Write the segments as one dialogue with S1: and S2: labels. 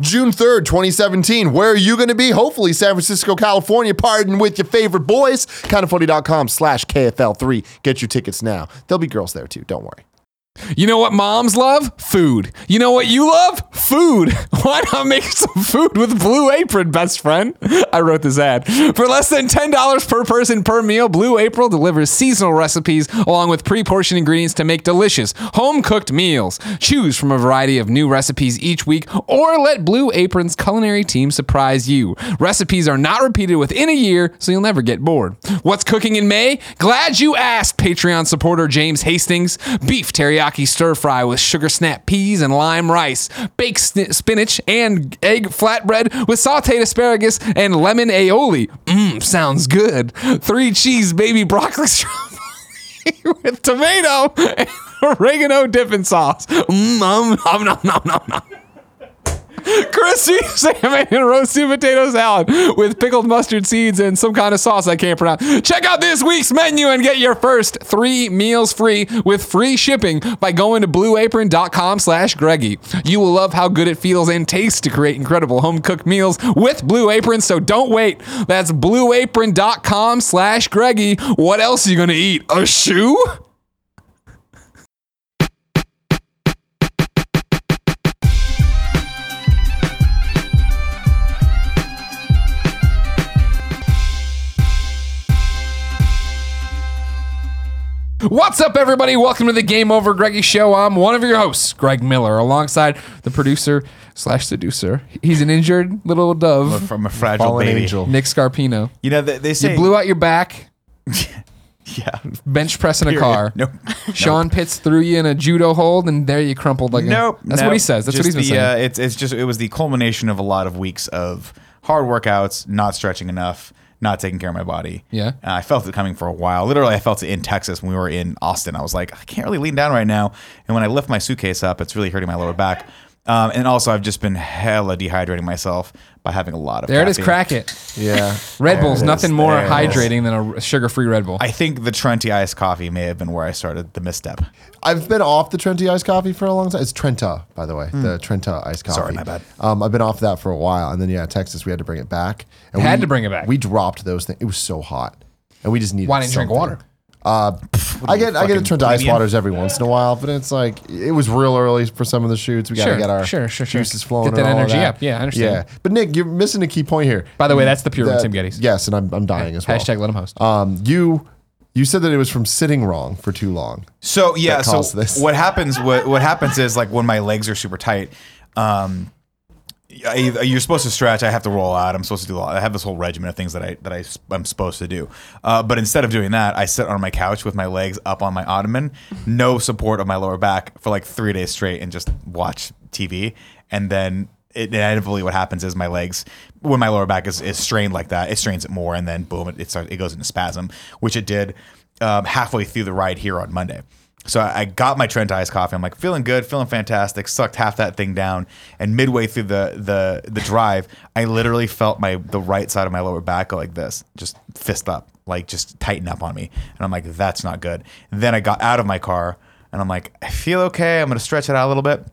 S1: June 3rd, 2017. Where are you going to be? Hopefully, San Francisco, California. Pardon with your favorite boys. Kindoffunny.com slash KFL3. Get your tickets now. There'll be girls there too. Don't worry.
S2: You know what moms love? Food. You know what you love? Food. Why not make some food with Blue Apron, best friend? I wrote this ad. For less than $10 per person per meal, Blue Apron delivers seasonal recipes along with pre portioned ingredients to make delicious, home cooked meals. Choose from a variety of new recipes each week or let Blue Apron's culinary team surprise you. Recipes are not repeated within a year, so you'll never get bored. What's cooking in May? Glad you asked, Patreon supporter James Hastings. Beef teriyaki stir fry with sugar snap peas and lime rice, baked sn- spinach and egg flatbread with sauteed asparagus and lemon aioli. Mmm, sounds good. Three cheese baby broccoli stromboli with tomato and oregano dipping sauce. Mmm, nom, nom, nom, nom, nom, nom. Crispy salmon and roasted potato salad with pickled mustard seeds and some kind of sauce I can't pronounce. Check out this week's menu and get your first three meals free with free shipping by going to blueapron.com slash Greggy. You will love how good it feels and tastes to create incredible home cooked meals with Blue Apron, so don't wait. That's blueapron.com slash Greggy. What else are you going to eat? A shoe? What's up, everybody? Welcome to the Game Over Greggy Show. I'm one of your hosts, Greg Miller, alongside the producer slash seducer. He's an injured little
S3: Look,
S2: dove,
S3: from a fragile
S1: Fallen
S3: baby.
S1: angel.
S2: Nick Scarpino.
S3: You know they, they say
S2: You blew out your back,
S3: Yeah,
S2: bench pressing a
S3: period.
S2: car.
S3: Nope.
S2: Sean Pitts threw you in a judo hold, and there you crumpled like a-
S3: Nope.
S2: That's
S3: nope.
S2: what he says. That's what he's
S3: Just
S2: been
S3: the,
S2: saying.
S3: Uh, it's it's just it was the culmination of a lot of weeks of hard workouts, not stretching enough, not taking care of my body.
S2: Yeah.
S3: Uh, I felt it coming for a while. Literally, I felt it in Texas when we were in Austin. I was like, I can't really lean down right now. And when I lift my suitcase up, it's really hurting my lower back. Um, and also, I've just been hella dehydrating myself by having a lot of.
S2: there it is.
S3: caffeine.
S2: Crack it.
S1: Yeah.
S2: Red Bull's
S3: it is.
S2: nothing more
S3: There it is.
S2: hydrating than a sugar-free Red Bull.
S3: I think the Trenti iced coffee may have been where I started the misstep.
S1: I've been off the Trenti iced coffee for a long time. It's Trenta, by the way,
S2: Hmm.
S1: the Trenta iced coffee.
S3: my bad.
S1: Um, I've been off that for a while, and then yeah, Texas, we had to bring it back. And
S2: Had
S1: we-
S2: to bring it back.
S1: We dropped those things. It was so hot, and we just needed.
S2: Why didn't you drink
S1: something. Uh,
S2: water?
S1: I get I get a Trenta iced
S3: plebeian?
S1: waters every once in a while, but it's like it was real early for some of the shoots. We got to
S2: Sure,
S1: get our
S2: sure, sure, sure.
S1: juices flowing.
S2: Get that
S1: and all
S2: energy
S1: that.
S2: up. Yeah, I understand.
S1: Yeah, but Nick, you're missing a key point here.
S2: By the way, that's the pure
S1: That-
S2: Tim Gettys.
S1: Yes, and I'm I'm dying as well.
S2: Hashtag let him host.
S3: Uh,
S1: Um, you you said that it was from sitting wrong for too long.
S3: So yeah, so
S1: caused this.
S3: what happens? What what happens is like when my legs are super tight, um, I, you're supposed to stretch. I have to roll out. I'm supposed to do. a lot. I have this whole regimen of things that I that I am supposed to do. Uh, but instead of doing that, I sit on my couch with my legs up on my ottoman, no support of my lower back for like three days straight, and just watch TV. And then it, inevitably, what happens is my legs, when my lower back is, is strained like that, it strains it more, and then boom, it it, starts, it goes into spasm, which it did um, halfway through the ride here on Monday. So I I got my Trent iced coffee. I'm like feeling good, feeling fantastic. Sucked half that thing down, and midway through the the the drive, I literally felt my the right side of my lower back go like this, just fist up, like just tighten up on me. And I'm like, that's not good. Then I got out of my car, and I'm like, I feel okay. I'm gonna stretch it out a little bit.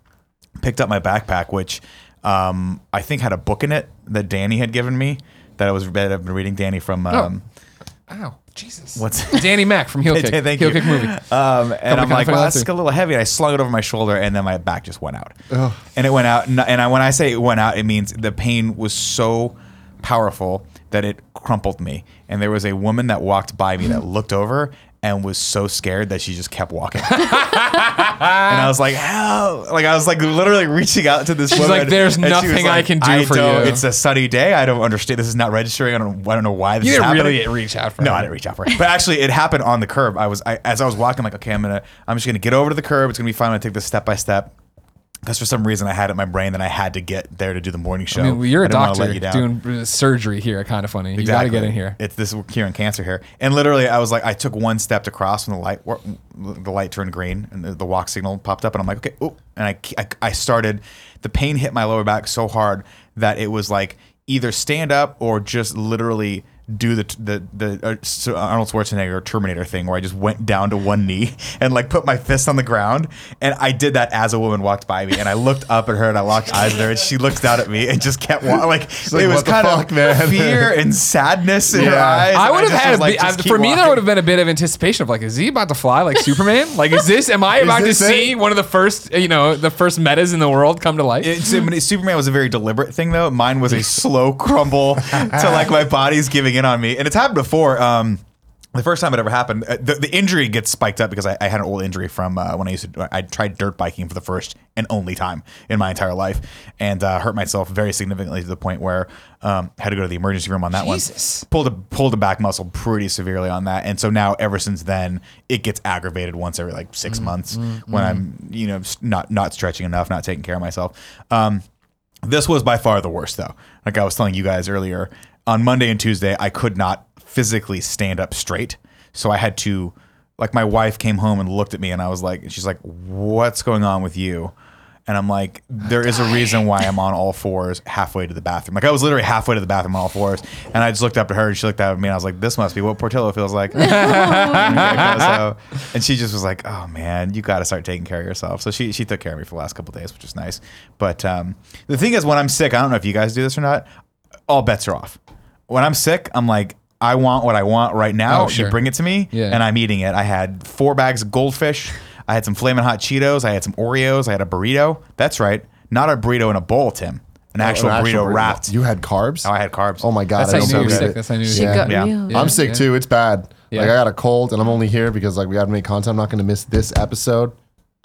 S3: Picked up my backpack, which um, I think had a book in it that Danny had given me that I was that I've been reading. Danny from um,
S2: Ow, Jesus.
S3: what's
S2: Danny Mack from Heel Kick.
S3: Thank
S2: Heel
S3: you.
S2: Kick movie.
S3: Um, and I'm
S2: kinda funny
S3: like, well,
S2: laugh
S3: that's
S2: too.
S3: a little heavy. And I slung it over my shoulder, and then my back just went out. And it went out. And and I, when I say it went out, it means the pain was so powerful that it crumpled me. And there was a woman that walked by me that looked over and was so scared that she just kept walking. and I was like, how? Like I was like literally reaching out to this
S2: She's
S3: woman.
S2: like, "There's
S3: and she was
S2: nothing I can do
S3: I
S2: for
S3: don't-
S2: you."
S3: It's a sunny day. I don't understand. This is not registering. I don't, I don't know why this
S2: You
S3: is
S2: didn't
S3: happening.
S2: really reach out for
S3: No,
S2: her.
S3: I didn't reach out for it. But actually, it happened on the curb. I was I, as I was walking, I'm like, okay, I'm gonna, I'm just gonna get over to the curb. It's gonna be fine. I'm gonna take this step by step. Because for some reason, I had it in my brain that I had to get there to do the morning show.
S2: I mean, you're
S3: a
S2: a doctor doing uh, surgery here. Kind of funny. You got to get in here.
S3: It's this we're curing cancer here. And literally, I was like, I took one step to cross when the light wa- the light turned green and the, the walk signal popped up, and I'm like, okay, oh, and I, I I started. The pain hit my lower back so hard that it was like either stand up or just literally do the the the uh, S- Arnold Schwarzenegger Terminator thing where I just went down to one knee and like put my fist on the ground and I did that as a woman walked by me and I looked up at her and I locked eyes with her and she looked down at me and just kept walking like,
S1: like,
S3: it was
S1: "What the
S3: kind
S1: fuck,
S3: of
S1: man?"
S3: fear and sadness in her
S1: Yeah.
S3: eyes.
S2: I
S3: and
S2: would have
S3: just
S2: had
S3: was
S2: a
S3: like,
S2: bit,
S3: just
S2: I-
S3: keep
S2: for me there
S3: walking.
S2: would have been a bit of anticipation of like, is he about to fly like Superman? Like, is this? Am I about to
S1: this
S2: see one of the first, you know, the first metas in the world come to life?
S3: It's, I mean, Superman was a very deliberate thing, though. Mine was a slow crumble to like my body's giving in on me, and it's happened before. Um, the first time it ever happened, uh, the, the injury gets spiked up because I, I had an old injury from uh, when I used to. I tried dirt biking for the first and only time in my entire life, and uh, hurt myself very significantly to the point where um, had to go to the emergency room on that
S2: Jesus.
S3: one. Pulled a pulled a back muscle pretty severely on that, and so now ever since then, it gets aggravated once every like 6 months when I'm you know s- not not stretching enough, not taking care of myself. Um, this was by far the worst, though. Like I was telling you guys earlier, on Monday and Tuesday, I could not physically stand up straight. So I had to, like, my wife came home and looked at me, and I was like, and she's like, what's going on with you? And I'm like, there is a reason why I'm on all fours halfway to the bathroom. Like, I was literally halfway to the bathroom on all fours. And I just looked up at her and she looked at me and I was like, this must be what Portillo feels like. So- and she just was like, "Oh man, you got to start taking care of yourself." So she she took care of me for the last couple of days, which was nice. But um, the thing is, when I'm sick, I don't know if you guys do this or not. All bets are off. When I'm sick, I'm like, I want what I want right now.
S2: Oh, sure.
S3: You bring it to me,
S2: Yeah.
S3: and I'm eating it. I had four bags of goldfish. I had some flaming hot Cheetos. I had some Oreos. I had a burrito. That's right, not a burrito in a bowl, Tim. An actual, burrito, wrapped.
S1: You had carbs?
S3: oh, I had carbs.
S1: Oh my god!
S2: That's
S1: I
S2: how you
S1: don't
S2: knew you
S1: believe
S2: were sick.
S1: it.
S2: That's how you knew you were
S4: She
S2: sick.
S4: got
S3: Yeah.
S4: real.
S2: Yeah.
S1: I'm sick too. It's bad.
S2: Yeah.
S1: Like I got a cold, and I'm only here because like we got to make content. I'm not going to miss this episode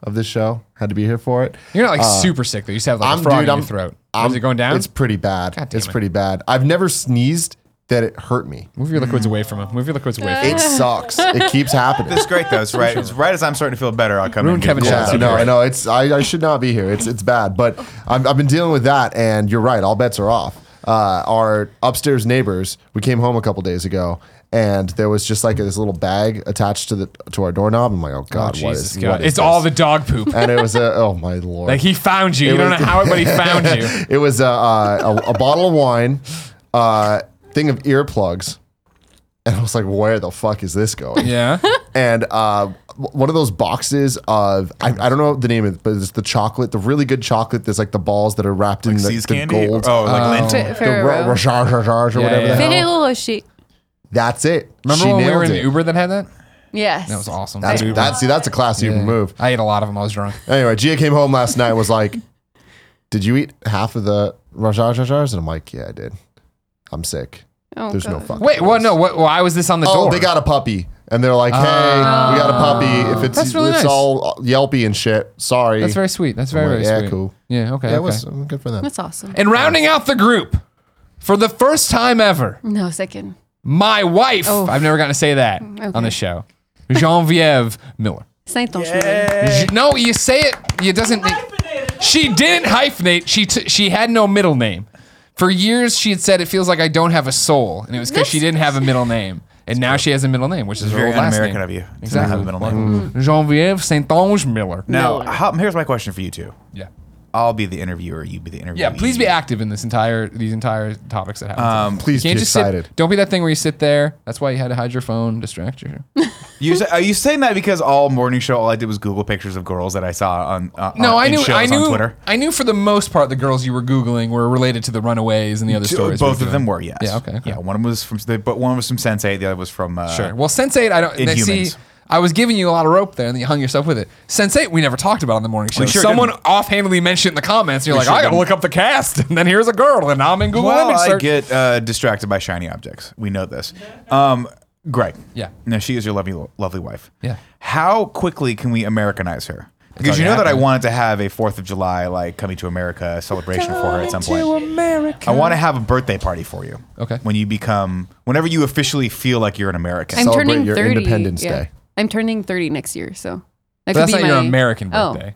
S1: of this show. Had to be here for it.
S2: You're not like super sick though. You just have like a frog in your throat.
S1: I'm-
S2: Is it going down?
S1: It's pretty bad.
S2: damn
S1: It's
S2: it.
S1: pretty bad. I've never sneezed that it hurt me.
S2: Move your liquids away from him. Move your liquids away from him.
S1: It sucks. It keeps happening.
S3: It's great though. It's right. It's right as I'm starting to feel better. I'll come
S2: Ruin
S3: in.
S2: Kevin
S1: Yeah,
S2: Shacks.
S1: no, I know. It's I, I should not be here. It's it's bad, but I've, I've been dealing with that. And you're right. All bets are off. Uh, our upstairs neighbors. We came home a couple days ago, and there was just like this little bag attached to the to our doorknob. I'm like, oh god, what is
S2: Jesus
S1: what
S2: God.
S1: is
S2: It's
S1: this?
S2: all the dog poop.
S1: And it was a oh my lord.
S2: Like he found you. You don't know
S1: was-
S2: how it, but he found you.
S1: it was a a, a, a bottle of wine, uh, thing of earplugs, and I was like, where the fuck is this going?
S2: Yeah.
S1: and uh, w- one of those boxes of I, I don't know the name of it, but it's the chocolate, the really good chocolate. That's like the balls that are wrapped in the,
S3: Seas
S1: the
S3: candy.
S1: gold,
S3: Oh, like lint.
S4: Fer-
S1: the ro-
S4: Ferrero.
S1: Rochard Rochard or
S2: Yeah,
S1: whatever
S2: yeah.
S1: the hell.
S4: Ferrero Rocher.
S1: That's it.
S2: Remember
S1: she
S2: when we
S1: nailed
S2: were in
S1: it.
S2: Uber that had that?
S4: Yes.
S2: That was awesome.
S1: That's,
S2: Uber.
S1: that, see, that's a classy Uber
S2: Yeah.
S1: move.
S2: I ate a lot of them. I was drunk.
S1: Anyway, Gia came home last night and was like, "Did you eat half of the Rochard Rochards?" And I'm like, "Yeah, I did. I'm sick.
S4: Oh,
S1: There's no
S4: God.
S1: fucking."
S2: Wait, what?
S1: place."
S2: No, what, why was this on the
S1: Oh,
S2: door?
S1: they got a puppy, and they're like, "Hey, we got a puppy. If it's
S2: That's really
S1: it's
S2: nice.
S1: all Yelpy and shit, sorry."
S2: Ah. That's very sweet. That's very, very
S1: Yeah,
S2: sweet.
S1: cool.
S2: Yeah, okay.
S1: Yeah, it
S2: okay.
S1: was um, good for them.
S4: That's awesome.
S2: and rounding out the group for the first time ever,
S4: No, second.
S2: my wife,
S4: Oh.
S2: I've never gotten to say that on the show, Genevieve Miller.
S4: Saint
S2: J- No, you say it. It doesn't. she didn't hyphenate. She t- she had no middle name. For years, she had said it feels like I don't have a soul, and it was because she didn't have a middle name, and now she has a middle name, which is her
S3: Very
S2: old last
S3: un-American
S2: name.
S3: of you. to not
S2: Exactly.
S3: have a middle name.
S2: Mm. Mm-hmm. Genevieve Saint-Ange Miller.
S3: Now,
S4: Miller.
S3: how, here's my question for you two.
S2: Yeah.
S3: I'll be the interviewer. You be the interviewer.
S2: Yeah, please be active in this entire these entire topics that happen.
S3: Um,
S1: Please be
S2: just sit-
S1: excited.
S2: don't be that thing where you sit there. That's why you had to hide your phone, distract you.
S3: Uh, You say, are you saying that because all morning show, all I did was Google pictures of girls that I saw on uh,
S2: No,
S3: on,
S2: I
S3: in
S2: knew.
S3: shows
S2: I
S3: on
S2: knew.
S3: Twitter.
S2: I knew for the most part the girls you were googling were related to the Runaways and the other stories. we were
S3: Both of
S2: doing.
S3: them were yes.
S2: Yeah. Okay. okay.
S3: Yeah. One was from they- but one was from Sensei. The other was from uh,
S2: Sure. Well, Sense8, I don't that- see.
S3: Inhumans.
S2: I was giving you a lot of rope there, and then you hung yourself with it. Sense8, we never talked about on the morning show.
S3: sure
S2: Someone
S3: didn't.
S2: offhandedly mentioned in the comments, and you're like,
S3: sure
S2: I gotta
S3: didn't.
S2: look up the cast, and then here's a girl, and now I'm in Google
S3: Well,
S2: Image
S3: I
S2: search.
S3: get uh, distracted by shiny objects. We know this. Um, Greg.
S2: Yeah.
S3: Now she is your lovely, lovely wife.
S2: Yeah.
S3: How quickly can we Americanize her? Because
S2: already
S3: you know that I
S2: happened.
S3: wanted to have a Fourth of July like coming to America celebration for her at some point.
S2: To America.
S3: I want to have a birthday party for you.
S2: Okay.
S3: When you become, whenever you officially feel like you're an American.
S4: I'm
S1: Celebrate
S4: turning
S1: your
S4: 30.
S1: Independence
S4: yeah.
S1: Day.
S4: I'm turning 30 next year, so. That
S2: But that's
S4: could
S2: not
S4: be
S2: your
S4: my-
S2: American
S4: Oh.
S2: birthday.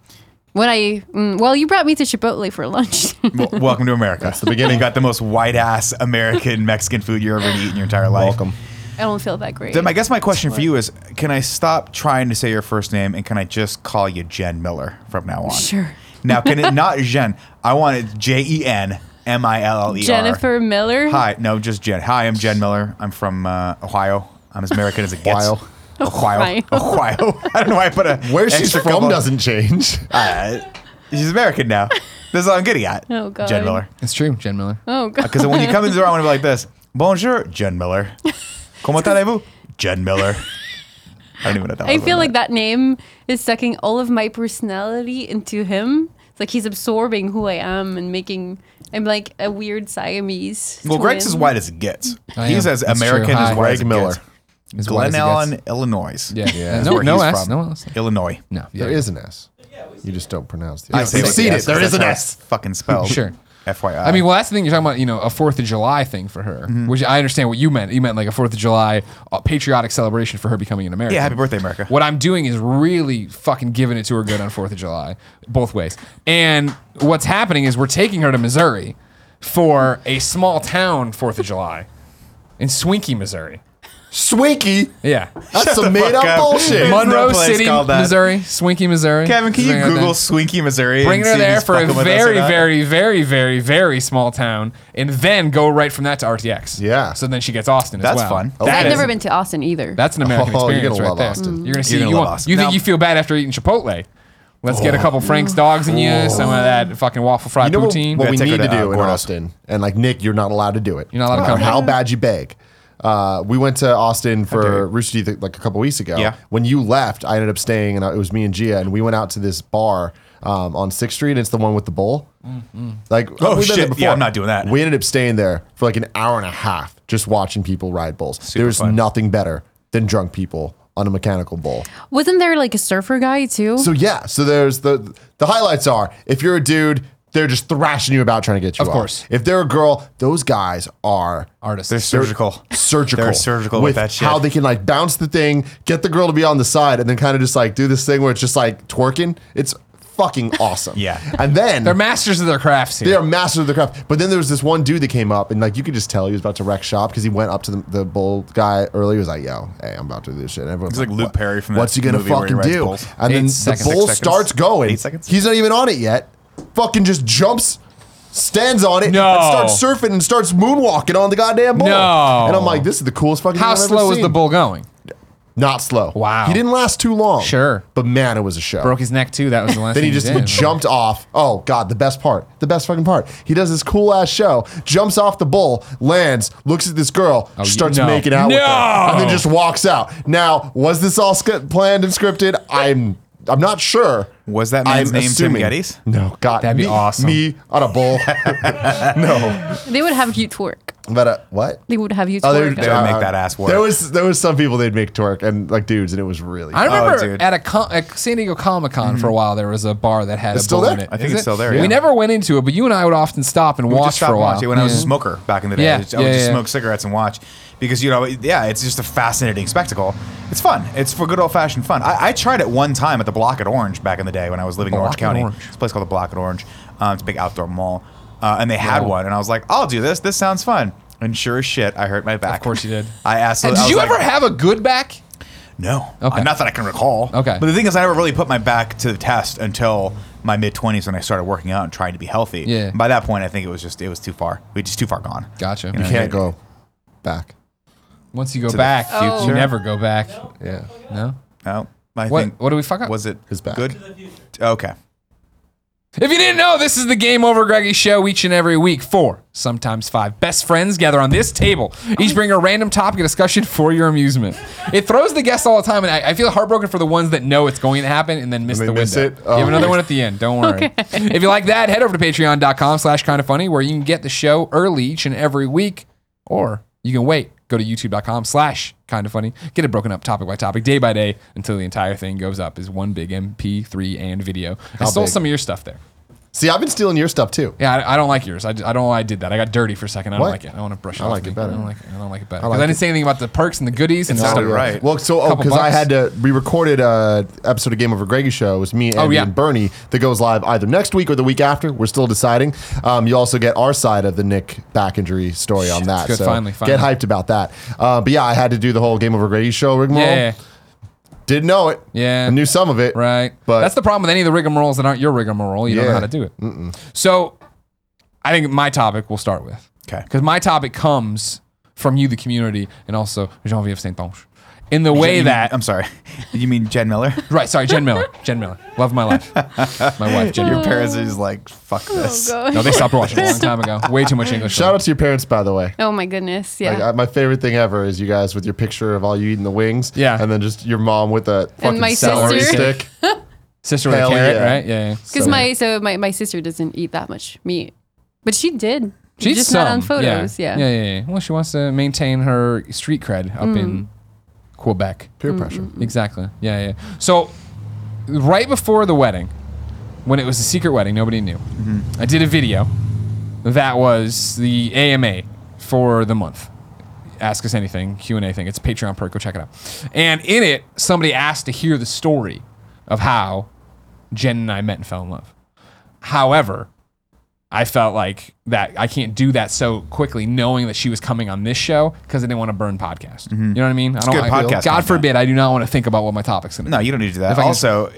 S4: When I mm, well, you brought me to Chipotle for lunch.
S3: Wel- welcome to America. That's the beginning. You got the most white ass American Mexican food you're ever going to eat in your entire life.
S1: Welcome.
S4: I don't feel that great.
S3: Then I guess my question for you is: Can I stop trying to say your first name and can I just call you Jen Miller from now on?
S4: Sure.
S3: Now, can it not Jen? I want it J E N M I L L E R.
S4: Jennifer Miller.
S3: Hi, no, just Jen. Hi, I'm Jen Miller. I'm from uh, Ohio. I'm as American as it gets.
S1: Ohio.
S3: Ohio.
S4: Ohio.
S3: Ohio. I don't know why I put a
S1: Where she's
S3: extra
S1: from
S3: comma.
S1: doesn't change.
S3: Uh, she's American now. This is all I'm getting at.
S4: Oh, God.
S3: Jen Miller.
S2: It's true, Jen Miller.
S4: Oh god.
S3: Because when you come into the room, I want to be like this. Bonjour, Jen Miller. Comment allez-vous? Jen Miller. I don't even know. That
S4: I feel like that name is sucking all of my personality into him. It's like he's absorbing who I am and making I'm like a weird Siamese.
S3: Well, Greg's
S4: twin.
S3: as white as it gets.
S2: I
S3: He's
S2: am.
S3: as
S2: Oh, That's true.
S3: American
S2: Hi.
S3: as white
S1: Greg
S3: as it
S1: Miller.
S3: gets.
S2: As white
S3: Glen
S2: as it
S3: Allen,
S2: gets.
S3: Illinois.
S2: Yeah. yeah.
S1: That's
S2: No,
S3: where
S2: no
S3: he's
S2: S.
S3: from.
S2: No S.
S3: Illinois.
S2: No. Yeah.
S1: There is an S. You just don't pronounce the
S3: I
S1: S.
S3: say
S1: You've
S3: with
S1: seen
S3: the
S1: it.
S3: S,
S1: There
S3: that's
S1: is an
S3: how
S1: S.
S3: it's Fucking spelled.
S2: Sure.
S3: FYI.
S2: I mean, well, that's the thing you're talking about, you know, a Fourth of July thing for her,
S3: Mm-hmm.
S2: which I understand what you meant. You meant like a Fourth of July uh, patriotic celebration for her becoming an American.
S3: Yeah, happy birthday, America.
S2: What I'm doing is really fucking giving it to her good on Fourth of July, both ways. And what's happening is we're taking her to Missouri for a small town Fourth of July in Swinkie, Missouri.
S1: Swinky.
S2: Yeah.
S1: That's some made
S3: fuck
S1: up
S3: up.
S1: bullshit.
S3: Mon-
S2: Monroe
S3: no place
S2: City,
S3: called that.
S2: Missouri. Swinkie, Missouri.
S3: Kevin, can you
S2: Something like
S3: Google
S2: that.
S3: Swinky, Missouri?
S2: Bring
S3: and
S2: her
S3: see if
S2: there
S3: he's
S2: for a
S3: fucking with us or
S2: very,
S3: not?
S2: very, very, very, very small town, and then go right from that to RTX.
S1: Yeah.
S2: So then she gets Austin as
S3: That's
S2: well.
S3: fun.
S1: That
S4: I've
S1: is-
S4: never been to Austin either.
S2: That's an American
S1: Oh, you're
S2: experience
S1: gonna
S2: right
S1: love
S2: there.
S1: Austin.
S2: You're gonna see
S3: gonna
S2: you
S3: love
S2: want,
S3: Austin.
S2: you
S3: Now-
S2: think you feel bad after eating Chipotle. Let's get a couple Frank's dogs in you, some of that fucking waffle fried
S1: You know what,
S2: poutine.
S1: what we
S3: Gotta
S1: need
S3: take
S1: to
S3: her to, uh,
S1: do in
S3: Gordo's.
S1: Austin, and like Nick, you're not allowed to do it.
S2: You're not allowed to
S1: No
S2: come.
S1: matter How bad you beg. Uh, we went to Austin for Rooster Teeth like a couple weeks ago.
S3: Yeah.
S1: When you left, I ended up staying, and I- it was me and Gia, and we went out to this bar um, on Sixth Street. It's the one with the bowl.
S2: Mm-hmm.
S1: Like,
S3: Oh,
S1: we've been there
S3: shit. Yeah, I'm not doing that.
S1: We ended up staying there for like an hour and a half, just watching people ride bulls. There's
S3: fun.
S1: nothing better than drunk people on a mechanical bull.
S4: Wasn't there like a surfer guy too?
S1: So yeah, so there's the the highlights are if you're a dude, they're just thrashing you about trying to get you.
S2: Of
S1: off.
S2: course.
S1: If they're a girl, those guys are
S2: Artists.
S3: They're surgical.
S1: surgical.
S3: They're surgical with that shit.
S1: How they can like bounce the thing, get the girl to be on the side, and then kind of just like do this thing where it's just like twerking. It's fucking awesome.
S3: Yeah.
S1: and then
S2: They're masters of their crafts here.
S1: they are masters of the craft. But then there was this one dude that came up and like you could just tell he was about to wreck shop because he went up to the, the bull guy early. He was like, "Yo, hey, I'm about to do this shit." And everyone's
S3: He's like Luke Perry from that
S1: What's he gonna
S3: movie where he
S1: fucking
S3: rides
S1: do?
S3: bulls.
S1: And
S2: Eight
S1: then
S2: seconds.
S1: the bull
S3: Six seconds.
S1: starts going.
S3: Eight seconds.
S1: He's not even on it yet. Fucking just jumps. Stands on it
S2: No.
S1: and starts surfing and starts moonwalking on the goddamn bull.
S2: No.
S1: And I'm like, this is the coolest fucking.
S2: How
S1: thing I've
S2: slow
S1: ever
S2: is the
S1: seen.
S2: bull going?
S1: Not slow.
S2: Wow.
S1: He didn't last too long.
S2: Sure.
S1: But man, it was a show.
S2: Broke his neck too. That was the last.
S1: Then he
S2: thing
S1: just
S2: did.
S1: jumped off. Oh god, the best part, the best fucking part. He does this cool ass show, jumps off the bull, lands, looks at this girl,
S2: you-
S1: starts
S2: Oh, no.
S1: making out with
S2: No!
S1: her, and then just walks out. Now, was this all script- planned and scripted? I'm I'm not sure.
S3: Was that man's name Tim
S1: assuming.
S3: Geddes?
S1: No, God,
S2: That'd be
S1: me-
S2: awesome.
S1: Me on a bull,
S4: they would have you twerk.
S1: but uh, what?
S4: They would have you
S1: Oh,
S4: twerk.
S3: they would make that ass work.
S1: There was there was some people they'd make twerk and like dudes, and it was really.
S2: I remember
S3: Oh, dude.
S2: at a com- at San Diego Comic Con for a while there was a bar that had
S1: It's
S2: a
S1: still
S2: bull in
S1: there?
S2: it.
S3: I think
S2: Is
S3: it's
S2: it?
S3: still there,
S2: We
S3: yeah.
S2: never went into it, but you and I would often stop and
S3: We
S2: watch
S3: just stopped
S2: for a while.
S3: watching when I was a
S2: Yeah.
S3: smoker back in the day.
S2: Yeah,
S3: I would, I would
S2: yeah,
S3: just
S2: yeah.
S3: smoke cigarettes and watch because you know, yeah, it's just a fascinating spectacle. It's fun. It's for good old fashioned fun. I, I tried it one time at the Block at Orange back in the day when I was living
S2: Block at
S3: in Orange County.
S2: Orange.
S3: It's a place called the Block at Orange. Um, it's a big outdoor mall, uh, and they had one, and I was like, I'll do this. This sounds fun. And sure as shit, I hurt my back.
S2: Of course you did.
S3: I asked.
S2: And
S3: I
S2: did
S3: was
S2: you
S3: like,
S2: ever have a good back?
S3: No.
S2: Okay.
S3: Uh, not that I can recall.
S2: Okay.
S3: But the thing is, I never really put my back to the test until my mid 20s when I started working out and trying to be healthy.
S2: Yeah.
S3: And by that point, I think it was just, it was too far. We just too far gone.
S2: Gotcha.
S3: know,
S1: you can't go back.
S2: Once you go
S3: the
S2: back, you,
S4: future?
S2: you never go back.
S1: Yeah,
S2: No.
S3: No. I
S2: What?
S3: think,
S2: What do we fuck up?
S3: was it
S1: His back.
S3: good? Okay.
S2: If you didn't know, this is the Game Over Greggy show each and every week. Four, sometimes five best friends gather on this table. Each bring a random topic of discussion for your amusement. It throws the guests all the time, and I, I feel heartbroken for the ones that know it's going to happen and then miss
S1: And
S2: the
S1: they miss
S2: window.
S1: it?
S2: You
S1: Oh.
S2: have another one at the end. Don't worry. If you like that, head over to patreon.com slash kind of funny where you can get the show early each and every week, or you can wait. Go to youtube.com slash kind of funny. Get it broken up topic by topic, day by day, until the entire thing goes up as one big MP3 and video. I stole
S1: big?
S2: some of your stuff there.
S1: See, I've been stealing your stuff too.
S2: Yeah, I, I don't like yours. I, I don't know why I did that. I got dirty for a second. I don't
S1: What?
S2: like it. I want to brush it
S1: I
S2: off.
S1: like
S2: of
S1: it
S2: me.
S1: better.
S2: I don't like it. I don't like it better.
S1: like
S2: Because I,
S1: it.
S2: didn't say anything about the perks and the goodies and
S3: sounded
S2: stuff.
S3: right. right.
S1: Well, so oh,
S2: Couple
S1: because I
S2: bucks.
S1: had to we recorded a episode of Game Over Greggy show. It was me, Andy,
S2: Oh, yeah.
S1: and Bernie that goes live either next week or the week after. We're still deciding. Um, you also get our side of the Nick back injury story on that.
S2: good.
S1: So
S2: Finally,
S1: get
S2: finally.
S1: hyped about that. Uh, but yeah, I had to do the whole Game Over Greggy show rigmarole.
S2: Yeah, yeah.
S1: Didn't know it.
S2: Yeah.
S1: I knew some of it.
S2: Right.
S1: But
S2: that's the problem with any of the rigmaroles that aren't your rigmarole. You don't know
S1: Yeah.
S2: how to do it. So I think my topic we'll start with.
S3: 'Kay.
S2: Because my topic comes from you, the community, and also Jean-Vive Saint-Onge. In the way that
S3: I'm sorry. You mean Jen Miller?
S2: right, sorry, Jen Miller. Jen Miller. Love of my life. My wife, Jen
S3: Your
S2: Miller.
S3: parents are just like fuck this.
S4: Oh,
S2: No,
S4: gosh.
S2: they stopped watching a long time ago. Way too much English.
S1: Shout out to your parents, by the way.
S4: oh my goodness. Yeah.
S1: Like, I, my favorite thing ever is you guys with your picture of all you eating the wings.
S2: Yeah.
S1: And then just your mom with a fucking
S4: my
S1: celery
S4: sister.
S1: stick.
S2: Sister with a
S1: Hell
S2: carrot,
S1: yeah.
S2: right? Yeah. yeah.
S4: Because
S1: So-
S4: my so my, my sister doesn't eat that much meat, but she did.
S2: She's
S4: just
S2: some.
S4: not on photos. Yeah.
S2: Yeah. yeah, yeah, Well, she wants to maintain her street cred up
S4: Mm.
S2: in Quebec.
S1: Peer pressure.
S2: Exactly. Yeah, yeah. So, right before the wedding, when it was a secret wedding, nobody knew.
S1: Mm-hmm.
S2: I did a video that was the AMA for the month. Ask us anything Q and A thing. It's Patreon perk. Go check it out. And in it, somebody asked to hear the story of how Jen and I met and fell in love. However, I felt like that I can't do that so quickly, knowing that she was coming on this show because I didn't want to burn podcast. You know what I mean? I don't.
S3: Mm-hmm. good
S2: I-
S3: podcast
S2: God
S3: content.
S2: forbid, I do not want to think about what my topic's gonna. be.
S3: No, you don't need to do that.
S2: If I can-
S3: also,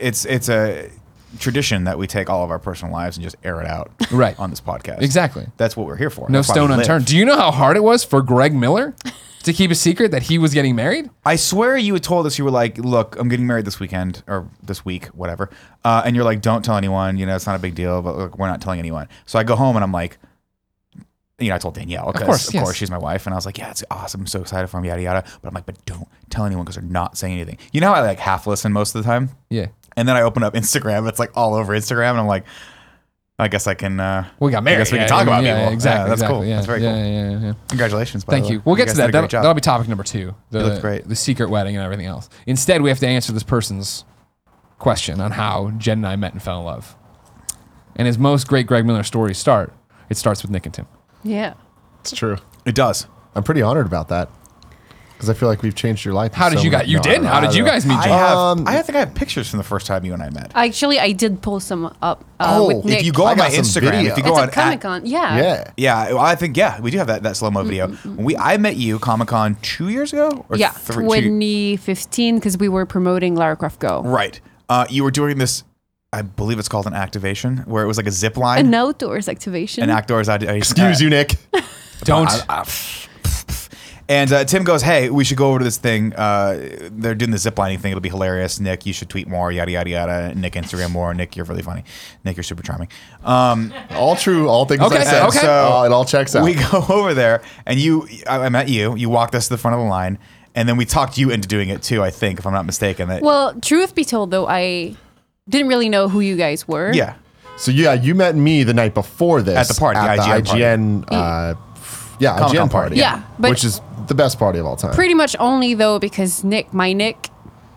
S3: it's it's a tradition that we take all of our personal lives and just air it out
S2: Right.
S3: on this podcast.
S2: Exactly.
S3: That's what we're here for.
S2: No
S3: That's why
S2: stone
S3: we live.
S2: unturned. Do you know how hard it was for Greg Miller to keep a secret that he was getting married?
S3: I swear you had told us you were like, look, I'm getting married this weekend or this week, whatever. Uh, and you're like, don't tell anyone. You know, it's not a big deal, but look, we're not telling anyone. So I go home and I'm like, you know, I told Danielle because of
S2: course,
S3: course,
S2: yes.
S3: she's my wife, and I was like, yeah, it's awesome. I'm so excited for him, yada yada. But I'm like, but don't tell anyone because they're not saying anything. You know, how I like half listen most of the time.
S2: Yeah.
S3: And then I open up Instagram. It's like all over Instagram, and I'm like, I guess I can. Uh,
S2: We got
S3: I
S2: married.
S3: guess we
S2: Yeah,
S3: can talk
S2: yeah,
S3: about
S2: yeah,
S3: people.
S2: Exactly.
S3: Yeah, that's
S2: exactly.
S3: cool.
S2: Yeah,
S3: that's very
S2: yeah,
S3: cool.
S2: yeah, yeah, yeah.
S3: Congratulations. By
S2: Thank
S3: the way.
S2: you. We'll get
S3: guys
S2: to
S3: did
S2: that.
S3: a
S2: That'll,
S3: great job.
S2: that'll be topic number two. The,
S3: looked great.
S2: The secret wedding and everything else. Instead, we have to answer this person's question on how Jen and I met and fell in love. And as most great Greg Miller stories start, it starts with Nick and Tim.
S4: Yeah.
S1: It's true.
S3: It does.
S1: I'm pretty honored about that because I feel like we've changed your life. in
S2: How did
S1: so
S2: you
S1: many-
S2: guys? You
S1: No,
S2: did.
S1: no,
S2: How did
S1: no,
S2: you
S1: no.
S2: guys meet
S3: I
S2: Jen?
S3: have.
S1: Um,
S3: I think I have pictures from the first time you and I met.
S4: Actually, I did pull some up uh,
S1: Oh,
S4: with Nick.
S3: if you go
S1: I
S3: on my
S1: got some
S3: Instagram,
S1: video.
S3: if you go
S4: it's
S3: on
S4: a Comic
S3: at-
S4: Con. Yeah.
S1: Yeah.
S3: yeah, well, I think yeah, we do have that that slow mo video. We I met you Comic Con two years ago or
S4: Mm-hmm, Yeah,
S3: three, two-
S4: 2015, because we were promoting Lara Croft Go.
S3: right. Uh, you were doing this, I believe it's called an activation, where it was like a zip line.
S4: An outdoors activation.
S3: an actor's I, I,
S1: Excuse you, Nick.
S2: Don't.
S3: And uh, Tim goes, "Hey, we should go over to this thing. Uh, they're doing the ziplining thing. It'll be hilarious. Nick, you should tweet more. Yada yada yada. Nick, Instagram more. Nick, you're really funny. Nick, you're super charming." Um,
S1: All true. All things
S2: Okay,
S1: I said.
S2: okay.
S1: So it all checks out.
S3: we go over there, and you, I, I met you. You walked us to the front of the line, and then we talked you into doing it too. I think, if I'm not mistaken, that
S4: well, truth be told, though, I didn't really know who you guys were.
S3: yeah,
S1: so yeah, you met me the night before this
S3: At the party,
S1: at
S3: the
S1: the IGN.
S3: IGN
S1: uh, yeah,
S3: Comic-Con
S1: IGN party.
S3: party.
S4: Yeah, but-
S1: which is the best party of all time.
S4: Pretty much only, though, because Nick, my Nick,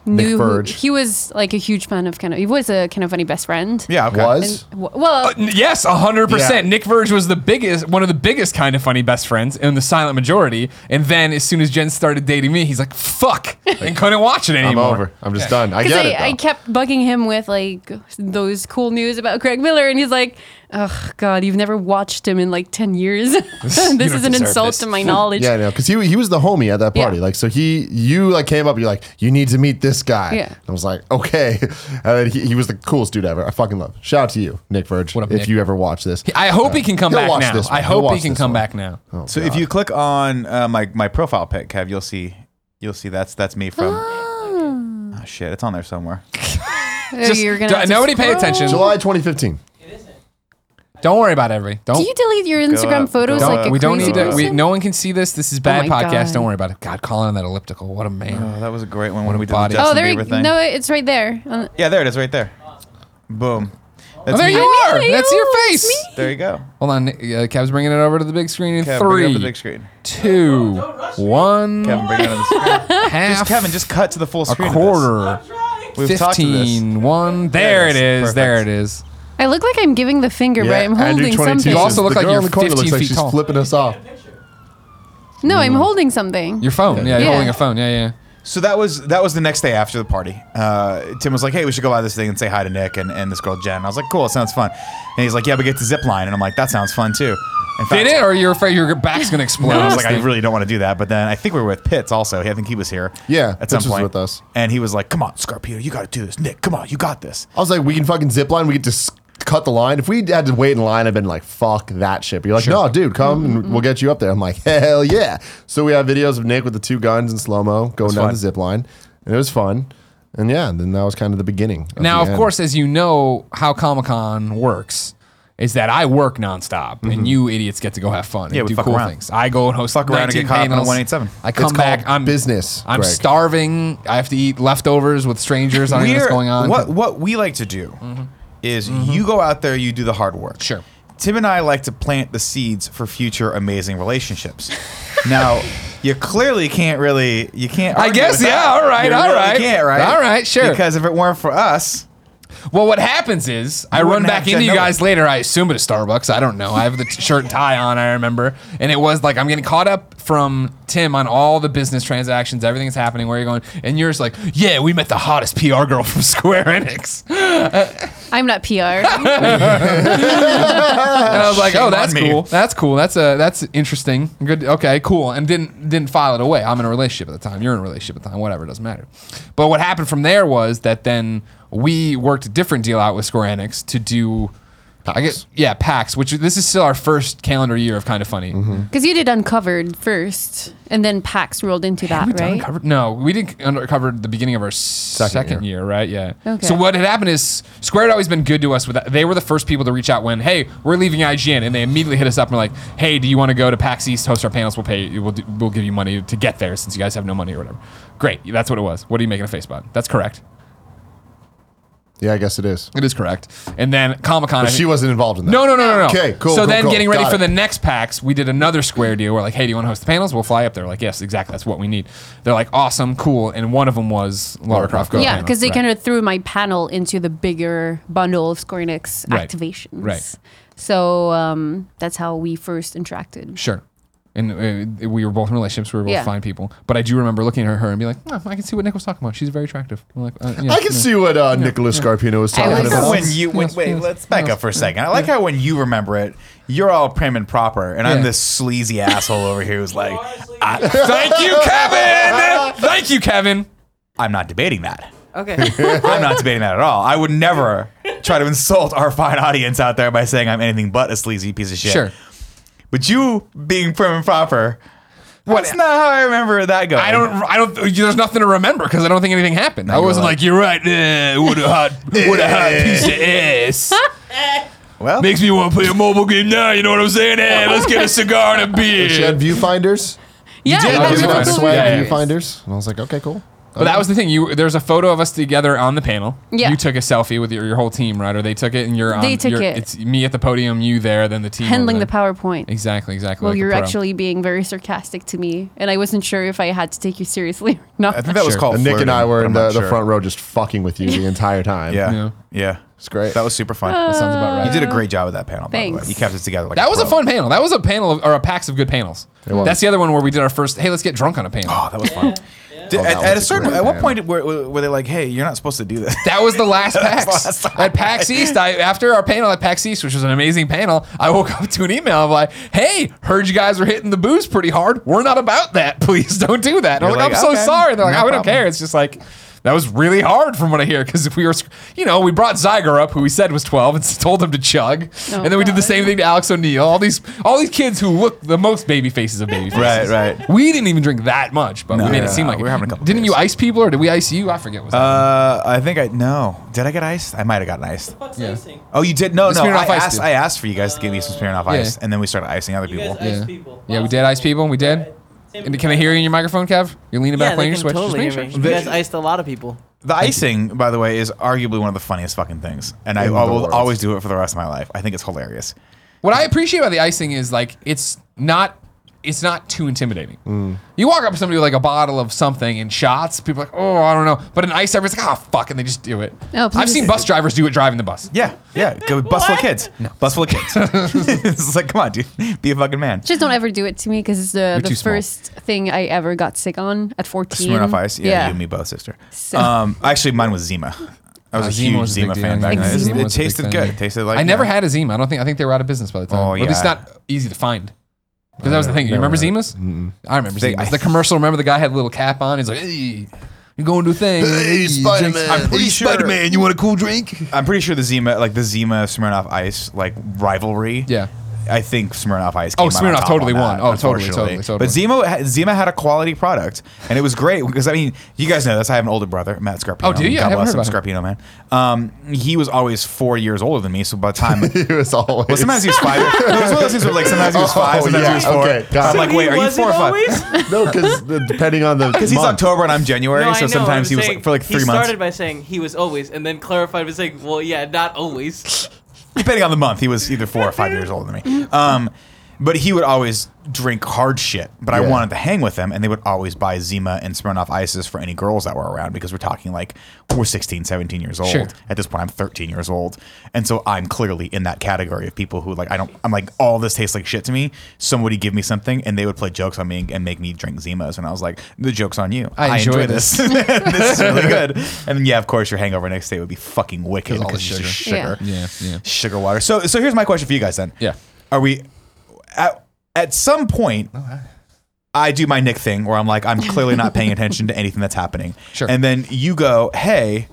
S4: knew who-
S1: Burge.
S4: he was like a huge fan of kind of, he was a kind of funny best friend.
S3: yeah, okay.
S1: Was
S4: Wh- Well,
S2: Uh, Yes, hundred
S1: Yeah.
S2: percent. Nick Verge was the biggest, one of the biggest kind of funny best friends in the silent majority. And then as soon as Jen started dating me, he's like, "Fuck," and couldn't watch it
S1: I'm
S2: anymore.
S1: over. I'm just done. I
S4: Because
S1: get
S4: I,
S1: it. Though.
S4: I kept bugging him with like those cool news about Craig Miller, and he's like, "Ugh, God, you've never watched him in like ten years. this
S2: don't
S4: is an
S2: deserve
S4: insult
S2: this."
S4: to my knowledge."
S1: Yeah, I know. Because he, he was the homie at that
S4: Yeah.
S1: party. Like, so he, you like came up, you're like, you need to meet this guy.
S4: Yeah.
S1: I was like, okay. And then he, he was the coolest dude ever. I fucking love. him. Shout out to you, Nick Verge.
S2: up,
S1: if
S2: Nick?
S1: you ever watch this.
S2: I hope he can come
S1: He'll
S2: back
S1: watch
S2: now.
S1: this one.
S2: I
S1: He'll
S2: hope he
S1: watch
S2: can
S1: this
S2: come
S1: one.
S2: back now.
S1: Oh,
S3: So if
S1: God.
S3: you click on uh, my my profile pic, Kev, you'll see you'll see that's that's me from. Oh shit, it's on there somewhere.
S4: Oh, you're gonna
S2: d-
S4: have to
S2: nobody pay
S4: scroll.
S2: attention.
S1: July 2015.
S2: Don't worry about everybody. Don't.
S4: Do you delete your
S3: up,
S4: Instagram
S3: go
S4: photos
S3: up.
S4: like a
S2: we don't
S4: crazy
S2: need to.
S4: person? Oh
S2: We, no one can see this. This is bad
S4: my
S2: podcast.
S4: God.
S2: Don't worry about it. God, calling on that elliptical. What a man.
S3: Oh, that was a great one when we did
S2: body.
S3: the
S4: oh,
S3: Justin
S4: there. You,
S3: Bieber thing.
S4: no, it's right there. Uh,
S3: yeah, there it is, right there. Boom. That's
S2: Oh, there
S3: me.
S2: you are.
S4: Hey,
S2: That's your
S4: oh, it's
S2: face.
S3: There you go.
S2: Hold on. Uh, Kev's bringing it over to the big screen in
S3: Kev, bring it up to the
S2: three,
S3: big screen.
S2: two, one,
S3: Kevin, bring it up to the screen.
S2: half,
S3: Just Kevin, just cut to the full
S2: a
S3: screen. of this.
S2: quarter.
S3: We've talked to this.
S2: 15, 1. There it is.
S3: Perfect.
S2: There it is.
S4: I look like I'm giving the finger, but I'm
S1: Andrew
S4: holding
S1: 22.
S4: something.
S2: You also look
S1: the
S2: like
S1: girl
S2: you're
S1: in the corner
S2: 15
S1: looks like
S2: feet
S1: she's
S2: tall.
S1: flipping us off.
S4: no,
S2: Mm.
S4: I'm holding something.
S2: Your phone. Yeah, you're
S4: Yeah.
S2: holding a phone. Yeah, yeah.
S3: So that was that was the next day after the party. Uh, Tim was like, "Hey, we should go by this thing and say hi to Nick and, and this girl Jen." I was like, "Cool, it sounds fun." And he's like, "Yeah, we get to zip line," and I'm like, "That sounds fun too." In fact,
S2: Did it, or you're afraid your back's going to explode?
S3: I was like, I really don't want to do that. But then I think we were with Pitts also. I think he was here.
S1: Yeah,
S3: at
S1: Pitts
S3: some
S1: was
S3: point
S1: with us.
S3: and he was like, "Come on, Scarpino, you got to do this, Nick. Come on, you got this."
S1: I was like, we can fucking zip line. We get to s- cut the line. If we had to wait in line, I've been like, fuck that shit. But you're like, no, dude, come and we'll get you up there. I'm like, hell yeah. So we have videos of Nick with the two guns in slow mo going down
S3: fun.
S1: the zip line, and it was fun. And yeah, then that was kind of the beginning.
S2: Now,
S1: the
S2: of
S1: end.
S2: course, as you know, how Comic Con works is that I work nonstop, and you idiots get to go have fun
S3: Mm-hmm. Yeah,
S2: and
S3: we
S2: do
S3: fuck
S2: cool
S3: around.
S2: things. I go and host
S3: Fuck around and
S2: 19
S3: get caught up on a
S2: panels.
S3: 187.
S2: I come
S1: It's
S2: back.
S1: called
S2: I'm
S1: business,
S2: I'm
S1: Greg.
S2: starving. I have to eat leftovers with strangers. I don't know what's
S3: We're-
S2: going on. Mm-hmm.
S3: What what we like to do is you go out there, you do the hard work.
S2: Sure.
S3: Tim and I like to plant the seeds for future amazing relationships. now, you clearly can't really you can't.
S2: I
S3: argue
S2: guess,
S3: with that.
S2: yeah, all right,
S3: You
S2: all
S3: really
S2: right.
S3: can't right.
S2: All right, sure.
S3: Because if it weren't for us,
S2: Well, what happens is I run
S3: wouldn't
S2: back
S3: have to
S2: into you
S3: know
S2: guys
S3: it.
S2: later. I assume at a Starbucks. I don't know. I have the t- shirt and tie on. I remember, and it was like I'm getting caught up from Tim on all the business transactions. Everything's happening. Where you're going, and you're just like, yeah, we met the hottest PR girl from Square Enix, and
S4: I'm not PR.
S2: I was like,
S3: Shame
S2: oh,
S3: on
S2: that's
S3: me.
S2: cool. That's cool. That's a that's interesting. Good. Okay, cool. And didn't didn't file it away. I'm in a relationship at the time. You're in a relationship at the time. Whatever, it doesn't matter. But what happened from there was that then we worked a different deal out with Square Enix to do. I guess yeah, PAX. Which this is still our first calendar year of kind of funny.
S3: Mm-hmm.
S4: Because you did Uncovered first, and then PAX rolled into that,
S2: Have we done
S4: right?
S2: Uncovered? No, we did Uncovered at the beginning of our second, year. right? Yeah.
S4: Okay.
S2: So what had happened is Square had always been good to us. With that. They were the first people to reach out when, hey, we're leaving IGN, and they immediately hit us up and were like, hey, do you want to go to PAX East, host our panels? We'll pay. you- We'll, do, we'll give you money to get there since you guys have no money or whatever. Great. That's what it was. What are you making a face about? That's correct.
S1: yeah, I guess it is.
S2: It is correct. And then Comic Con.
S1: But she wasn't involved in that.
S2: No, no, no, no, no.
S1: Okay, cool,
S2: So
S1: cool,
S2: then,
S1: cool.
S2: getting ready
S1: Got
S2: for
S1: it.
S2: the next PAX, we did another Square deal. We're like, "Hey, do you want to host the panels? We'll fly up there." Like, yes, exactly. That's what we need. They're like, "Awesome, cool." And one of them was Lara Croft Go.
S4: yeah, because they
S2: can.
S4: kind of threw my panel into the bigger bundle of Square Enix
S2: Right.
S4: activations.
S2: Right.
S4: So um, that's how we first interacted.
S2: Sure. And uh, we were both in relationships. We were both
S4: Yeah.
S2: fine people. But I do remember looking at her and be like, "Oh, "I can see what Nick was talking about. She's very attractive." I'm like, uh, yeah,
S1: I can
S2: yeah.
S1: see what uh, Nicholas Scarpino was
S4: I
S1: talking
S4: like
S3: I like
S4: that.
S1: about.
S3: how
S4: Yes,
S3: when you when,
S2: yes,
S3: wait,
S2: yes,
S3: let's back up for a second. I like how when you remember it, you're all prim and proper, and
S2: Yeah.
S3: I'm this sleazy asshole over here who's like, I,
S2: Thank you, Kevin. Thank you, Kevin.
S3: I'm not debating that.
S5: Okay.
S3: I'm not debating that at all. I would never try to insult our fine audience out there by saying I'm anything but a sleazy piece of shit.
S2: Sure.
S3: But you being prim and proper, that's not how I remember that going.
S2: I don't. I don't. There's nothing to remember because I don't think anything happened. I
S3: you're
S2: wasn't
S3: like-
S2: like, "You're right. eh, what a hot, what a hot piece of ass."
S3: Well,
S2: Makes me want to play a mobile game now. You know what I'm saying? Hey, let's get a cigar and a
S1: She had
S2: beer.
S1: viewfinders.
S4: Yeah,
S2: did
S4: you
S2: have
S4: guys
S1: Give
S2: viewfinders.
S1: it
S4: were
S1: a
S4: cool
S1: swag
S2: Yeah, yeah, yeah.
S1: viewfinders. And I was like, okay, cool.
S2: But that was the thing. You there's a photo of us together on the panel.
S4: Yeah.
S2: You took a selfie with your, your whole team, right? Or they took it and you're on.
S4: They took
S2: you're-
S4: it.
S2: It's me at the podium, you there, then the team over
S4: handling
S2: there.
S4: the PowerPoint.
S2: Exactly, exactly.
S4: Well,
S2: like a
S4: you're
S2: pro.
S4: actually being very sarcastic to me, and I wasn't sure if I had to take you seriously or not.
S3: I think that was
S2: Sure.
S3: called.
S1: And Nick and I
S3: flirting,
S1: were
S3: but
S1: in
S3: I'm
S1: the,
S3: not
S1: the
S3: sure.
S1: front row just fucking with you the entire time.
S3: Yeah,
S2: Yeah.
S3: yeah,
S1: It's great.
S3: That was super fun.
S2: That sounds about right.
S3: you did a great job with that panel. By the
S4: Thanks.
S3: way. You kept it together. Like
S2: that was a
S3: pro.
S2: fun panel. That was a panel of, or a packs of good panels.
S1: was.
S2: That's the other one where we did our first. Hey, let's get drunk on a panel.
S3: Oh, that was fun. Did-
S1: Oh, that
S3: at,
S1: was
S3: at
S1: a
S3: a certain,
S1: great
S3: at what
S1: panel.
S3: point were, were they like, "Hey, you're not supposed to do this"?
S2: That was the last PAX.
S3: last time.
S2: at PAX East, I, after our panel at PAX East, which was an amazing panel, I woke up to an email of like, hey, heard you guys were hitting the booze pretty hard. We're not about that. Please don't do that. And I'm
S3: You're
S2: like,
S3: like,
S2: I'm so
S3: "Okay,
S2: sorry. They're like,
S3: no
S2: I don't
S3: problem."
S2: care. It's just like, that was really hard from what I hear because if we were, you know, we brought Zyger up, who we said was 12, and told him to chug, and then we did the same thing to Alex O'Neill. All these, all these kids who look the most baby faces of baby faces.
S3: Right, right.
S2: We didn't even drink that much, but we
S3: No.
S2: made
S3: Yeah.
S2: it seem like
S3: We
S2: it.
S3: were having a couple
S2: Didn't you
S3: beers.
S2: ice people or did we ice you? I forget. What
S3: Uh, I think I no. Did I get iced? I might have gotten iced.
S5: What's
S2: Yeah.
S5: icing?
S3: Oh, you did? No,
S2: The
S3: no. I
S2: Smirnoff Ice
S3: asked,
S2: did.
S3: I asked for you guys to give me some Smirnoff
S2: Yeah.
S3: Ice, and then we started icing other
S5: You
S3: people.
S5: guys iced
S2: Yeah.
S5: people.
S2: Yeah, we
S5: Last
S2: did
S5: time.
S2: ice people. We did.
S5: Tim,
S2: And can they hear you in your microphone, Kev? You're leaning
S5: Yeah,
S2: back,
S5: they
S2: playing
S5: can
S2: your switch.
S5: totally
S2: Just
S5: hear
S2: make
S5: me.
S2: sure.
S5: You guys iced a lot of people.
S3: the icing, by the way, is arguably one of the funniest fucking things, and I,
S1: In
S3: I
S1: the
S3: will
S1: world.
S3: always do it for the rest of my life. I think it's hilarious.
S2: What I appreciate about the icing is like it's not it's not too intimidating. You walk up to somebody with like a bottle of something and shots, people are like, oh, I don't know. But an ice everyone's like, oh fuck, and they just do it.
S4: No, please.
S2: I've seen bus drivers do it driving the bus.
S3: Yeah, yeah. Go bus full of kids. Bus full of kids. it's like, come on, dude, be a fucking man.
S4: Just don't ever do it to me because it's the, the
S2: too small.
S4: first thing I ever got sick on at 14.
S3: Smirnoff Ice. Yeah, you and me both, sister.
S4: So-
S3: Um, actually, mine was Zima. I was
S2: Uh,
S3: a
S2: Zima
S3: huge
S2: was a big
S3: Zima
S2: deal,
S3: fan
S2: yeah.
S3: back
S2: Like,
S3: then.
S2: Zima
S3: It, it
S2: was a big
S3: tasted
S2: fan,
S3: good.
S2: yeah.
S3: It tasted like
S2: I never
S3: yeah.
S2: had a Zima. I don't think I think they were out of business by the time.
S3: Oh,
S2: or at least
S3: yeah.
S2: not easy to find. Because that was the thing. You
S1: never
S2: remember
S1: had it.
S2: Zimas? I remember
S3: They-
S2: Zimas.
S3: I-
S2: The commercial. Remember the guy had a little cap on. He's like, hey. he's You're going to do things.
S1: Hey, Spider Man.
S3: I'm pretty
S1: Hey,
S3: sure-
S1: Spider Man, you want a cool drink?
S3: I'm pretty sure the Zima, like the Zima Smirnoff Ice, like rivalry.
S2: Yeah.
S3: I think Smirnoff Ice.
S2: Oh,
S3: Came out on
S2: Smirnoff
S3: top
S2: totally
S3: on that,
S2: won. Oh, totally,
S3: unfortunately.
S2: totally, totally.
S3: But Zima, ha- Zima had a quality product, and it was great because I mean, you guys know this. I have an older brother, Matt Scarpino.
S2: Oh, do you? I
S3: God
S2: haven't
S3: bless
S2: heard
S3: him,
S2: about
S3: Scarpino man. Um, he was always four years older than me, so by the time.
S1: He was always.
S3: Well, sometimes he was five. No, it was one of those things where, like, sometimes he was five,
S1: Oh,
S3: sometimes
S1: yeah,
S3: he was four.
S1: okay, got
S3: I'm
S1: it.
S3: like, wait, are you four or five?
S1: no, because depending on the.
S3: Because he's October and I'm January,
S5: No, I
S3: so
S5: know,
S3: sometimes
S5: I'm
S3: he was
S5: saying
S3: like, for like three
S5: he
S3: months.
S5: started by saying he was always, and then clarified by saying, "Well, yeah, not always."
S3: depending on the month, he was either four or five years older than me. Um, but he would always drink hard shit. But I
S1: Yeah.
S3: wanted to hang with him, and they would always buy Zima and Smirnoff Ices for any girls that were around because we're talking like we're 16, 17 years old.
S2: Sure.
S3: At this point, I'm 13 years old. And so I'm clearly in that category of people who, like, I don't, I'm like, all this tastes like shit to me. Somebody give me something, and they would play jokes on me and, and make me drink Zimas. And I was like, the joke's on you.
S2: I enjoy
S3: this. this is really good. And then, yeah, of course, your hangover next day would be fucking wicked
S2: all the
S3: because it's just
S4: sugar. Yeah.
S3: sugar
S2: yeah, yeah.
S3: sugar water. So so here's my question for you guys then.
S2: Yeah.
S3: Are we at at some point I do my Nick thing where I'm like I'm clearly not paying attention to anything that's happening.
S2: Sure.
S3: And then you go, "Hey,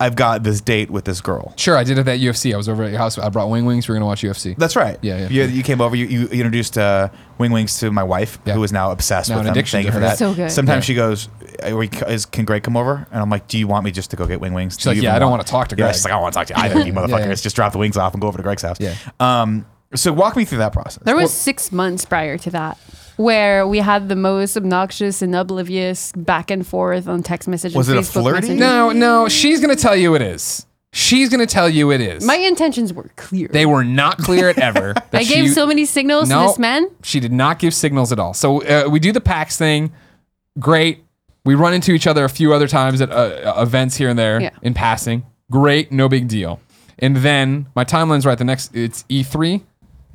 S3: I've got this date with this girl."
S2: Sure, I did it at UFC. I was over at your house. I brought wing wings. We were gonna watch UFC.
S3: That's right.
S2: Yeah, yeah.
S3: You, you came over. You, you introduced uh, Wing Wings to my wife,
S2: Yeah.
S3: who is now obsessed
S2: Now
S3: with
S2: an
S3: them.
S2: addiction
S3: Thank
S2: to
S3: you for
S2: her.
S3: that.
S4: So good.
S3: Sometimes
S2: Yeah.
S3: she goes, Are we, is, "Can Greg come over?" And I'm like, "Do you want me just to go get Wing Wings?"
S2: She's like, "Yeah, I don't wanna talk to
S3: Yeah,
S2: Greg."
S3: she's like, "I don't want to talk to you either, you motherfucker.
S2: yeah.
S3: Let's just drop the wings off and go over to Greg's house."
S2: Yeah.
S3: Um. So walk me through that process.
S4: There was six months prior to that where we had the most obnoxious and oblivious back and forth on text messages.
S3: Was it a flirty?
S2: No, no. She's gonna tell you it is. She's gonna tell you it is.
S4: My intentions were clear.
S2: they were not clear at ever. that
S4: I gave
S2: she-
S4: so many signals to this man.
S2: She did not give signals at all. So uh, we do the PAX thing. Great. We run into each other a few other times at uh, uh, events here and there
S4: Yeah.
S2: in passing. Great. No big deal. And then my timeline's right. The next, it's E3.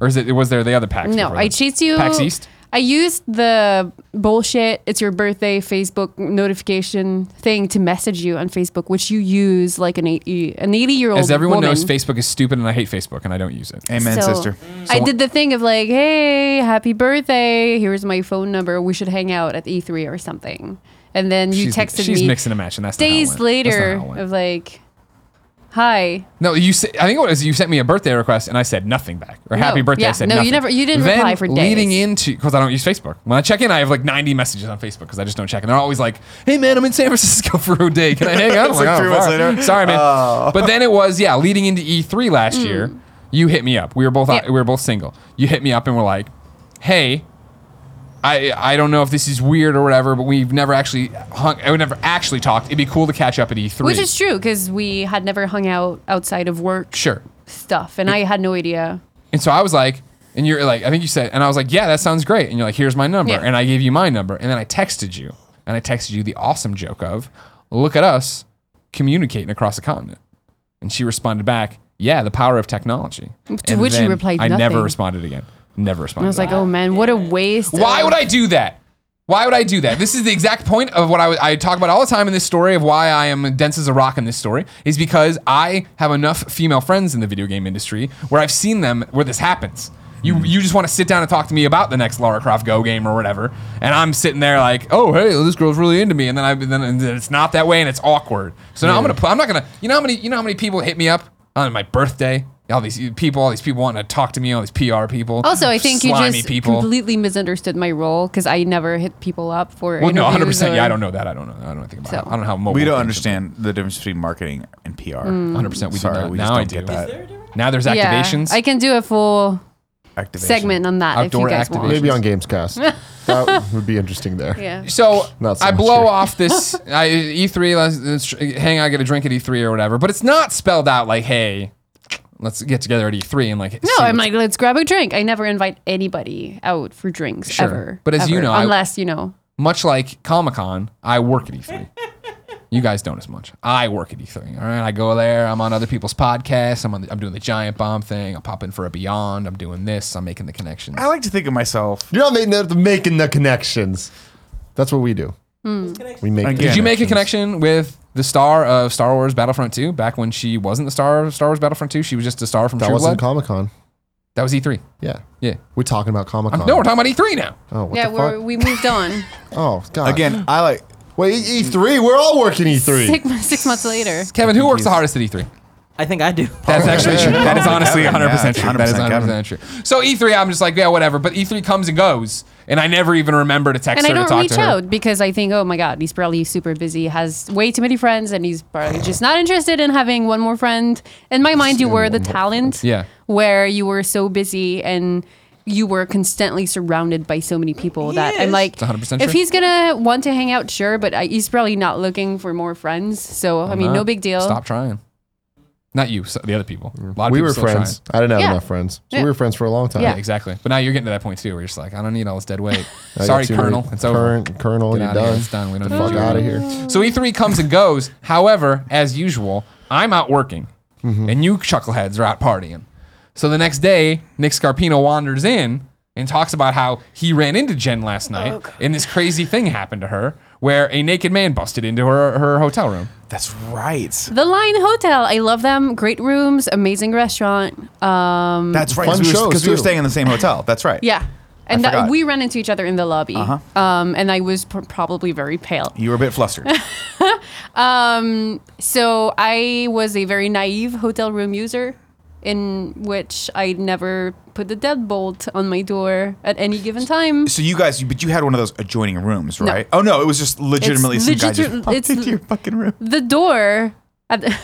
S2: Or is it, was there the other PAX?
S4: No,
S2: before
S4: I
S2: that?
S4: chased you.
S2: PAX East?
S4: I used the bullshit. It's your birthday Facebook notification thing to message you on Facebook, which you use like an eighty an eighty year old.
S2: As everyone
S4: woman.
S2: knows, Facebook is stupid and I hate Facebook and I don't use it.
S3: Amen,
S4: So,
S3: sister.
S4: I did the thing of like, hey, happy birthday. Here's my phone number. We should hang out at E3 or something. And then you
S2: she's,
S4: texted
S2: she's
S4: me
S2: mixing and matching. That's not how it
S4: days
S2: went. That's not how it
S4: later
S2: went.
S4: of like, hi.
S2: No, you. Say, I think it was you sent me a birthday request and I said nothing back or
S4: No,
S2: happy birthday. I
S4: yeah,
S2: said
S4: no, you
S2: nothing.
S4: never- you didn't
S2: Then,
S4: reply for days.
S2: Leading into because I don't use Facebook. When I check in, I have like 90 messages on Facebook because I just don't check, and they're always like, "Hey man, I'm in San Francisco for a day. Can I hang out?" I'm
S3: It's like
S2: "Oh,
S3: three months
S2: fine.
S3: later. Oh.
S2: Sorry, man. But then it was yeah, leading into E3 last year. You hit me up. We were both
S4: Mm. Yeah.
S2: we were both single. You hit me up and we're like, "Hey, I I don't know if this is weird or whatever, but we've never actually hung. We never actually talked. It'd be cool to catch up at E E3."
S4: Which is true because we had never hung out outside of work
S2: sure.
S4: stuff. And I had no idea.
S2: And so I was like, and you're like, I think you said, and I was like, yeah, that sounds great. And you're like, here's my number.
S4: Yeah.
S2: And I gave you my number. And then I texted you. And I texted you the awesome joke of, look at us communicating across a continent. And she responded back, yeah, the power of technology.
S4: To
S2: And
S4: which you
S2: then
S4: replied
S2: I never
S4: nothing.
S2: responded again. Never responded.
S4: I was like, oh man, what a waste.
S2: Why
S4: of-
S2: would I do that? Why would I do that? This is the exact point of what I, I talk about all the time in this story of why I am dense as a rock in this story is because I have enough female friends in the video game industry where I've seen them where this happens. You you just want to sit down and talk to me about the next Lara Croft Go game or whatever, and I'm sitting there like, oh hey, this girl's really into me, and then I then and then it's not that way and it's awkward. So now I'm gonna pl- I'm not gonna you know how many you know how many people hit me up on my birthday. All these people, all these people wanting to talk to me, all these PR people.
S4: Also, I think you
S2: slimy
S4: just completely misunderstood my role because I never hit people up for.
S2: Well, no,
S4: interviews
S2: hundred percent. Yeah,
S4: or-
S2: I don't know that. I don't know. I don't think about.
S4: So-
S2: it. I don't know how mobile.
S3: We don't understand the difference between marketing and PR.
S4: Mm.
S2: Hundred percent. We do
S3: Sorry,
S2: not.
S3: we just
S2: now I
S3: don't
S2: do.
S3: get that
S2: Now there's activations.
S4: Yeah, I can do a full
S3: activation.
S4: segment on that
S2: Outdoor
S4: if you guys want.
S2: activation.
S1: Maybe on Gamescast. that would be interesting there.
S4: Yeah.
S2: so
S1: Not so
S2: I
S1: much
S2: blow
S1: here.
S2: off this I, E3. Let's, let's hang out, get a drink at E3 or whatever. But it's not spelled out like, hey, let's get together at E3 and like.
S4: No, I'm like, let's grab a drink. I never invite anybody out for drinks
S2: Sure.
S4: ever.
S2: But as you
S4: ever.
S2: know, I-
S4: unless you know,
S2: much like Comic Con, I work at E3. You guys don't as much. I work at E3. All right, I go there. I'm on other people's podcasts. I'm on. The, I'm doing the Giant Bomb thing. I'm popping for a Beyond. I'm doing this. I'm making the connections.
S3: I like to think of myself.
S1: You're not making the, making the connections. That's what we do. We make.
S3: Again.
S2: Did you make a
S3: connections.
S2: connection with the star of Star Wars Battlefront 2 back when she wasn't the star of Star Wars Battlefront 2? She was just a star from
S1: That
S2: True
S1: wasn't
S2: Blood?
S1: Comic Con.
S2: that was E3.
S1: Yeah.
S2: Yeah.
S1: We're talking about Comic Con.
S2: No, we're talking about E3 E now.
S1: Oh, what
S4: yeah,
S1: the
S4: we're,
S1: fuck?
S4: we moved on.
S1: oh, God.
S3: Again, I like.
S1: Wait, E three. We're all working E three.
S4: Six, six months later.
S2: Kevin, who works the hardest at E3?
S1: Oh,
S5: I think I do.
S2: That's actually true. That is honestly 100%
S3: Kevin, yeah,
S2: true. That is
S3: 100%
S2: 100%
S3: Kevin.
S2: true. So E3, I'm just like, yeah, whatever. But E3 comes and goes, and I never even remember to text
S4: And I
S2: her to
S4: don't
S2: talk
S4: reach
S2: to her.
S4: out because I think, oh my God, he's probably super busy, has way too many friends, and he's probably just not interested in having one more friend. In my mind, you were the talent
S2: Yeah.
S4: where you were so busy and you were constantly surrounded by so many people that I'm
S5: Yes.
S4: like,
S2: 100%
S4: if
S2: true.
S4: he's gonna want to hang out, sure, but I, he's probably not looking for more friends. So, I mean, no big deal.
S2: Stop trying. Not you, so the other people. A lot of
S1: We
S2: people
S1: were
S2: still
S1: friends.
S2: trying.
S1: I didn't have
S4: Yeah.
S1: enough friends. So
S4: Yeah.
S1: we were friends for a long time.
S4: Yeah.
S2: Yeah, exactly. But now you're getting to that point too, where you're just like, I don't need all this dead weight.
S1: I got
S2: Sorry,
S1: too many-
S2: Colonel. It's over.
S1: Current, Colonel,
S2: Get
S1: you're
S2: out of here.
S1: done.
S2: It's done. We don't
S1: The
S2: need
S1: fuck
S2: you
S1: out of
S2: anymore.
S1: here.
S2: So E3 comes and goes. However, as usual, I'm out working
S1: Mm-hmm.
S2: and you chuckleheads are out partying. So the next day, Nick Scarpino wanders in and talks about how he ran into Jen last night
S4: Oh,
S2: and this crazy thing happened to her where a naked man busted into her, her hotel room.
S3: That's right.
S4: The Line Hotel, I love them. Great rooms, amazing restaurant. Um,
S3: That's right.
S1: Fun
S3: Because we, were-
S1: shows,
S3: 'cause we were
S1: too.
S3: staying in the same hotel. That's right.
S4: Yeah. And that,
S3: forgot.
S4: we ran into each other in the lobby. Um, and I was pr- probably very pale.
S3: You were a bit flustered.
S4: So I was a very naive hotel room user in which I never put the deadbolt on my door at any given time.
S3: so you guys, but you had one of those adjoining rooms, right? Oh no, it was just legitimately some guy just
S4: legit-
S3: popped
S4: it's-
S3: into your fucking room.
S4: The door at the-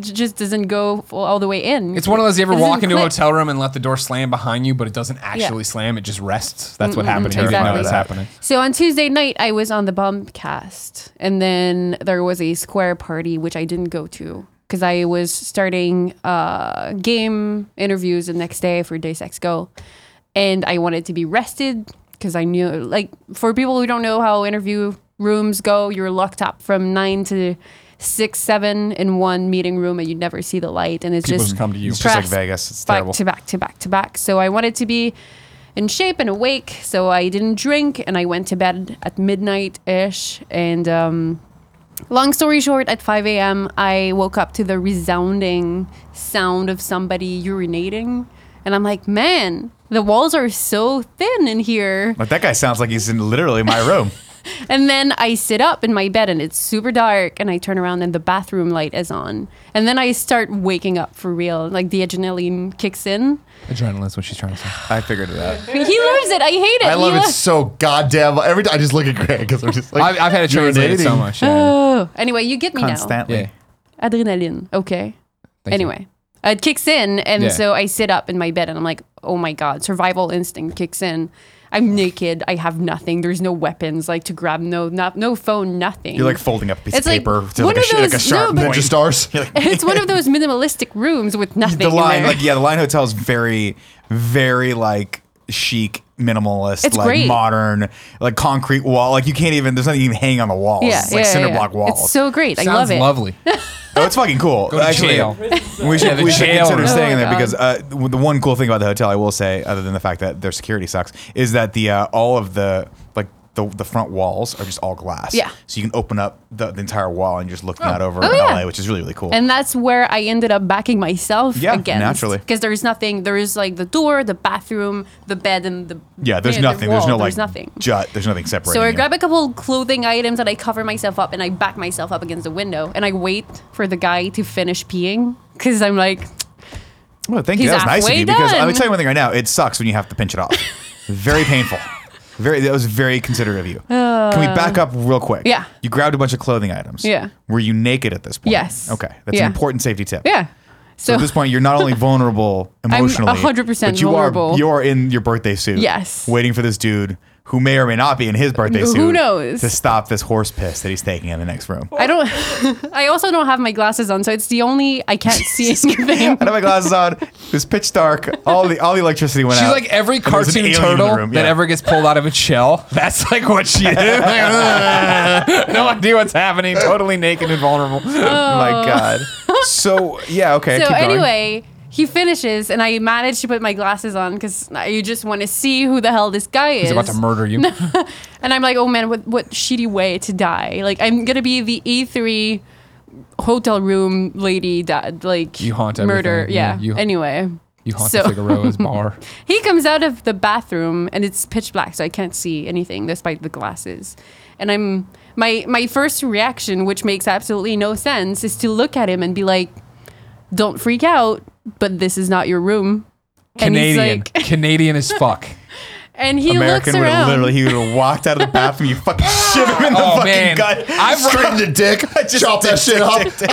S4: just doesn't go f- all the way in.
S2: It's one of those you ever
S4: It doesn't
S2: walk into a
S4: click.
S2: hotel room and let the door slam behind you, but it doesn't actually slam, it just rests. That's what happened here. You didn't know
S4: Mm-hmm. exactly.
S2: that's happening.
S4: So on Tuesday night, I was on the Bombcast, and then there was a square party which I didn't go to because I was starting uh, game interviews the next day for Day Sex Go, and I wanted to be rested because I knew like for people who don't know how interview rooms go, you're locked up from nine to six, seven in one meeting room, and you never see the light, and it's
S2: People
S4: just
S2: just come to you.
S3: It's just like
S4: Press
S3: Vegas. It's
S4: back
S3: terrible.
S4: to back to back to back. So I wanted to be in shape and awake. So I didn't drink and I went to bed at midnight ish. And um, long story short, at 5 a.m., I woke up to the resounding sound of somebody urinating. And I'm like, man, the walls are so thin in here.
S3: Like that guy sounds like he's in literally my room.
S4: And then I sit up in my bed and it's super dark and I turn around and the bathroom light is on. And then I start waking up for real. Like the adrenaline kicks in.
S2: Adrenaline's what she's trying to say.
S3: I figured it out.
S4: He loves it. I hate it.
S1: I love
S4: he
S1: it
S4: loves-
S1: so goddamn. Every time I just look at Greg because I'm just like,
S2: I've, I've had it
S1: you're
S2: translated so
S1: dating.
S2: much. Yeah.
S4: Oh, anyway, you get me
S3: Constantly.
S2: yeah.
S4: now. Adrenaline. Okay.
S2: Thank you.
S4: anyway, it kicks in, and
S2: Yeah.
S4: so I sit up in my bed, and I'm like, oh my god, survival instinct kicks in. I'm naked. I have nothing. There's no weapons, like to grab. No, not no phone. Nothing.
S3: You're like folding up a piece
S4: It's
S3: of
S4: like
S3: paper to like
S4: one
S3: a,
S4: of
S3: sh- like a
S4: those-
S3: sharp
S4: no, but-
S3: point.
S1: Ninja stars.
S4: it's one of those minimalistic rooms with nothing.
S3: the
S4: in
S3: line,
S4: there.
S3: like yeah, the line hotel is very, very like chic, minimalist,
S4: It's
S3: like
S4: great.
S3: modern, like concrete wall. Like you can't even. There's nothing even hanging on the walls.
S4: yeah,
S3: it's like
S4: yeah,
S3: cinder
S4: yeah.
S3: block walls.
S4: It's so great. I
S2: Sounds
S4: love it.
S2: lovely.
S3: oh, it's fucking cool.
S2: to
S3: Actually,
S2: jail.
S3: we should,
S2: the
S3: we should
S2: jail
S3: consider
S2: room.
S3: staying in there
S4: Oh my
S3: because uh, w- the one cool thing about the hotel, I will say, other than the fact that their security sucks, is that the uh, all of the like. The, the front walls are just all glass.
S4: Yeah.
S3: So you can open up the, the entire wall and you're just looking out over
S4: Oh,
S3: LA,
S4: yeah.
S3: which is really, really cool.
S4: And that's where I ended up backing myself
S3: Yeah,
S4: against.
S3: naturally.
S4: Because there's nothing. There is like the door, the bathroom, the bed, and the
S3: yeah, there's
S4: the
S3: nothing. there's
S4: wall.
S3: no
S4: there's
S3: like
S4: nothing.
S3: jut. There's nothing separating.
S4: So I
S3: you.
S4: grab a couple clothing items and I cover myself up and I back myself up against the window and I wait for the guy to finish peeing because I'm like,
S3: Well, thank you.
S4: He's
S3: That was nice of
S4: halfway
S3: you because let me
S4: done.
S3: tell you one thing right now. It sucks when you have to pinch it off. very painful. Very. That was very considerate of you. Can we back up real quick?
S4: Uh, Yeah.
S3: You grabbed a bunch of clothing items.
S4: Yeah.
S3: Were you naked at this point?
S4: Yes.
S3: Okay. That's
S4: Yeah.
S3: an important safety tip.
S4: yeah.
S3: So
S4: So,
S3: at this point, you're not only vulnerable emotionally,
S4: 100%
S3: but you Are,
S4: vulnerable.
S3: you are in your birthday suit.
S4: Yes.
S3: Waiting for this dude who may or may not be in his birthday
S4: Who
S3: suit.
S4: knows?
S3: To stop this horse piss that he's taking in the next room.
S4: I don't. I also don't have my glasses on, so it's the only I can't see anything.
S3: I had my glasses on. It was pitch dark. All the all the electricity went
S2: She's
S3: out.
S2: like every
S3: And there was an
S2: cartoon
S3: alien in the
S2: turtle
S3: room.
S2: that
S3: Yeah.
S2: ever gets pulled out of its shell. That's like what she is. Like, no idea what's happening. Totally naked and vulnerable.
S3: Oh my god. So yeah, okay.
S4: so
S3: keep going.
S4: anyway, he finishes and I manage to put my glasses on because you just want to see who the hell this guy is.
S2: He's about to murder you.
S4: And I'm like, oh man, what what shitty way to die. Like I'm gonna be the E three hotel room lady that like
S2: You haunt
S4: murder.
S2: everything.
S4: Yeah.
S2: Yeah, you-
S4: anyway.
S2: You haunt
S4: So-
S2: the Figueroa's bar.
S4: He comes out of the bathroom and it's pitch black, so I can't see anything despite the glasses. and I'm my my first reaction, which makes absolutely no sense, is to look at him and be like, "Don't freak out, but this is not your room."
S2: Canadian,
S4: And he's like,
S2: Canadian as fuck.
S4: and he
S3: American
S4: looks
S3: would have
S4: around.
S3: literally he would have walked out of the bathroom. You fucking shit him in the
S2: Oh,
S3: fucking
S2: man.
S3: gut.
S2: I've run-
S1: Straighten the dick.
S3: Just
S1: Chop that
S3: dick,
S1: shit
S3: dick,
S1: up.
S3: dick, dick.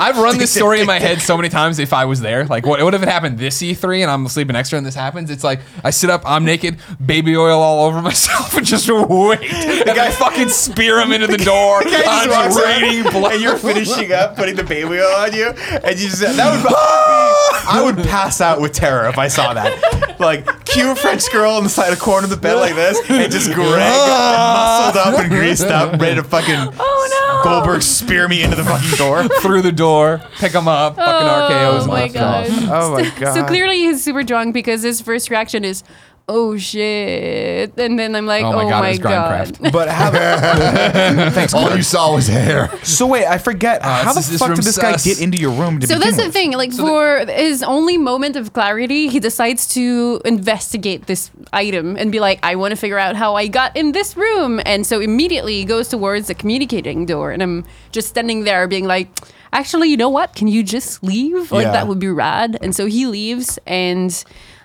S2: I've run this story in my head so many times. If I was there, like, what, what if it happened this E3 and I'm sleeping extra and this happens? It's like I sit up, I'm naked, baby oil all over myself, and just wait. The guy fucking spear him into the door.
S3: He just
S2: I'm
S3: walks out,
S2: raining blood.
S3: and you're finishing up putting the baby oil on you, and you just that would I would pass out with terror if I saw that. Like cue a French girl on the side of the corner of the bed like this, and just Greg
S2: Ah.
S3: muscled up and greased up, ready to fucking
S4: Oh, no.
S3: Goldberg spear me into the fucking door.
S2: through the door, pick him up, fucking RKO's
S4: Oh my
S2: him.
S4: god!
S3: Oh my god!
S4: So clearly he's super drunk because his first reaction is, "Oh shit," and then I'm like,
S2: Oh
S4: "Oh
S2: my
S4: my
S2: God,
S4: god!"
S2: it's Grindcraft.
S3: But how,
S1: All you saw was hair.
S3: so wait, I forget. how
S2: Uh, this-
S3: the
S2: this
S3: fuck did
S2: room's
S3: this guy
S2: sus.
S3: get into your room? To
S4: So
S3: begin
S4: that's the
S3: with?
S4: thing. Like for his only moment of clarity, he decides to investigate this item and be like, "I want to figure out how I got in this room." And so immediately he goes towards the communicating door, and I'm just standing there being like. Actually, you know what? Can you just leave? Like
S3: Yeah.
S4: that would be rad. And so he leaves, and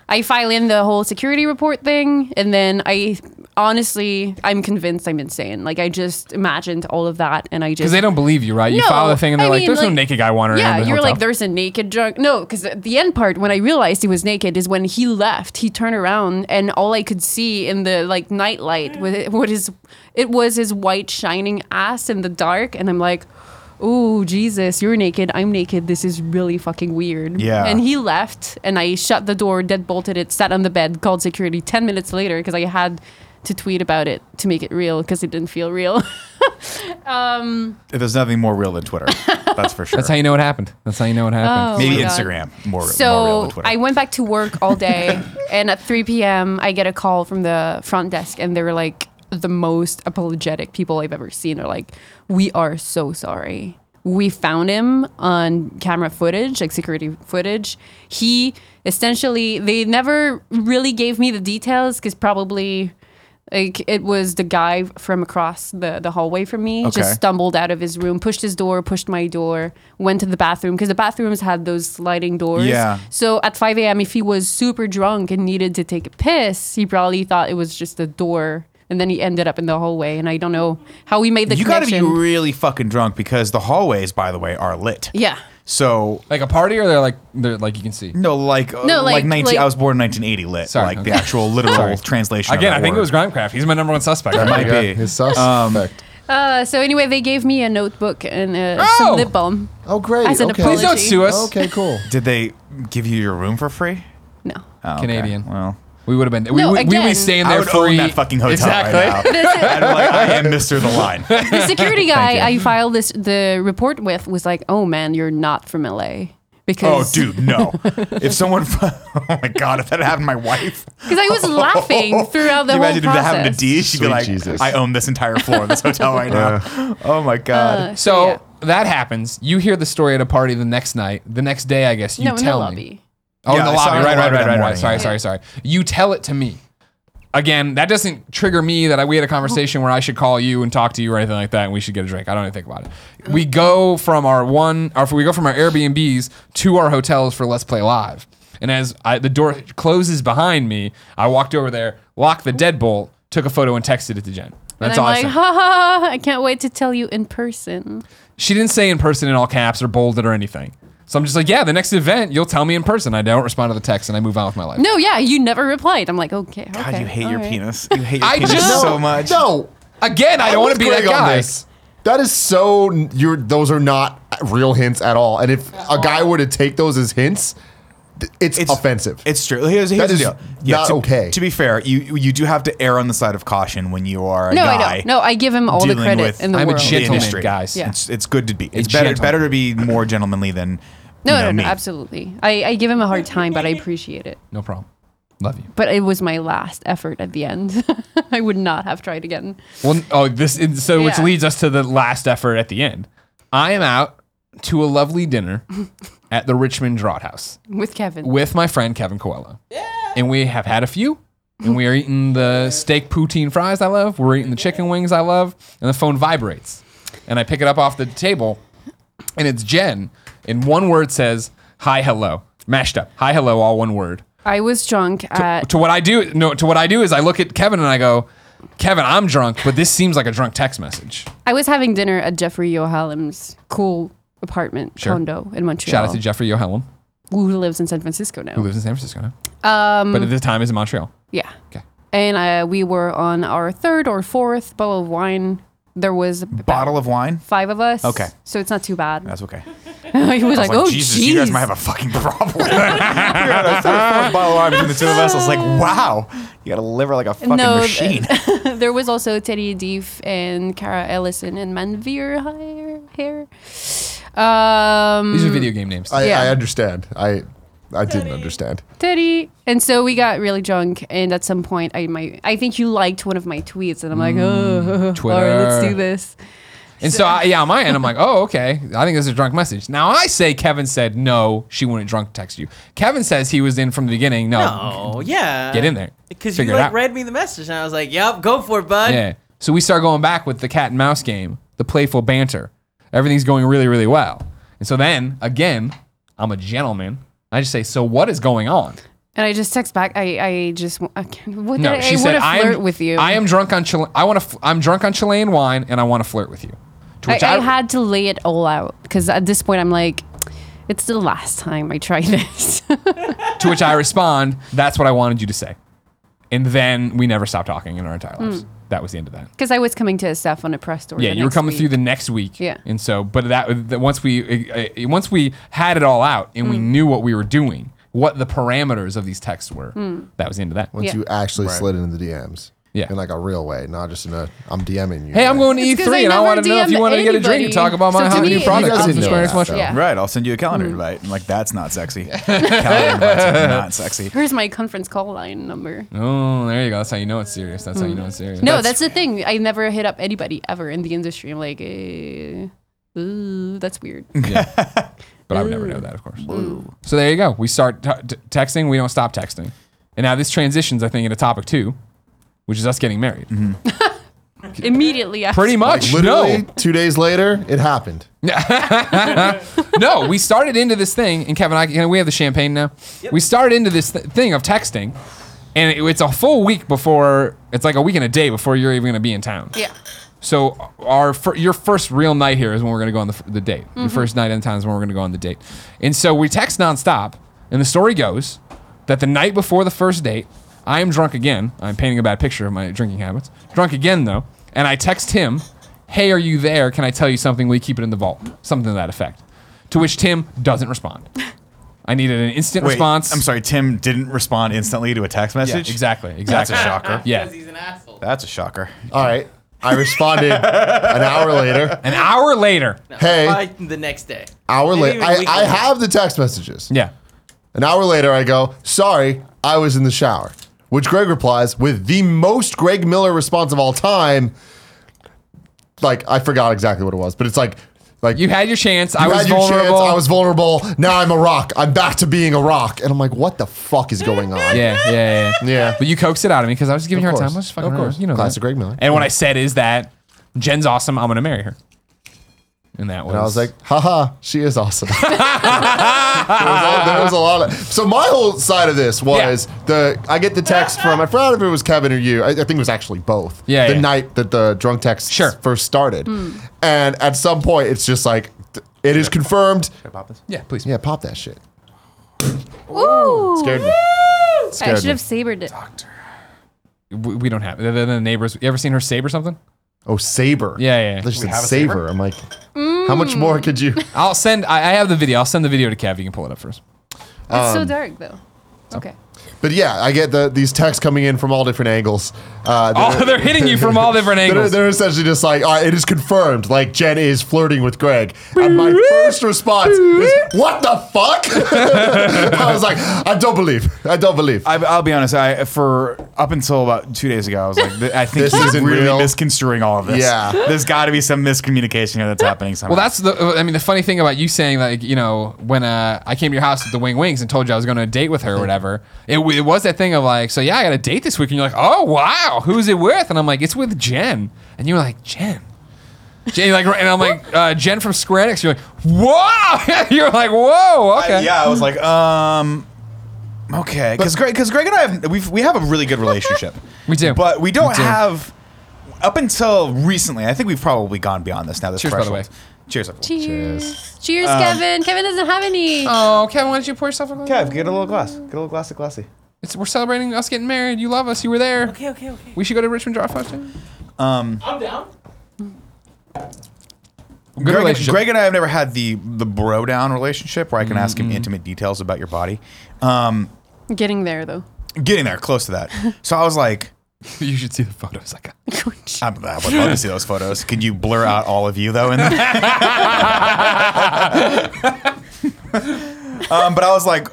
S4: I file in the whole security report thing, and then I honestly, I'm convinced I'm insane. Like I just imagined all of that, and I just
S2: Because they don't believe you, right? You
S4: No,
S2: follow the thing and they're
S4: I
S2: like,
S4: mean,
S2: "There's no
S4: like-
S2: naked guy wandering
S4: yeah,
S2: around the
S4: you're
S2: hotel."
S4: like, there's a naked drunk. No, because the end part, when I realized he was naked, is when he left. He turned around, and all I could see in the like nightlight was it, what is it was his white shining ass in the dark, and I'm like, oh Jesus, you're naked. I'm naked. This is really fucking weird.
S3: Yeah.
S4: And he left, and I shut the door, dead bolted it, sat on the bed, called security ten minutes later because I had to tweet about it to make it real because it didn't feel real.
S3: There's nothing more real than Twitter. That's for sure.
S2: That's how you know it happened. That's how you know it happened.
S3: Maybe
S4: Oh my God.
S3: Instagram more, more real
S4: So
S3: than Twitter.
S4: I went back to work all day, and at 3 p.m. I get a call from the front desk, and they were like the most apologetic people I've ever seen. They're like, "We are so sorry. We found him on camera footage, like security footage. He essentially they never really gave me the details because probably." Like it was the guy from across the, the hallway from me
S3: Okay.
S4: just stumbled out of his room, pushed his door, pushed my door, went to the bathroom because the bathrooms had those sliding doors.
S3: Yeah.
S4: So at 5 a.m., if he was super drunk and needed to take a piss, he probably thought it was just a door. And then he ended up in the hallway. And I don't know how he made the
S3: you got to be
S4: connection.
S3: really fucking drunk because the hallways, by the way, are lit.
S4: yeah.
S3: So
S2: Like a party, or they're like, they're like you can see.
S3: no, like uh,
S4: No,
S3: like,
S4: like-
S3: 19.
S4: like-
S3: I was born in 1980 lit.
S2: Sorry,
S3: like
S2: okay.
S3: the actual literal translation. of
S2: Again,
S3: that
S2: I think
S3: word.
S2: it was Grimecraft. He's my number one suspect.
S3: That might
S1: Yeah,
S3: be.
S1: His suspect.
S2: Um,
S4: Uh, so anyway, they gave me a notebook and uh,
S2: Oh!
S4: some lip balm.
S1: oh, great.
S4: As an
S1: okay.
S2: Please don't
S4: apology.
S2: sue us.
S1: Okay, cool.
S3: Did they give you your room for free?
S4: No.
S3: Oh, okay.
S2: Canadian.
S3: Well,
S2: We would have been. We,
S4: No,
S2: we, we would be
S4: again.
S2: staying
S3: I
S2: there
S3: would
S2: free.
S3: own that fucking hotel
S2: exactly.
S3: right now. I'd be like, I am Mr. The Line.
S4: The security guy I filed this the report with was like, oh man, you're not from LA.
S3: Oh,
S4: Because
S3: dude, no. If someone, oh my god, if that happened to my wife,
S4: Because I was laughing throughout the
S3: Can you
S4: whole
S3: imagine
S4: process.
S3: if that happened to Dee? She'd be
S1: Sweet
S3: like,
S1: Jesus.
S3: I own this entire floor of this hotel right now. oh my god.
S4: Uh,
S2: So
S4: Yeah.
S2: that happens. You hear the story at a party the next night. The next day, I guess you
S4: no, in the
S2: tell me.
S4: lobby.
S2: Oh, in
S3: Yeah,
S2: the
S3: I saw it
S2: lobby.
S3: in the
S2: Right, right,
S3: lobby
S2: right,
S3: that
S2: right, right.
S3: morning,
S2: Sorry,
S3: yeah.
S2: sorry, sorry. You tell it to me. Again, that doesn't trigger me that I, we had a conversation where I should call you and talk to you or anything like that, and we should get a drink. I don't even think about it. We go from our one, or we go from our Airbnbs to our hotels for Let's Play Live. And as I, the door closes behind me, I walked over there, locked the deadbolt, took a photo, and texted it to Jen. That's
S4: and I'm
S2: awesome.
S4: like, ha, ha ha, I can't wait to tell you in person.
S2: she didn't say in person in all caps or bolded or anything. So I'm just like, yeah, the next event, you'll tell me in person. I don't respond to the text, and I move on with my life.
S4: No, yeah, you never replied. I'm like, okay. okay
S3: God, you hate
S4: all
S3: your
S4: right.
S3: penis. You hate your
S2: I
S3: penis
S2: just-
S3: so much.
S1: No.
S2: Again, I don't want to be that guy.
S1: That is so. You're. Those are not real hints at all. And if a guy were to take those as hints, th- it's, offensive.
S3: It's true. Here's, here's
S1: That
S3: the
S1: is
S3: deal.
S1: not
S3: to,
S1: okay.
S3: To be fair, you you do have to err on the side of caution when you are a
S4: No,
S3: guy.
S4: I don't. No, I give him all the
S3: dealing
S4: credit
S3: with-
S4: in the
S2: I'm a
S4: world.
S3: The
S2: Gentlemen,
S3: industry,
S2: guys. Yeah.
S3: It's it's good to be. It's
S2: A
S3: better
S2: gentleman.
S3: better to be more gentlemanly than
S4: no,
S3: you know,
S4: no, no,
S3: me.
S4: absolutely. I, I give him a hard time, but I appreciate it.
S2: No problem. Love you.
S4: But it was my last effort at the end. I would not have tried again.
S2: Well, oh, this is- so which
S4: Yeah.
S2: leads us to the last effort at the end. I am out to a lovely dinner at the Richmond Draught House
S4: With Kevin.
S2: with my friend Kevin Coelho, and we have had a few. and we are eating the steak poutine fries I love. We're eating the chicken wings I love, and the phone vibrates. And I pick it up off the table, and it's Jen. And one word says, "Hi, hello." Mashed up. Hi, hello. All one word.
S4: I was drunk at.
S2: To what I do, no. To what I do is I look at Kevin and I go, "Kevin, I'm drunk, but this seems like a drunk text message."
S4: I was having dinner at Jeffrey Yohalim's cool apartment condo in Montreal.
S2: Shout out to Jeffrey Yohelm,
S4: who lives in San Francisco now.
S2: who lives in San Francisco now, um, but at this time is in Montreal.
S4: Yeah.
S2: Okay.
S4: And uh, we were on our third or fourth bottle of wine. There was about
S3: Bottle of wine.
S4: five of us.
S3: Okay.
S4: So it's not too bad.
S3: That's okay.
S4: he was, like,
S3: I was
S4: oh,
S3: Jesus, you guys
S4: jeez."
S3: might have a fucking problem. we had a third, fourth bottle of wine between the two of us. I was like, wow, you got a liver like a fucking
S4: No,
S3: machine.
S4: there was also Teddy Deef and Cara Ellison and Manveer Hair. Um,
S2: These are video game names.
S1: I,
S4: Yeah.
S1: I understand. I I didn't understand.
S4: Teddy. And so we got really drunk, and at some point, I might, I think you liked one of my tweets, and I'm like,
S3: Mm,
S4: oh, all right, let's
S2: Twitter.
S4: do this.
S2: And so, I, yeah, on my end, I'm like, oh, okay. I think this is a drunk message. Now I say Kevin said no, she wouldn't drunk text you. Kevin says he was in from the beginning. No,
S5: Oh yeah.
S2: Get in there.
S5: Because you
S2: Figure it
S5: like
S2: out.
S5: read me the message and I was like, "Yep, go for it, bud."
S2: yeah. So we start going back with the cat and mouse game, the playful banter. Everything's going really, really well. And so then again, I'm a gentleman. I just say, so what is going on?
S4: And I just text back. I, I just, I can't, what
S2: No,
S4: did I,
S2: she
S4: I
S2: said,
S4: want to
S2: I
S4: flirt
S2: am
S4: with you.
S2: I am drunk on Chile- I want to. Fl- I'm drunk on Chilean wine, and I want to flirt with you. To
S4: I, I had to lay it all out because at this point, I'm like, it's the last time I try this.
S2: To which I respond, that's what I wanted you to say. And then we never stopped talking in our entire lives.
S4: Hmm.
S2: That was the end of that.
S4: Because I was coming to a staff on a press story.
S2: Yeah,
S4: the
S2: you were
S4: next
S2: coming
S4: week.
S2: through the next week.
S4: Yeah.
S2: And so, but that, that once we uh, uh, once we had it all out and
S4: Mm.
S2: we knew what we were doing, what the parameters of these texts were, that was the end of that.
S1: Once
S4: Mm. Yeah.
S1: you actually slid into the DMs.
S2: Yeah.
S1: In like a real way, not just in a I'm DMing you.
S2: Hey, I'm going to
S4: It's 'cause I
S2: E3 E and I
S4: never
S2: want to know if you
S4: DM
S2: want to get a drink
S4: anybody.
S2: and talk about my
S4: So to
S2: hot
S4: me,
S2: new
S4: it
S2: product.
S1: doesn't
S2: I'm
S1: know
S2: swearing
S1: that,
S2: much.
S1: though.
S4: Yeah.
S3: Right, I'll send you a calendar invite. I'm like, that's not sexy. calendar invites are not sexy.
S4: Here's my conference call line number.
S2: Oh, there you go. That's how you know it's serious. That's how you know it's serious.
S4: No, that's, the thing. I never hit up anybody ever in the industry. I'm like, eh, ooh, that's weird.
S2: But I would never know that, of course. So there you go. We start t- t- texting. We don't stop texting. And now this transitions, I think, into topic two, which is us getting married.
S4: Immediately after.
S2: Pretty much.
S1: Literally
S2: no.
S1: two days later, it happened.
S2: no, we started into this thing, and Kevin, I, you know, we have the champagne now. We started into this th- thing of texting, and it, it's a full week before. It's like a week and a day before you're even going to be in town.
S4: Yeah.
S2: So our fir- your first real night here is when we're going to go on the, f- the date.
S5: Mm-hmm.
S2: Your first night in town is when we're going to go on the date. And so we text nonstop, and the story goes that the night before the first date, I am drunk again. I'm painting a bad picture of my drinking habits. Drunk again though, and I text him, "Hey, are you there? Can I tell you something? Will you keep it in the vault?" Something to that effect. To which Tim doesn't respond. I needed an instant
S3: Wait,
S2: response.
S3: I'm sorry, Tim didn't respond instantly to a text
S2: Yeah,
S3: message.
S2: exactly. Exactly.
S3: That's a shocker.
S2: Yeah.
S5: Because he's an asshole.
S3: That's a shocker.
S1: All right. I responded an hour later.
S2: An hour later.
S1: Hey,
S5: By the next day.
S1: hour
S5: Maybe
S1: later.
S5: even
S1: I,
S5: week
S1: I
S5: later.
S1: have the text messages.
S2: Yeah.
S1: An hour later, I go, sorry, I was in the shower. Which Greg replies with the most Greg Miller response of all time. Like, I forgot exactly what it was, but it's like, like,
S2: You had your chance. I
S1: you
S2: was
S1: had your
S2: vulnerable.
S1: chance. I was vulnerable. Now I'm a rock. I'm back to being a rock. And I'm like, what the fuck is going on?
S2: Yeah, yeah, yeah. yeah.
S1: Yeah.
S2: But you coaxed it out of me because I was just giving
S1: Of
S2: her a time.
S1: course.
S2: I was just fucking
S1: Of
S2: around,
S1: course.
S2: You know
S1: Classic
S2: that.
S1: Greg Miller.
S2: And what I said is that Jen's awesome. I'm going to marry her. And that was.
S1: And I was like, haha, she is awesome. there, was a, there was a lot of. So my whole side of this was the I get the text from I forgot if it was Kevin or you. I, I think it was actually both.
S2: Yeah,
S1: The
S2: yeah.
S1: night that the drunk text
S2: Sure.
S1: first started, and at some point it's just like th- it is confirmed.
S2: yeah, please.
S1: Yeah, pop that shit.
S4: Ooh.
S1: Scared me.
S4: I
S1: Scared
S4: should
S1: me.
S4: have sabered it.
S2: We, we don't have. Then the neighbors. You ever seen her saber something?
S1: Oh, saber.
S2: Yeah, yeah, Mm. yeah.
S1: They just said
S3: have a
S1: saber.
S3: saber?
S1: I'm like, how much more could you?
S2: I'll send. I, I have the video. I'll send the video to Kev. You can pull it up first.
S4: It's so dark, though. Okay.
S1: But yeah, I get the, these texts coming in from all different angles. Uh,
S2: Oh, they're hitting you from all different
S1: They're,
S2: angles.
S1: they're essentially just like, all right, it is confirmed. Like Jen is flirting with Greg, and my first response is, "What the fuck?" I was like, "I don't believe. I don't believe."
S3: I, I'll be honest. I for up until about two days ago, I was like, I think
S1: This
S3: he's
S1: isn't
S3: really
S1: real.
S3: misconstruing all of this.
S1: Yeah.
S3: there's got to be some miscommunication here that's happening somehow.
S2: Well, that's the. uh, I mean, the funny thing about you saying like you know when uh, I came to your house at the Wing Wings and told you I was going to a date with her or whatever, it, w- it was that thing of like, so yeah, I got a date this week, and you're like, oh wow, who's it with? And I'm like, it's with Jen, and you were like, Jen. Jen, like, and I'm like uh, Jen from Square Enix. You're like, whoa! You're like, whoa! Okay.
S3: I- yeah, I was like, um, okay, because Greg, because Greg and I have we've, we have a really good relationship.
S2: We do.
S3: but we don't
S2: We do.
S3: have up until recently. I think we've probably gone beyond this now. This
S2: Cheers, by the
S3: threshold. Cheers, everyone.
S4: Cheers. Cheers,
S2: Um,
S4: Kevin. Kevin doesn't have any.
S2: Oh, Kevin, why don't you pour yourself a glass?
S3: Kev, get a little glass. Get a little glass of glassy.
S2: It's, we're celebrating us getting married. You love us. You were there.
S5: Okay, okay, okay.
S2: We should go to Richmond Draft Function.
S3: Um,
S5: I'm down.
S2: Good
S3: Greg,
S2: relationship.
S3: Greg and I have never had the the bro down relationship where I can ask
S2: Mm-hmm.
S3: him intimate details about your body. Um,
S4: Getting there though.
S3: getting there, close to that. So I was like,
S2: you should see the photos. I got.
S3: I would love to see those photos. Could you blur out all of you though? In there? um, but I was like,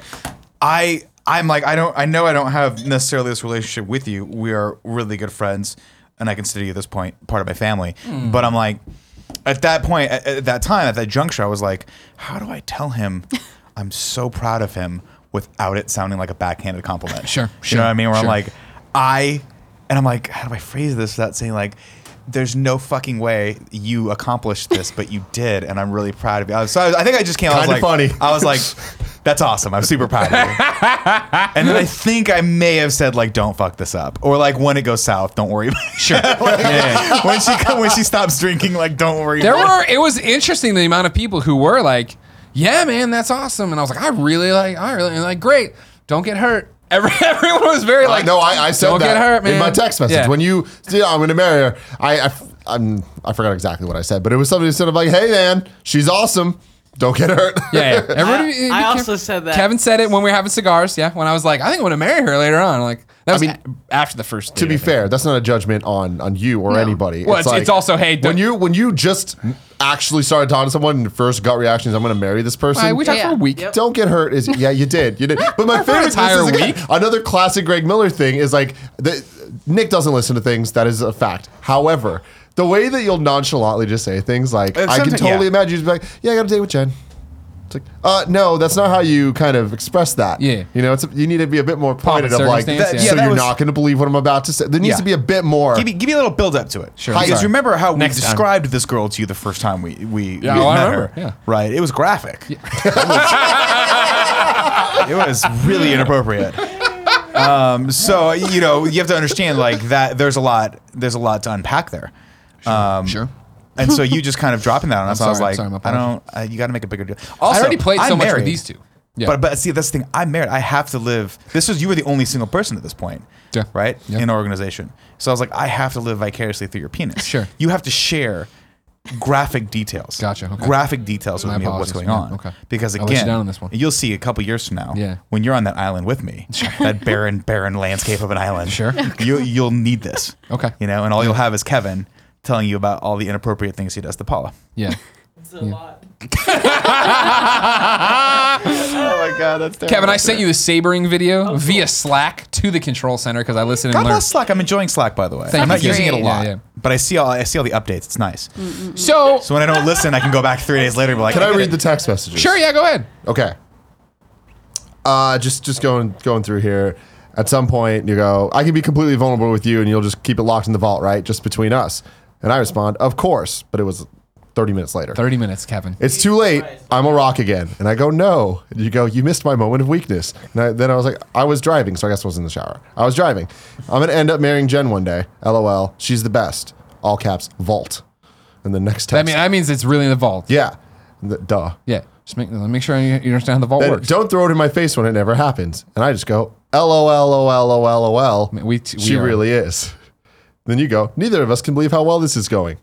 S3: I I'm like I don't I know I don't have necessarily this relationship with you. We are really good friends, and I consider you at this point part of my family.
S2: Hmm.
S3: But I'm like, at that point, at, at that time, at that juncture, I was like, how do I tell him I'm so proud of him without it sounding like a backhanded compliment?
S2: Sure,
S3: you
S2: sure,
S3: know what I mean? Where I'm
S2: sure.
S3: like. I and I'm like, how do I phrase this without saying like, there's no fucking way you accomplished this, but you did, and I'm really proud of you. I was- So I, was- I think I just came. I was like,
S1: Kinda funny.
S3: I was like, that's awesome. I'm super proud of you. and then I think I may have said like, don't fuck this up, or like when it goes south, don't worry. About it.
S2: Sure.
S3: when she co- when she stops drinking, like, don't worry.
S2: There
S3: about it.
S2: were. It was interesting the amount of people who were like, "Yeah, man, that's awesome," and I was like, "I really like. I really like. Great. Don't get hurt." Every, everyone was
S3: Oh,
S2: very like,
S1: I, no, I, I said
S2: "Don't
S1: that
S2: get hurt, man."
S1: in my text message.
S2: Yeah.
S1: When you, see, I'm going to marry her. I, I, f- I'm, I forgot exactly what I said, but it was something instead of like, hey, man, she's awesome. Don't get hurt.
S2: yeah, yeah. Everybody,
S5: I- I also said that.
S2: Kevin said it when we were having cigars. Yeah, when I was like, "I think I'm gonna marry her later on." Like that was
S1: mean,
S2: a- after the first.
S1: to
S2: date,
S1: be
S2: I think.
S1: fair, that's not a judgment on on you or anybody.
S2: Well, it's- it's also, hey,
S1: when
S2: don't-
S1: you when you just actually started talking to someone and the first gut reaction is I'm going to marry this person.
S2: All right, we talked
S4: Yeah.
S2: for a week.
S5: Yep.
S1: don't get hurt is yeah you did you did but my favorite this
S2: entire
S1: is again,
S2: week.
S1: another classic Greg Miller thing is like the, Nick doesn't listen to things that is a fact however the way that you'll nonchalantly just say things like
S3: Uh,
S1: I can
S3: someti-
S1: totally
S3: yeah.
S1: imagine you just be like yeah I got a date with Jen it's like uh no that's not how you kind of express that
S2: Yeah.
S1: you know it's you need to be a bit more pointed
S2: and
S1: of like
S2: circumstance,
S1: that-
S3: yeah.
S1: so
S3: Yeah, that
S1: you're
S3: was-
S1: not going to believe what I'm about to say there needs
S3: Yeah.
S1: to be a bit more
S3: Give me, give me a little build up to it. Sure.
S1: I'm
S3: Because
S1: sorry.
S3: remember how
S2: Next
S3: we
S2: time.
S3: described this girl to you the first time we we, we
S2: oh, I
S3: met
S2: remember,
S3: her.
S2: yeah.
S3: Right. It was graphic. it was really inappropriate. Um, so you know you have to understand like that. There's a lot. There's a lot to unpack there. Um,
S2: Sure.
S3: And so you just kind of dropping that on us. I was
S2: sorry,
S3: like,
S2: sorry, my
S3: I don't.
S2: apologies.
S3: Uh, you got to make a bigger deal.
S2: I
S3: Also,
S2: already played so
S3: I'm
S2: much with
S3: married.
S2: these two. Yeah.
S3: But but see that's the thing. I'm married. I have to live. This was you were the only single person at this point.
S2: Yeah.
S3: Right
S2: Yeah.
S3: in our organization. So I was like, I have to live vicariously through your penis.
S2: Sure.
S3: You have to share graphic details.
S2: Gotcha, okay.
S3: Graphic details with
S2: My
S3: me of what's
S2: apologies,
S3: going
S2: yeah,
S3: on.
S2: okay.
S3: Because
S2: I'll
S3: again,
S2: let you down on this one.
S3: you'll see a couple years from now.
S2: Yeah.
S3: When you're on that island with me, that barren barren landscape of an island.
S2: Sure.
S3: You you'll need this.
S2: Okay.
S3: You know, and all you'll have is Kevin telling you about all the inappropriate things he does to Paula.
S2: yeah.
S5: It's a lot.
S3: Oh my God, that's terrible.
S2: Kevin, I sent you the sabering
S5: Oh,
S2: video via Slack to the control center because I listened and
S3: God
S2: learned.
S3: bless Slack. I'm enjoying Slack, by the way.
S2: Thank
S3: I'm
S2: you,
S3: not
S2: Gary.
S3: using it a
S2: Yeah,
S3: lot,
S2: yeah.
S3: but I see all I see all the updates. It's nice.
S4: Mm.
S2: So,
S3: So when I don't listen, I can go back three days later and be like,
S1: can I
S3: did
S1: read
S3: it.
S1: the text messages
S2: sure, yeah, go ahead.
S1: Okay. Uh, just just going going through here. At some point, you go, I can be completely vulnerable with you, and you'll just keep it locked in the vault, right? Just between us. And I respond, of course. But it was 30 minutes later.
S2: 30 minutes, Kevin.
S1: It's too late. I'm a rock again. And I go, no. And you go, you missed my moment of weakness. And I, then I was like, I was driving, so I guess I was in the shower. I was driving. I'm going to end up marrying Jen one day. LOL. She's the best. All caps, vault. And the next text.
S2: That, mean, that means it's really in the vault.
S1: yeah. The- duh.
S2: Yeah. Just make, make sure you, you understand how the vault
S1: And
S2: works.
S1: don't throw it in my face when it never happens. And I just go, LOLOLOLOL.
S2: mean, we t- we
S1: she
S2: are-
S1: really is. Then you go, neither of us can believe how well this is going.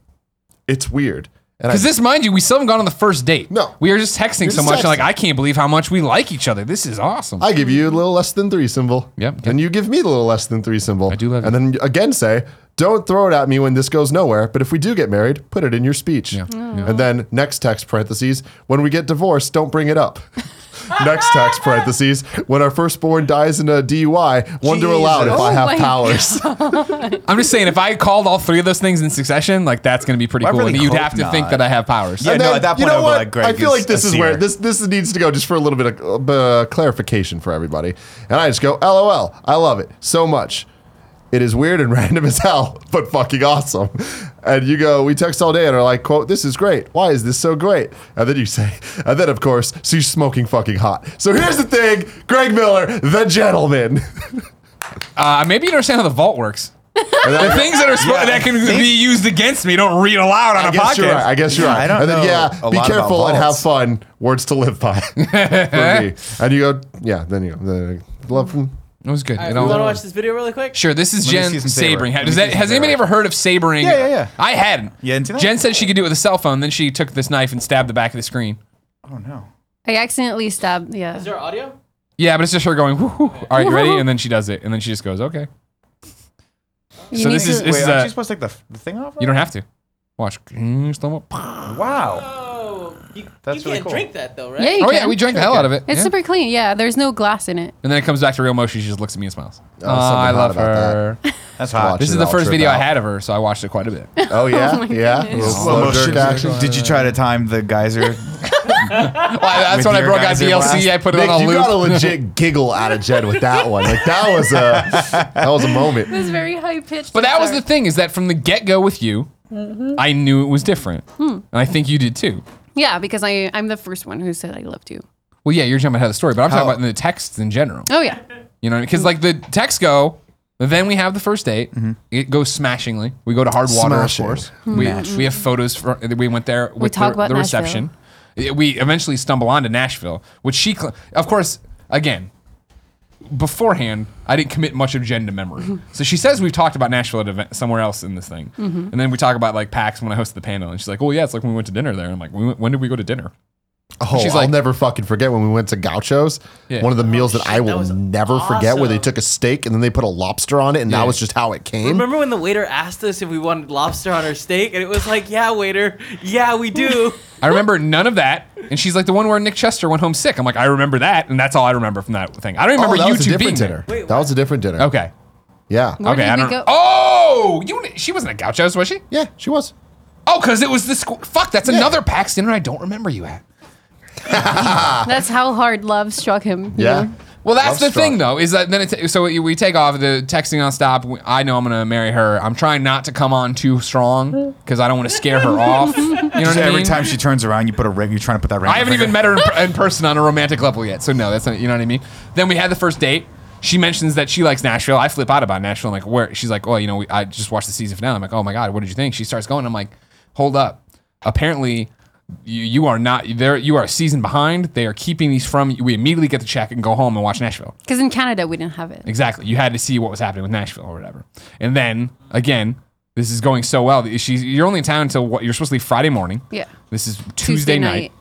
S1: It's weird. And I,
S2: Because this, mind you, we still haven't gone on the first date.
S1: No.
S2: We are just texting
S1: You're
S2: so
S1: just
S2: much. and Like,
S1: texting.
S2: I can't believe how much we like each other. This is awesome.
S1: I give you a little less than three symbol.
S2: Yep.
S1: And you give me the little less than three symbol. I
S2: do love
S1: And then you again say, don't throw it at me when this goes nowhere, but if we do get married, put
S4: Oh.
S1: it in your speech.
S2: Yeah. Yeah.
S1: And then next text parentheses, when we get divorced, don't bring it up. Next text parentheses. When our firstborn dies in a DUI, wonder aloud if
S4: Jesus.
S1: I
S4: Oh
S1: have
S4: my
S1: powers.
S2: I'm just saying, if I called all three of those things in succession, like that's going to be pretty
S3: I
S2: cool.
S3: really
S2: and you'd
S3: hope
S2: have to think
S3: not.
S2: that I have powers.
S3: Yeah.
S1: And
S3: no,
S1: then-
S3: at that
S1: you know
S3: point, I would be
S1: what?
S3: like, Greg
S1: I feel
S3: is
S1: like this
S3: a
S1: is where
S3: seer.
S1: this this needs to go just for a little bit of uh, clarification for everybody. And I just go, LOL, I love it so much. It is weird and random as hell, but fucking awesome. And you go, we text all day and are like, quote, this is great. Why is this so great? And then you say, and then of course, she's smoking fucking hot. So here's the thing, Greg Miller, the gentleman.
S2: Uh, maybe you don't understand how the vault works. the things that are spo- that can be used against me don't read aloud on a
S1: I guess
S2: podcast.
S1: you're right. I guess you're
S3: Yeah,
S1: right.
S3: I don't
S1: and then
S3: know
S1: yeah,
S3: a
S1: be
S3: lot about
S1: careful and have
S3: vaults.
S1: fun. Words to live by. for me. And you go, yeah. Then you go, then you go, love. From,
S2: It was good.
S5: Alright,
S2: It
S5: we
S2: all-
S5: want to watch this video really quick.
S2: Sure, this is
S3: Let me
S2: Jen
S3: see some saber.
S2: sabering.
S3: Let me
S2: Does
S3: see
S2: that,
S3: some
S2: has anybody
S3: saber.
S2: ever heard of sabering?
S3: Yeah, yeah, yeah.
S2: I hadn't.
S3: You hadn't seen that?
S2: Jen said she could do it with a cell phone. Then she took this knife and stabbed the back of the screen.
S3: Oh no.
S4: I accidentally stabbed. Yeah.
S5: Is there audio?
S2: Yeah, but it's just her going, "Woo, woo. all right, you ready? And then she does it. And then she just goes, okay.
S4: You
S2: so
S4: need
S2: this is-
S4: to-
S2: This
S3: Wait,
S2: is
S3: aren't
S2: a-
S3: you supposed to take the, the thing off?
S2: You don't have to. Oh, Watch. Slow-mo.
S3: Wow.
S5: Oh, you,
S3: That's
S5: you
S3: really
S5: can't
S3: cool.
S5: drink that though, right?
S4: yeah, you
S2: Oh,
S4: can.
S2: yeah, we drank the hell out of it.
S4: It's
S2: Yeah.
S4: super clean. Yeah, there's no glass in it.
S2: And then it comes back to real motion. She just looks at me and smiles. Oh,
S1: something
S2: I
S1: hot
S2: love
S1: about
S2: her.
S3: That's
S1: hot.
S3: hot.
S2: This is
S1: Should
S2: the
S1: all
S2: first
S1: trip
S2: video I
S1: out.
S2: had of her, so I watched it quite a bit. It
S1: Oh yeah, yeah. A little
S3: Slow
S1: slow
S3: motion
S1: jerk action.
S3: action. Did you try to time the geyser?
S2: that's
S3: With
S2: when I
S3: your
S2: broke out
S3: guys' blast?
S2: DLC. I put it
S1: Nick,
S2: on a
S1: you
S2: loop.
S1: got a legit giggle out of Jed with that one. Like that was a that was a moment.
S4: It's very high pitched.
S2: But that was the thing is that from the get go with you, I knew it was different, and I think you did too.
S4: Yeah, because I I'm the first one who said I loved you.
S2: Well, yeah, you're jumping ahead of the story, but I'm talking about in the texts in general.
S4: Oh yeah.
S2: You know, because like the texts go, then we have the first date. It goes smashingly. We go to hard water,
S1: Smashing.
S2: of course. We, we have photos. For, we went there with the,
S4: talk about
S2: the
S4: Nashville.
S2: reception. It- We eventually stumble onto Nashville, which she, cl- of course, again, beforehand, I didn't commit much of Jen to memory.
S4: Mm-hmm.
S2: so she says we've talked about Nashville at event somewhere else in this thing, and then we talk about like PAX when I hosted the panel, and she's like, "Oh yeah, it's like when we went to dinner there." And I'm like, "We went- "When did we go to dinner?"
S1: Oh,
S2: She's
S1: I'll
S2: like-
S1: never fucking forget when we went to Gauchos.
S2: Yeah.
S1: One of the meals that I
S5: Oh, shit, that
S1: will
S5: was
S1: never forget, where they
S5: awesome.
S1: took a steak and then they put a lobster on it, and
S2: Yeah.
S1: that was just how it came.
S5: Remember when the waiter asked us if we wanted lobster on our steak, and it was like, "Yeah, waiter, yeah, we do."
S2: I remember none of that. And she's like the one where Nick Chester went home sick. I'm like, I remember that, and that's all I remember from that thing. I don't
S1: Oh,
S2: remember
S1: that
S2: you
S1: was a
S2: two being
S1: different dinner.
S2: there.
S5: Wait,
S1: that
S5: what?
S1: was a different dinner.
S2: Okay.
S1: Yeah.
S4: Where
S2: okay.
S4: did
S2: I
S4: we
S2: don't.
S4: go?
S2: Oh, you she wasn't at Gauchos, was she?
S1: Yeah, she was.
S2: Oh, because it was the squ- fuck. That's another PAX dinner I don't remember you at. Ah.
S4: That's how hard love struck him. you
S1: Yeah.
S4: know?
S2: Well, that's
S1: Love
S2: the
S1: struck.
S2: thing though, is that then it's so we take off the texting nonstop. We- I know I'm gonna marry her. I'm trying not to come on too strong because I don't want to scare her off. You know what I mean?
S3: Just every time she turns around, you put a ring. You're trying to put that ring.
S2: I haven't even met her in, in person on a romantic level yet, so no, that's not. You know what I mean? Then we had the first date. She mentions that she likes Nashville. I flip out about Nashville. I'm like, where? She's like, well, you know, we, I just watched the season finale. I'm like, oh my god, what did you think? She starts going. I'm like, hold up. Apparently, you, you are not there. You are a season behind. They are keeping these from you. We immediately get the check and go home and watch Nashville.
S4: Because in Canada we didn't have it.
S2: Exactly. You had to see what was happening with Nashville or whatever. And then again, this is going so well. that She's you're only in town until what you're supposed to leave Friday morning.
S4: Yeah.
S2: This is Tuesday, night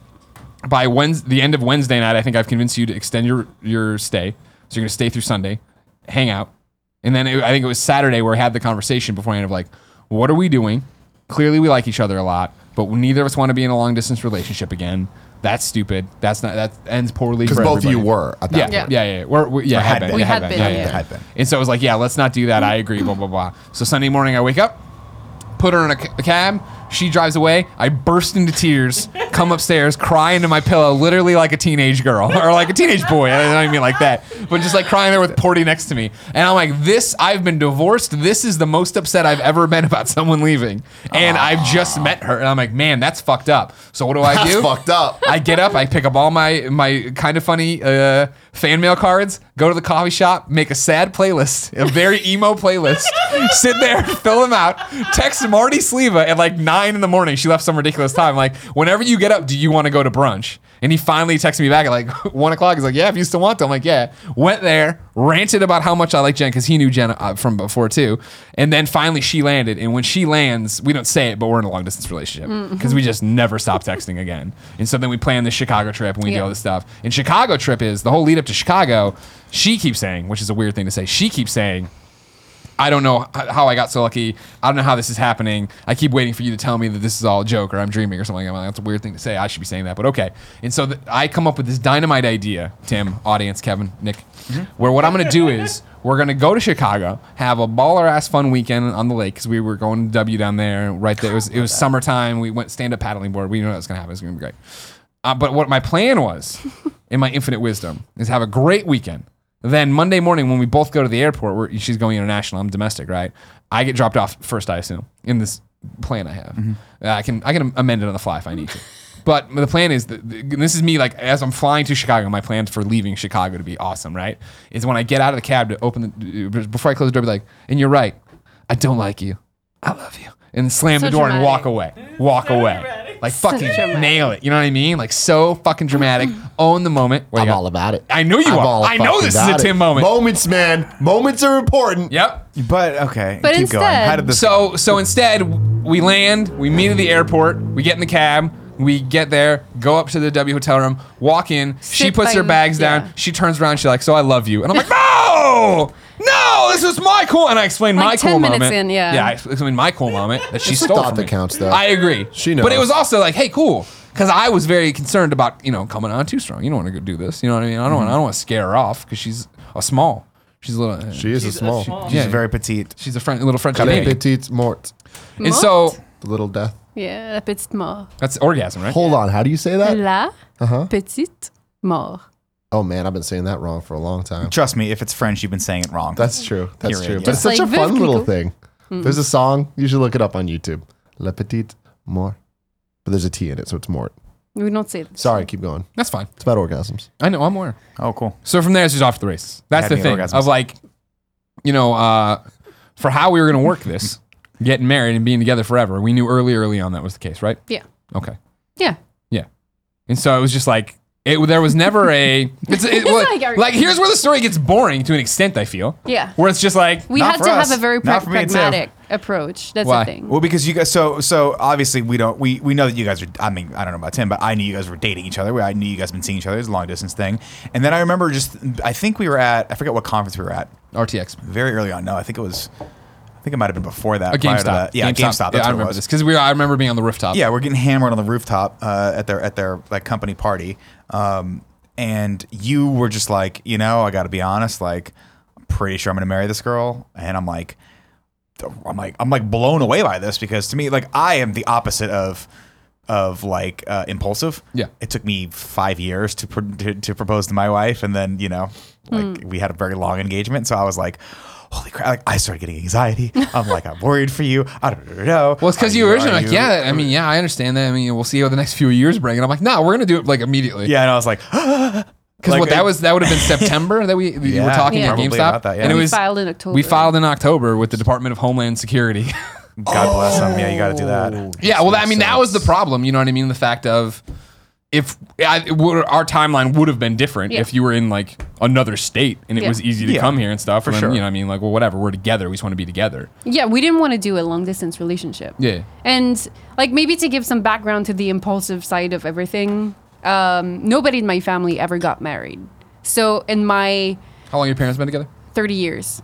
S2: by Wednesday, the end of Wednesday night, I think I've convinced you to extend your your stay. So you're gonna stay through Sunday, hang out, and then it, I think it was Saturday where I had the conversation beforehand of like, what are we doing? Clearly, we like each other a lot, but neither of us want to be in a long distance relationship again. That's stupid. That's not that ends poorly.
S1: Because
S2: for
S1: both of you
S2: everybody."
S1: were at that
S2: Yeah,
S1: point.
S2: yeah, yeah, yeah. We're, we yeah,
S3: had
S2: had
S3: been.
S2: been.
S3: We
S2: yeah,
S4: had been,
S2: Yeah,
S4: yeah.
S2: yeah, yeah.
S3: Had been.
S2: And so I was like, yeah, let's not do that. I agree. Blah blah blah. So Sunday morning, I wake up, put her in a, ca- a cab. She drives away. I burst into tears, come upstairs, cry into my pillow, literally like a teenage girl or like a teenage boy. I don't even mean like that, but just like crying there with Porty next to me. And I'm like, this, I've been divorced. This is the most upset I've ever been about someone leaving. And I've just met her. And I'm like, man, that's fucked up. So what do I
S1: That's
S2: do?
S1: fucked up.
S2: I get up, I pick up all my my kind of funny uh, fan mail cards, go to the coffee shop, make a sad playlist, a very emo playlist, sit there, fill them out, text Marty Sleva at like nine in the morning. She left some ridiculous time. Like, whenever you get up, do you want to go to brunch? And he finally texted me back at like one o'clock. He's like, "Yeah, if you still want to." I'm like, "Yeah." Went there, ranted about how much I like Jen because he knew Jen uh, from before too. And then finally she landed. And when she lands, we don't say it, but we're in a long distance relationship because we just never stop texting again. And so then we plan the Chicago trip and we do
S4: Yeah.
S2: all this stuff. And Chicago trip is the whole lead up to Chicago. She keeps saying, which is a weird thing to say. She keeps saying, I don't know h- how I got so lucky. I don't know how this is happening. I keep waiting for you to tell me that this is all a joke or I'm dreaming or something. I'm like, that's a weird thing to say. I should be saying that, but okay. And so th- I come up with this dynamite idea, Tim, audience, Kevin, Nick, where what I'm going to do is we're going to go to Chicago, have a baller ass fun weekend on the lake because we were going to W down there. Right there, it was it was summertime. We went stand up paddling board. We knew that was going to happen. It was going to be great. Uh, but what my plan was, in my infinite wisdom, is have a great weekend. Then Monday morning, when we both go to the airport, where she's going international, I'm domestic, right? I get dropped off first, I assume, in this plan I have. Uh, I can I can amend it on the fly if I need to. But the plan is that and this is me like as I'm flying to Chicago. My plan for leaving Chicago to be awesome, right? Is when I get out of the cab to open the uh, before I close the door, be like, and you're right, I don't like you, I love you, and slam
S4: So
S2: the door and walk
S4: dramatic.
S2: away, walk away, like
S4: So
S2: fucking
S4: dramatic.
S2: nail it. You know what I mean? Like so fucking dramatic. Own the moment. What do
S1: I'm
S2: you got?
S1: all about it.
S2: I know you
S1: I'm
S2: are.
S1: all
S2: I know
S1: fucking
S2: this is a
S1: about it.
S2: Tim moment.
S1: Moments, man. Moments are important.
S2: Yep.
S3: But okay,
S4: But
S3: keep going.
S4: instead-
S3: How did this?
S2: So so instead, we land, we meet at the airport, we get in the cab, we get there, go up to the W hotel room, walk in. she
S4: Sit
S2: puts
S4: by
S2: her
S4: me,
S2: bags down.
S4: yeah.
S2: She turns around. She's like, "So I love you," and I'm like, "No, no, this is my cool." And I explained
S4: Like
S2: my
S4: 10
S2: cool
S4: minutes
S2: moment.
S4: in, yeah.
S2: yeah, I explained my cool moment that she
S1: It's the
S2: stole
S1: thought
S2: from
S1: that
S2: me.
S1: counts, though.
S2: I agree.
S1: She
S2: but it
S1: knows.
S2: was also like, "Hey, cool." Because I was very concerned about you know coming on too strong. You don't want to do this. You know what I mean? I don't. want
S1: Mm-hmm.
S2: I don't want to scare her off because she's a small. She's a little.
S1: She is
S5: She's
S1: a
S5: a
S1: small.
S5: small.
S3: She's
S2: yeah.
S3: very petite.
S2: she's a French, little French
S1: Les
S2: baby.
S1: petites mortes.
S2: And so
S1: The little death.
S4: Yeah, la petite mort.
S2: That's orgasm, right?
S1: Hold on. How do you say
S2: Uh,
S1: that?
S4: La
S2: uh-huh.
S4: petite mort.
S1: Oh man, I've been saying that wrong for a long time.
S3: Trust me, if it's French, you've been saying it wrong.
S1: That's true. That's
S3: Period,
S1: true.
S3: yeah.
S1: But it's
S4: Just
S1: such
S4: like
S1: a fun
S4: Viv
S1: little
S4: Knievel.
S1: thing.
S2: Mm-hmm.
S1: There's a song. You should look it up on YouTube. Le Petit Mort. But there's a T in it, so it's Mort.
S4: We don't say that.
S1: Sorry, keep going.
S2: That's fine.
S1: It's about orgasms.
S2: I know. I'm aware.
S3: oh, cool.
S2: So from there, it's just off to the races. That's
S3: Had
S2: the
S3: me
S2: thing
S3: orgasms.
S2: of like, you know, uh, for how we were going to work this, getting married and being together forever. We knew early, early on that was the case, right?
S4: Yeah.
S2: Okay.
S4: Yeah.
S2: Yeah. And so it was just like, it, there was never a. It's, it, well,
S4: like our-
S2: like, here's where the story gets boring to an extent, I feel.
S4: Yeah.
S2: Where it's just like,
S4: We
S3: Not
S4: had
S3: for
S4: to
S3: us.
S4: have a very
S3: Not
S4: pra-
S3: for me, too.
S4: pragmatic approach. That's
S2: Why?
S4: the thing.
S3: Well, because you guys, so so obviously we don't we we know that you guys are. I mean, I don't know about Tim, but I knew you guys were dating each other. I knew you guys been seeing each other. It's a long distance thing. And then I remember just, I think we were at, I forget what conference we were at,
S2: RTX.
S3: very early on. No, I think it was, I think it might have been before that.
S2: A
S3: prior to
S2: GameStop.
S3: that. Yeah, GameStop. that's
S2: yeah, I
S3: what it
S2: remember
S3: was.
S2: this because we. Were, I remember being on the rooftop.
S3: Yeah, we're getting hammered on the rooftop uh, at their at their like company party, um, and you were just like, you know, I got to be honest, like, I'm pretty sure I'm gonna marry this girl, and I'm like, I'm like, I'm like blown away by this because to me, like, I am the opposite of of like uh, impulsive.
S2: Yeah.
S3: it took me five years to, pr- to to propose to my wife, and then you know, like we had a very long engagement, so I was like. Holy crap! Like I started getting anxiety. I'm like, I'm worried for you. I don't know.
S2: Well, it's because you originally like, yeah. I mean, yeah, I understand that. I mean, we'll see how the next few years bring. And I'm like, no, we're gonna do it like immediately.
S3: Yeah, and I was like,
S2: Because
S3: Like,
S2: what that
S3: it-
S2: was that would have been September that we, we were
S3: Yeah,
S2: talking at
S4: probably
S2: GameStop,
S3: about that, yeah.
S2: and it
S3: We
S2: was
S4: filed in October.
S2: we filed in October with the Department of Homeland Security.
S3: God bless them. Yeah, you got to do that.
S2: yeah, well, I mean that was the problem. You know what I mean? The fact of if I, it would- our timeline would have been different
S4: Yeah.
S2: if you were in like another state and it
S4: Yeah.
S2: was easy to
S3: Yeah,
S2: come here and stuff.
S3: for
S2: and then,
S3: sure.
S2: You know what I mean? Like, well, whatever. We're together. We just want to be together.
S4: Yeah, we didn't want to do a long distance relationship.
S2: Yeah.
S4: And like maybe to give some background to the impulsive side of everything, um, nobody in my family ever got married. So in my
S2: How long have your parents been together?
S4: 30 years,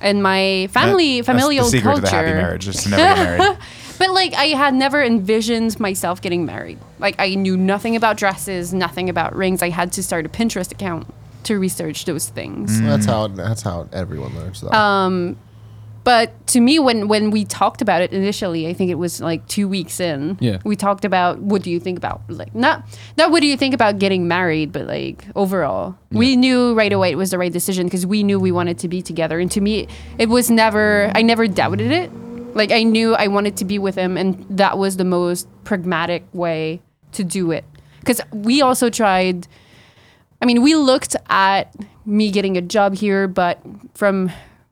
S4: in my family familial
S3: That's the secret
S4: culture,
S3: to the happy marriage is to never get married.
S4: But like I had never envisioned myself getting married. Like I knew nothing about dresses, nothing about rings. I had to start a Pinterest account to research those things.
S1: That's how that's how everyone learns though.
S2: Um,
S4: But to me when when we talked about it initially, I think it was like 2 weeks in.
S2: Yeah.
S4: We talked about what do you think about like not not what do you think about getting married, but like overall. We knew right away it was the right decision because we knew we wanted to be together and to me it was never I never doubted it. Like I knew I wanted to be with him and that was the most pragmatic way to do it. Cuz we also tried I mean, we looked at me getting a job here, but from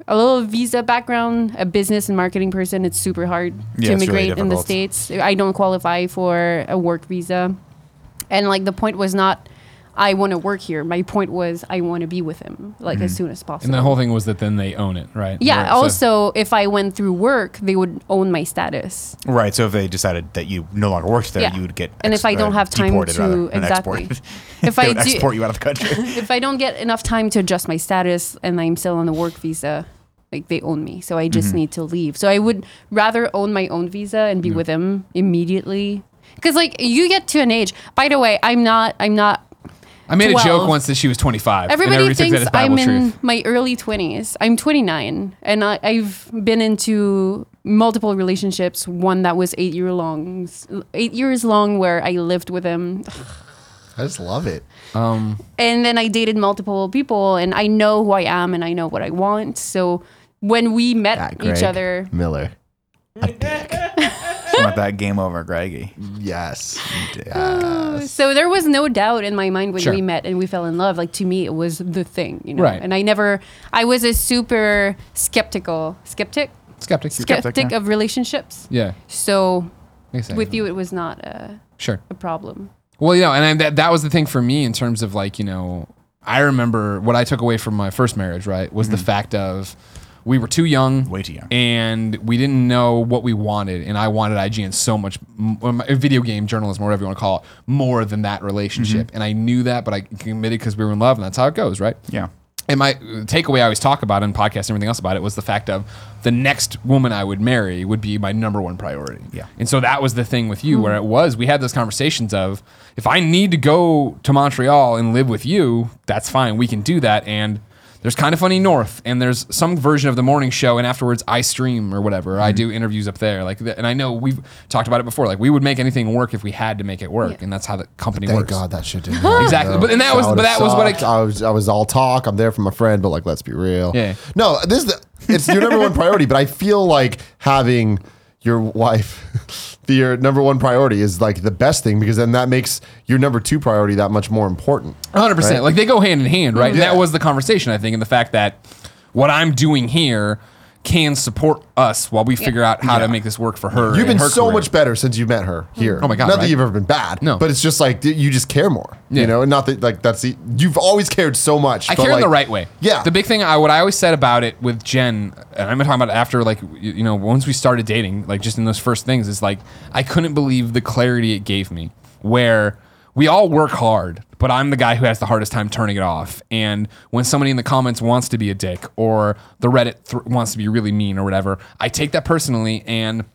S4: a little visa background, a business and marketing person, it's super hard
S3: Yeah,
S4: to
S3: it's really
S4: immigrate in the
S3: difficult.
S4: States. I don't qualify for a work visa. And like the point was not, I want to work here. My point was, I want to be with him like
S3: Mm-hmm.
S4: as soon as possible.
S2: And the whole thing was that then they own it, right?
S4: yeah.
S2: Right, so-
S4: also, if I went through work, they would own my status.
S3: Right. So if they decided that you no longer worked there,
S4: Yeah.
S3: you would get
S4: And if I
S3: ex-
S4: don't
S3: uh,
S4: have time
S3: deported,
S4: to-
S3: rather, than
S4: exactly.
S3: exported.
S4: If
S3: they
S4: I
S3: would
S4: do-
S3: export you out of the country.
S4: If I don't get enough time to adjust my status and I'm still on the work visa, Like they own me, so I just
S2: Mm-hmm.
S4: need to leave. So I would rather own my own visa and be with him immediately. Because like you get to an age. By the way, I'm not. I'm not.
S2: I made a joke
S4: 12.
S2: once that she was 25. and
S4: Everybody
S2: everybody took that
S4: thinks
S2: as Bible
S4: I'm
S2: truth.
S4: in my early 20s. I'm 29, and I, I've been into multiple relationships. One that was eight year long, eight years long, where I lived with him
S1: I just love it.
S4: and then I dated multiple people, and I know who I am, and I know what I want. So when we met each other,
S1: Miller.
S3: want that game over, Greggy.
S1: Yes.
S4: so there was no doubt in my mind when
S2: Sure.
S4: we met and we fell in love. Like to me, it was the thing, you know.
S2: Right.
S4: And I never, I was a super skeptical skeptic,
S2: Skeptic.
S4: skeptic,
S3: yeah.
S4: of relationships.
S2: Yeah.
S4: So
S2: Makes sense.
S4: with you, it was not a,
S2: Sure.
S4: a problem.
S2: Well, you know, and I, that that was the thing for me in terms of like you know, I remember what I took away from my first marriage, right, was the fact of we were too young,
S3: Mm-hmm. Way too young.
S2: and we didn't know what we wanted, and I wanted IGN so much, m- or my- video game journalism, or whatever you want to call it, more than that relationship,
S3: Mm-hmm.
S2: and I knew that, but I committed because we were in love, and that's how it goes, right?
S3: Yeah.
S2: and my uh, takeaway I always talk about in podcasts and everything else about it was the fact of the next woman I would marry would be my number one priority.
S3: Yeah.
S2: And so that was the thing with you where it was we had those conversations of if I need to go to Montreal and live with you, that's fine. We can do that. And there's kind of funny north and there's some version of the morning show and afterwards I stream or whatever. I do interviews up there. Like th- and I know we've talked about it before. Like we would make anything work if we had to make it work. And that's how the company
S1: Thank
S2: works.
S1: God that shit didn't.
S2: Exactly. But- and that was- but
S1: would've
S2: that was what I-
S1: sucked. I, was. I was all talk. I'm there for my friend, but like, let's be real.
S2: Yeah.
S1: No, this is the. It's your number one priority, but I feel like having your wife be your number one priority is like the best thing because then that makes your number two priority that much more important.
S2: hundred percent.
S1: Right?
S2: Like they go hand in hand, right? And
S1: Yeah.
S2: that was the conversation, I think, and the fact that what I'm doing here can support us while we figure out how to make this work for her.
S1: You've
S2: and
S1: been
S2: her
S1: so
S2: career.
S1: much better since you met her here.
S2: Oh my God,
S1: Not
S2: right?
S1: that you've ever been bad.
S2: No.
S1: But it's just like th- you just care more.
S2: Yeah.
S1: You know, and not that like that's the, you've always cared so much.
S2: I
S1: but,
S2: care in the
S1: like-
S2: right way.
S1: Yeah.
S2: The big thing I what I always said about it with Jen, and I'm talking about after like you you know once we started dating, like just in those first things, is like I couldn't believe the clarity it gave me. Where we all work hard, but I'm the guy who has the hardest time turning it off. And when somebody in the comments wants to be a dick or the Reddit thr wants to be really mean or whatever, I take that personally and.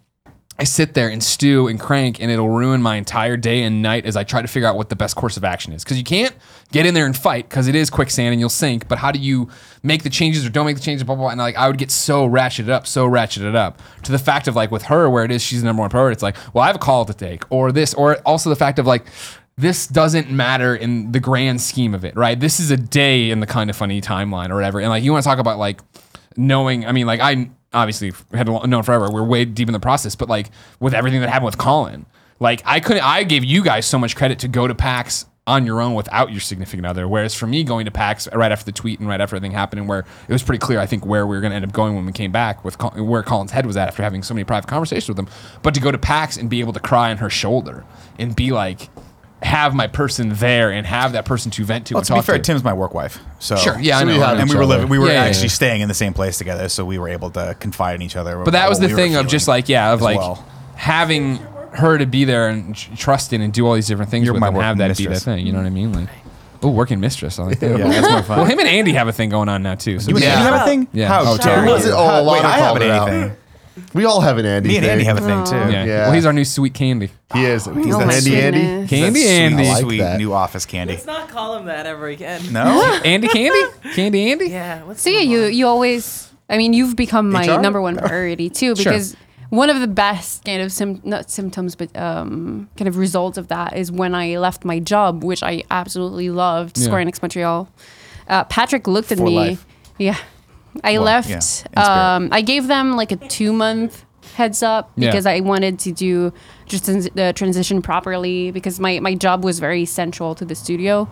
S2: I sit there and stew and crank, and it'll ruin my entire day and night as I try to figure out what the best course of action is. Because you can't get in there and fight because it is quicksand and you'll sink. But how do you make the changes or don't make the changes? Blah blah. blah. And like I would get so ratcheted up, so ratcheted up to the fact of like with her where it is she's the number one priority. It's like well I have a call to take or this or also the fact of like this doesn't matter in the grand scheme of it, right? This is a day in the kind of funny timeline or whatever. And like you want to talk about like knowing i mean like i obviously had known forever we're way deep in the process but like with everything that happened with colin like i couldn't i gave you guys so much credit to go to pax on your own without your significant other whereas for me going to pax right after the tweet and right after everything happened and where it was pretty clear i think where we were going to end up going when we came back with Col- where colin's head was at after having so many private conversations with him but to go to pax and be able to cry on her shoulder and be like have my person there and have that person to vent to
S3: Well,
S2: and
S3: to be
S2: talk
S3: fair,
S2: to
S3: Tim's my work wife. So
S2: Sure, yeah, I
S1: So we
S2: know.
S1: had
S2: I know.
S1: each
S3: and we were
S1: other.
S3: living, we were
S2: Yeah, yeah,
S3: actually
S2: yeah.
S3: staying in the same place together, so we were able to confide in each other.
S2: But that was the
S3: what we were
S2: thing of just
S3: feeling.
S2: like yeah, of
S3: as
S2: like
S3: well.
S2: having her to be there and tr- trust in and do all these different things
S3: You're
S2: with
S3: my
S2: and have that be
S3: working
S2: the
S3: mistress.
S2: thing. You know what I mean? Like, oh, working mistress. I like that.
S3: Yeah, that's more fun.
S2: Well, him and Andy have a thing going on now too. So
S3: You and
S1: Yeah.
S3: Andy have a thing?
S2: Yeah.
S3: How
S2: Oh,
S3: dare
S5: Terry.
S3: you?
S5: Was
S1: it- oh,
S3: How-
S1: Lana
S3: wait, I have
S1: called
S3: an
S1: it out.
S3: Andy thing.
S1: We all have an Andy.
S3: Me and Andy
S1: thing.
S3: have a thing too.
S2: yeah.
S1: Yeah.
S2: Well, he's our new sweet candy.
S1: He is. He's
S4: Oh
S1: the
S4: my
S1: Andy Andy.
S4: goodness.
S2: Candy
S3: That's sweet,
S2: Andy.
S1: I like
S3: sweet
S1: that.
S3: new office candy.
S5: Let's not call him that ever again.
S3: No,
S2: Andy Candy? Candy Andy?
S5: Yeah. Let's
S4: So yeah, you you always. I mean, you've become my
S1: HR?
S4: number one priority too, because one of the best kind of sym- not symptoms, but um, kind of results of that is when I left my job, which I absolutely loved,
S2: Yeah.
S4: Square Enix Montreal. Uh, Patrick looked at
S1: For
S4: me.
S1: life.
S4: Yeah,
S3: Well, yeah,
S4: I
S3: in
S4: left.
S3: spirit.
S4: um, I gave them like a two month heads up
S2: Yeah.
S4: because I wanted to do just trans- the transition properly because my my job was very central to the studio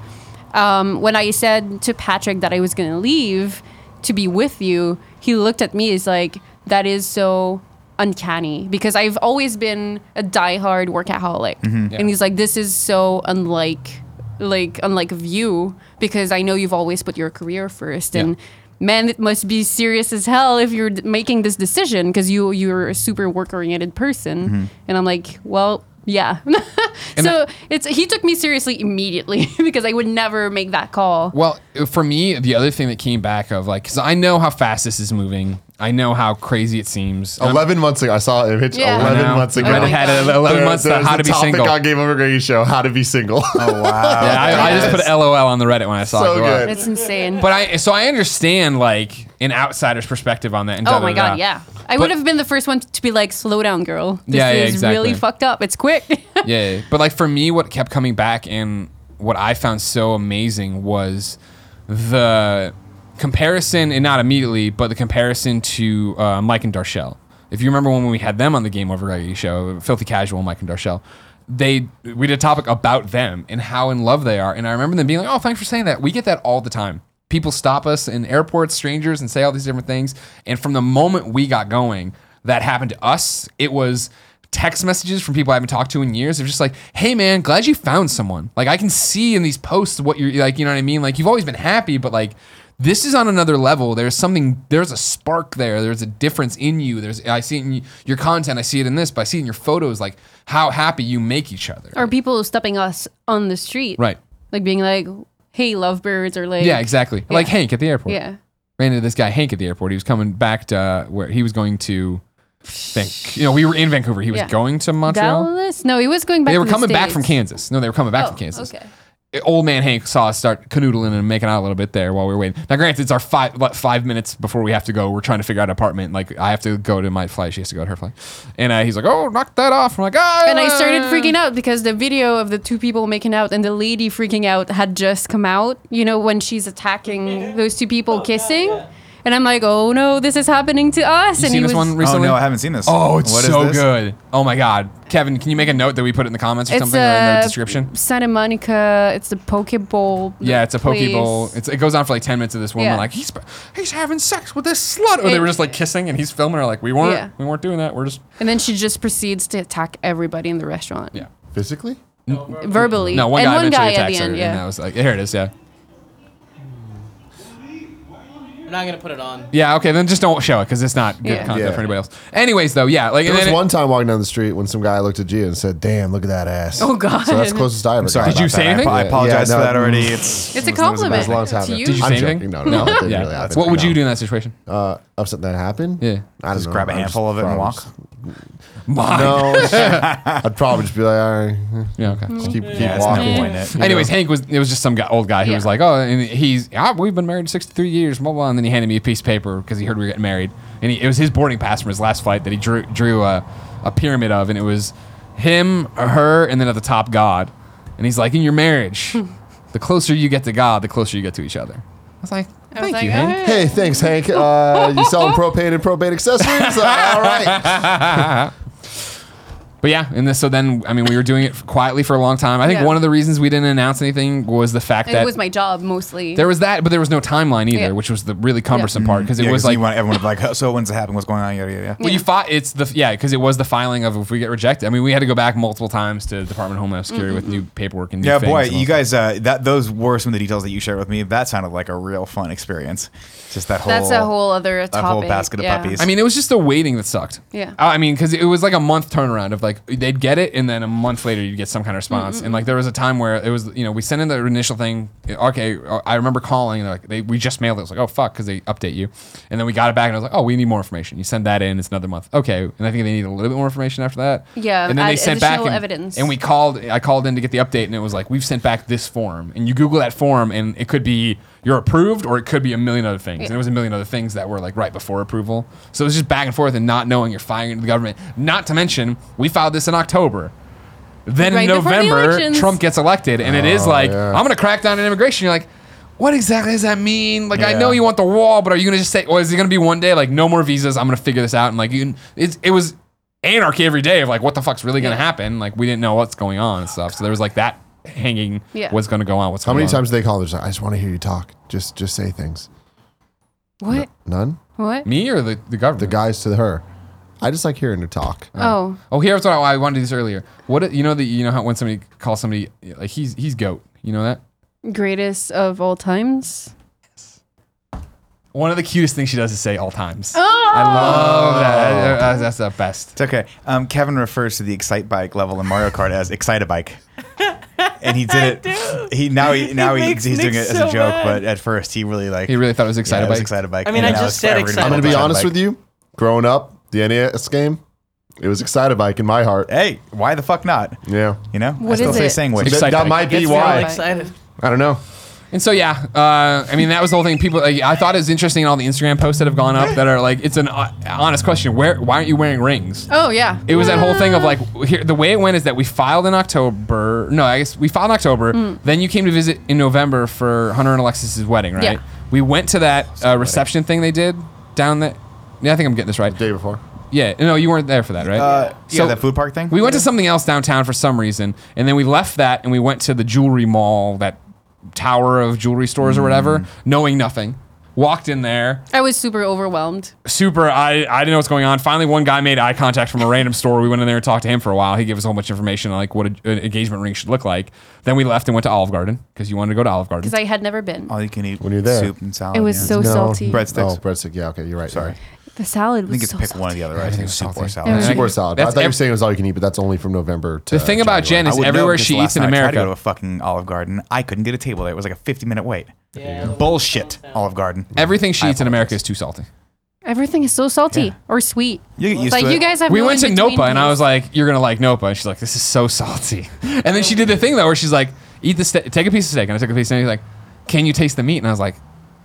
S4: um, when I said to Patrick that I was going to leave to be with you, he looked at me as like, that is so uncanny because I've always been a diehard workaholic. And he's like, this is so unlike, like, unlike of you because I know you've always put your career first. And man, it must be serious as hell if you're d- making this decision because you, you're a super work oriented person. And I'm like, well, yeah. so it's he took me seriously immediately because I would never make that call.
S2: Well, for me, the other thing that came back of like, because I know how fast this is moving, I know how crazy it seems. And I'm-
S1: Eleven months ago, I saw it. Mitch,
S4: Yeah.
S1: Eleven
S2: I know.
S1: months ago,
S2: I had it 11 months
S1: There-
S2: to
S1: there's
S2: how
S1: a
S2: to be
S1: topic
S2: single.
S1: on Game Over Greggy show. How to be single.
S3: Oh wow.
S2: Yeah, I, I just
S1: Yes.
S2: put LOL on the Reddit when I saw
S1: So
S2: it. go up.
S1: good.
S4: That's insane.
S2: But I so I understand like an outsider's perspective on that. And
S4: oh
S2: da,
S4: my
S2: da, da,
S4: god,
S2: da.
S4: yeah. I would have been the first one to be like, slow down, girl. This
S2: Yeah, yeah,
S4: is
S2: exactly.
S4: really fucked up. It's quick.
S2: yeah, yeah. But like for me, what kept coming back and what I found so amazing was the comparison, and not immediately, but the comparison to uh, Mike and Darshell. If you remember when we had them on the Game Over Reggie show, Filthy Casual, Mike and Darshell, they we did a topic about them and how in love they are, and I remember them being like, "Oh, thanks for saying that." We get that all the time. People stop us in airports, strangers, and say all these different things. And from the moment we got going, that happened to us. It was text messages from people I haven't talked to in years. They're just like, "Hey, man, glad you found someone." Like I can see in these posts what you're like. You know what I mean? Like you've always been happy, but like this is on another level. There's something. There's a spark there. There's a difference in you. There's I see it in your content. I see it in this, but I see it in your photos. Like how happy you make each other.
S4: or people stopping us on the street.
S2: Right.
S4: Like being like, hey, lovebirds, or like.
S2: Yeah, exactly. Like Hank at the airport.
S4: Yeah.
S2: ran into this guy Hank at the airport. He was coming back to uh, where he was going to. Think. You know, we were in Vancouver. He was
S4: Yeah.
S2: going to Montreal.
S4: Dallas? No, he was going back
S2: They
S4: to
S2: were
S4: the
S2: coming back from
S4: States.
S2: Kansas. No, they were coming back from
S4: Oh,
S2: Kansas.
S4: Okay.
S2: old man Hank saw us start canoodling and making out a little bit there while we were waiting. Now, granted, it's our five what, five minutes before we have to go. We're trying to figure out an apartment. Like, I have to go to my flight. She has to go to her flight. And uh, he's like, "Oh, knock that off!" I'm like, "Ah!"
S4: And I started freaking out because the video of the two people making out and the lady freaking out had just come out, you know, when she's attacking those two people kissing. And I'm like, oh no, this is happening to us.
S2: You
S4: and
S2: seen
S4: he
S2: this
S4: was,
S2: one
S3: Oh
S2: recently?
S3: no, I haven't seen this.
S2: Oh, it's
S3: What is
S2: so
S3: this?
S2: good. Oh my god, Kevin, can you make a note that we put it in the comments or
S4: It's uh,
S2: something or in the
S4: a-
S2: description?
S4: Santa Monica, it's the Pokeball.
S2: Yeah, it's a
S4: place.
S2: pokeball. It's, it goes on for like ten minutes of this woman
S4: Yeah.
S2: like he's he's having sex with this slut, or they
S4: It-
S2: were just like kissing and he's filming her like we weren't
S4: Yeah.
S2: we weren't doing that. We're just
S4: And then she just proceeds to attack everybody in the restaurant.
S2: Yeah.
S1: Physically?
S4: Verbally.
S2: no one
S4: and
S2: guy
S4: one
S2: eventually
S4: guy at
S2: attacks
S4: the
S2: her
S4: end,
S2: and I
S4: yeah.
S2: was like here it is yeah.
S5: I'm not gonna put it on.
S2: Yeah, okay, then just don't show it because it's not good
S4: Yeah.
S2: content
S1: Yeah.
S2: for anybody else. Anyways, though, yeah, like
S1: There
S2: and
S1: was
S2: then it-
S1: one time walking down the street when some guy looked at you and said, "Damn, look at that ass."
S4: Oh, God.
S1: So that's the closest I ever.
S3: Sorry
S1: got.
S2: Did you
S3: about
S2: say
S3: that. I
S2: anything?
S3: apo- I,
S1: Yeah,
S3: apologize
S1: no,
S3: for that already. It's
S4: It's
S1: That
S4: a
S1: was
S4: compliment.
S1: a long time
S4: to
S1: ago.
S4: you.
S2: Did you
S1: I'm
S2: say anything?
S1: joking. No, no, no. It didn't
S2: yeah.
S1: really happen.
S2: what would
S1: No.
S2: you do in that situation?
S1: Uh, of something that happened?
S2: Yeah.
S1: I don't
S3: Just
S1: know.
S3: grab a
S1: I'd
S3: handful of it and
S1: probably
S3: walk?
S1: just-
S2: Mine.
S1: No, I'd probably just be like, all right,
S2: Yeah, okay.
S4: Mm-hmm.
S1: just keep, keep
S3: yeah, it's no
S1: walking.
S3: point in it.
S2: Anyways, Hank was it was just some guy, old guy who was
S4: Yeah.
S2: like, oh, and he's ah, we've been married 63 years, blah blah, and then he handed me a piece of paper because he heard we were getting married, and he, it was his boarding pass from his last flight that he drew drew a, a pyramid of, and it was him, her, and then at the top God, and he's like, in your marriage, the closer you get to God, the closer you get to each other. I was like,
S4: I was
S2: thank
S4: like,
S2: you, Hank.
S4: "Alright."
S1: Hey, thanks, Hank. Uh, you selling propane and propane accessories? Uh, all right.
S2: But yeah, and this, so then I mean we were doing it quietly for a long time. I think
S4: Yeah.
S2: one of the reasons we didn't announce anything was the fact
S4: It
S2: that
S4: was my job mostly.
S2: there was that, but there was no timeline either,
S4: Yeah.
S2: which was the really cumbersome part because it
S3: Yeah,
S2: was
S3: 'cause
S2: like
S3: you want everyone to be like, so when's it happen? What's going on? Yada yada.
S2: well,
S3: yada.
S2: you fought. It's the yeah because it was the filing of if we get rejected. I mean we had to go back multiple times to Department of Homeland Security
S4: Mm-hmm.
S2: with new paperwork and new
S3: Yeah,
S2: things
S3: boy,
S2: and all
S3: you
S2: that.
S3: guys. Uh, that those were some of the details that you shared with me. That sounded like a real fun experience. Just that whole.
S4: That's
S2: Oh.
S4: a whole other
S3: whole
S4: topic.
S3: basket of
S4: yeah.
S3: puppies.
S2: I mean, it was just the waiting that sucked. Uh,
S4: Yeah.
S2: I I mean, because it was like a month turnaround of like they'd get it, and then a month later you'd get some kind of response. And like there was a time where it was, you know, we sent in the initial thing. Okay, uh, I remember calling. They're like, they, we just mailed it. It was like, oh fuck, because they update you. And then we got it back, and I was like, oh, we need more information. You send that in. It's another month. Okay, and I think they need a little bit more information after that.
S4: Yeah,
S2: And then they
S4: add
S2: sent back
S4: additional
S2: and,
S4: evidence.
S2: and we called. I called in to get the update, and it was like, we've sent back this form. And you Google that form, and it could be you're approved, or it could be a million other things. And it was a million other things that were like right before approval. So it was just back and forth, and not knowing you're firing the government. Not to mention, we filed this in October. Then in
S4: Right before the
S2: November,
S4: elections.
S2: Trump gets elected, and it is like,
S1: yeah.
S2: I'm going to crack down on immigration. You're like. What exactly does that mean? Like, I
S3: Yeah.
S2: know you want the wall, but are you gonna just say, or is it gonna be one day like no more visas? I'm gonna figure this out, and like, you, it's, it was anarchy every day of like what the fuck's really gonna
S4: Yeah.
S2: happen like we didn't know what's going on and stuff so there was like that hanging
S4: Yeah.
S2: what's gonna go on what's
S1: How
S2: going
S1: many
S2: on.
S1: times did they call? There's like, I just want to hear you talk. Just, just say things.
S4: What?
S1: None.
S4: What?
S2: me or the, the government
S1: The guys to her. I just like hearing her talk.
S4: Oh.
S2: oh here's what I, I wanted to do this earlier what it- you know the you know how when somebody calls somebody like he's he's goat you know that
S4: Greatest of all times?
S2: one of the cutest things she does is say all times
S4: Oh!
S2: I love that That's- that's the best
S3: It's okay. Um, Kevin refers to the Excite Bike level in Mario Kart as Excite Bike. and he did it. He now he now
S5: It
S3: he, he's
S5: makes
S3: doing
S5: Nick
S3: it as
S5: so
S3: a joke,
S5: mad.
S3: but at first he really like
S2: He really thought it was
S3: yeah,
S2: excited
S3: I
S2: by
S3: was excited by.
S5: I mean, I just said
S1: I'm going to be
S5: Excitebike.
S1: honest with you. Growing up, the NES game, it was Excited Bike in my heart.
S2: Eh.
S3: Hey, why the fuck not?
S1: Yeah.
S3: You know,
S4: What
S3: I still
S4: is
S3: say
S4: it?
S3: sandwich.
S1: That,
S2: Excitebike.
S1: that might be
S5: Gets me all
S1: why.
S5: excited.
S1: I don't know.
S2: And so yeah, uh, I mean that was the whole thing. People, like, I thought it was interesting. in All the Instagram posts that have gone up that are like, it's an uh, honest question. Where why aren't you wearing rings?
S4: Oh yeah.
S2: It was that whole thing of like here, the way it went is that we filed in October. No, I guess we filed in October. Then you came to visit in November for Hunter and Alexis's wedding, right?
S4: Yeah.
S2: We went to that uh, reception thing they did down there. Yeah, I think I'm getting this right.
S1: Day before.
S2: Yeah, no, you weren't there for that, right?
S3: Uh, yeah,
S2: So-
S3: that food park thing.
S2: We went to something else downtown for some reason, and then we left that and we went to the jewelry mall, that tower of jewelry stores or
S3: Mm.
S2: whatever, knowing nothing. Walked in there,
S4: I was super overwhelmed.
S2: super. I I didn't know what's going on. Finally, one guy made eye contact from a random store. We went in there and talked to him for a while. He gave us a whole bunch of information on like what a, an engagement ring should look like. Then we left and went to Olive Garden because you wanted to go to Olive Garden.
S4: because I had never been.
S3: all you can eat
S1: When you're there.
S3: soup and salad.
S4: It was
S3: Oh, yeah.
S4: so
S1: No.
S4: salty.
S1: Oh,
S3: breadsticks.
S1: breadstick. Yeah, okay. You're right.
S3: Sorry, I
S4: The salad was
S3: think it's
S4: so
S3: pick
S4: salty.
S3: one or the other. I think it's soup or
S2: And
S3: salad.
S2: I
S1: Soup
S2: think
S1: or salad. I
S2: that's
S1: thought you were
S2: ev-
S1: saying it was all you can eat, but that's only from November to
S2: The thing about Jen
S1: January.
S2: is
S3: would know
S2: everywhere
S3: because
S2: she
S3: last
S2: eats in
S3: time I tried to go to
S2: America,
S3: a fucking Olive Garden. I couldn't get a table there. It was like a 50 minute wait.
S5: Yeah.
S3: Bullshit. Olive Garden.
S2: everything she eats in America is too salty.
S4: Everything is so salty or sweet.
S3: You get used
S4: like
S3: to
S4: you
S3: it.
S4: guys have.
S2: we
S4: no
S2: went to
S4: in-between
S2: Nopa, and I
S4: place.
S2: was like, "You're gonna like Nopa," and she's like, "This is so salty." And then she did the thing though, where she's like, "Eat the steak, take a piece of steak," and I took a piece, and she's like, "Can you taste the meat?" And I was like,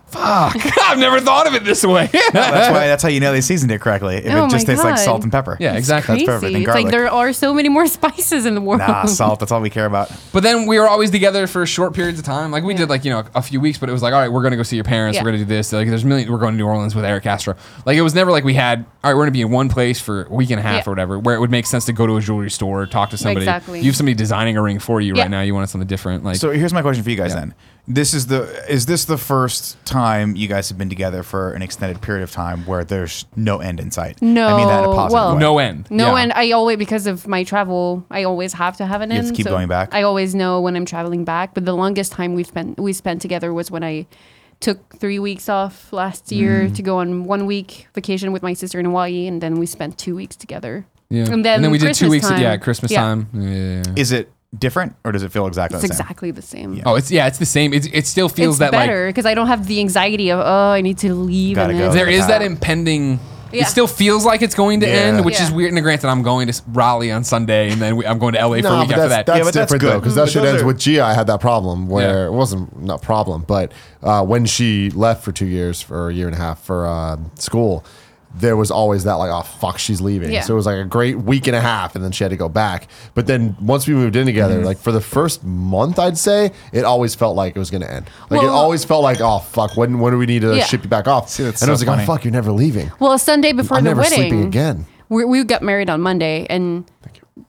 S2: "Fuck, I've never thought of it this way."
S3: That's why. That's how you know they seasoned it correctly. If
S4: Oh
S3: it just
S4: my
S3: tastes like
S4: God.
S3: salt and pepper.
S2: Yeah, exactly.
S3: That's perfect.
S4: Crazy.
S3: And
S4: It's like
S3: garlic.
S4: there are so many more spices in the world.
S3: nah, salt. That's all we care about.
S2: but then we were always together for short periods of time. Like we did, like you know, a few weeks, but it was like, "All right, we're gonna go see your parents.
S4: Yeah.
S2: We're gonna do this." Like there's a million. We're going to New Orleans with Eric Castro. Like it was never like we had. All right, we're gonna be in one place for a week and a half
S4: Yeah.
S2: or whatever, where it would make sense to go to a jewelry store, talk to somebody.
S4: Exactly.
S2: You have somebody designing a ring for you
S4: Yeah.
S2: right now. You wanted something different. Like
S3: So here's my question for you guys then. This is the is this the first time you guys have been together for an extended period of time where there's no end in sight?
S4: No,
S3: I mean that in a positive
S4: well-
S3: way.
S2: no end.
S4: Oh. No,
S2: Yeah.
S4: and I always because of my travel, I always have to have an
S3: You have
S4: end.
S3: to keep going back.
S4: I always know when I'm traveling back. But the longest time we've spent we spent together was when I took three weeks off last year
S2: Mm-hmm.
S4: to go on one week vacation with my sister in Hawaii, and then we spent two weeks together.
S2: Yeah.
S4: and then,
S2: we did
S4: Christmas
S2: two weeks.
S4: Time,
S2: yeah, Christmas time. Yeah.
S3: Is it different or does it feel exactly
S4: It's
S3: the same?
S4: exactly the same.
S2: Oh, it's yeah, it's the same. It, it still feels
S4: it's
S2: that
S4: better because I don't have the anxiety of oh I need to leave.
S3: Gotta
S4: and
S3: go.
S4: it's-
S2: like there is that
S3: Yeah.
S2: impending.
S4: Yeah.
S2: It still feels like it's going to
S3: Yeah.
S2: end, which is
S4: Yeah.
S2: weird. And granted, I'm going to Raleigh on Sunday, and then we, I'm going to LA for a
S1: No,
S2: week
S1: but
S2: after
S1: that's,
S2: that.
S1: that's
S3: Yeah, but that's
S1: different
S3: good.
S1: though, because that
S3: Mm,
S1: shit
S3: those
S1: ends
S3: are-
S1: with Gia. I had that problem where
S2: Yeah.
S1: it wasn't not problem, but uh, when she left for two years for a year and a half for uh, school, there was always that like, oh fuck, she's leaving.
S4: Yeah.
S1: So it was like a great week and a half, and then she had to go back. But then once we moved in together,
S3: Mm-hmm.
S1: like for the first month, I'd say it always felt like it was gonna end. Like it
S4: Well-
S1: always felt like, oh fuck, when when do we need to
S4: Yeah.
S1: ship you back off?
S3: See,
S1: and
S3: that's
S1: I
S3: so
S1: was like,
S3: funny.
S1: oh fuck, you're never leaving.
S4: Well, Sunday before
S1: I'm
S4: the
S1: never
S4: wedding,
S1: sleeping again.
S4: We, we got married on Monday, and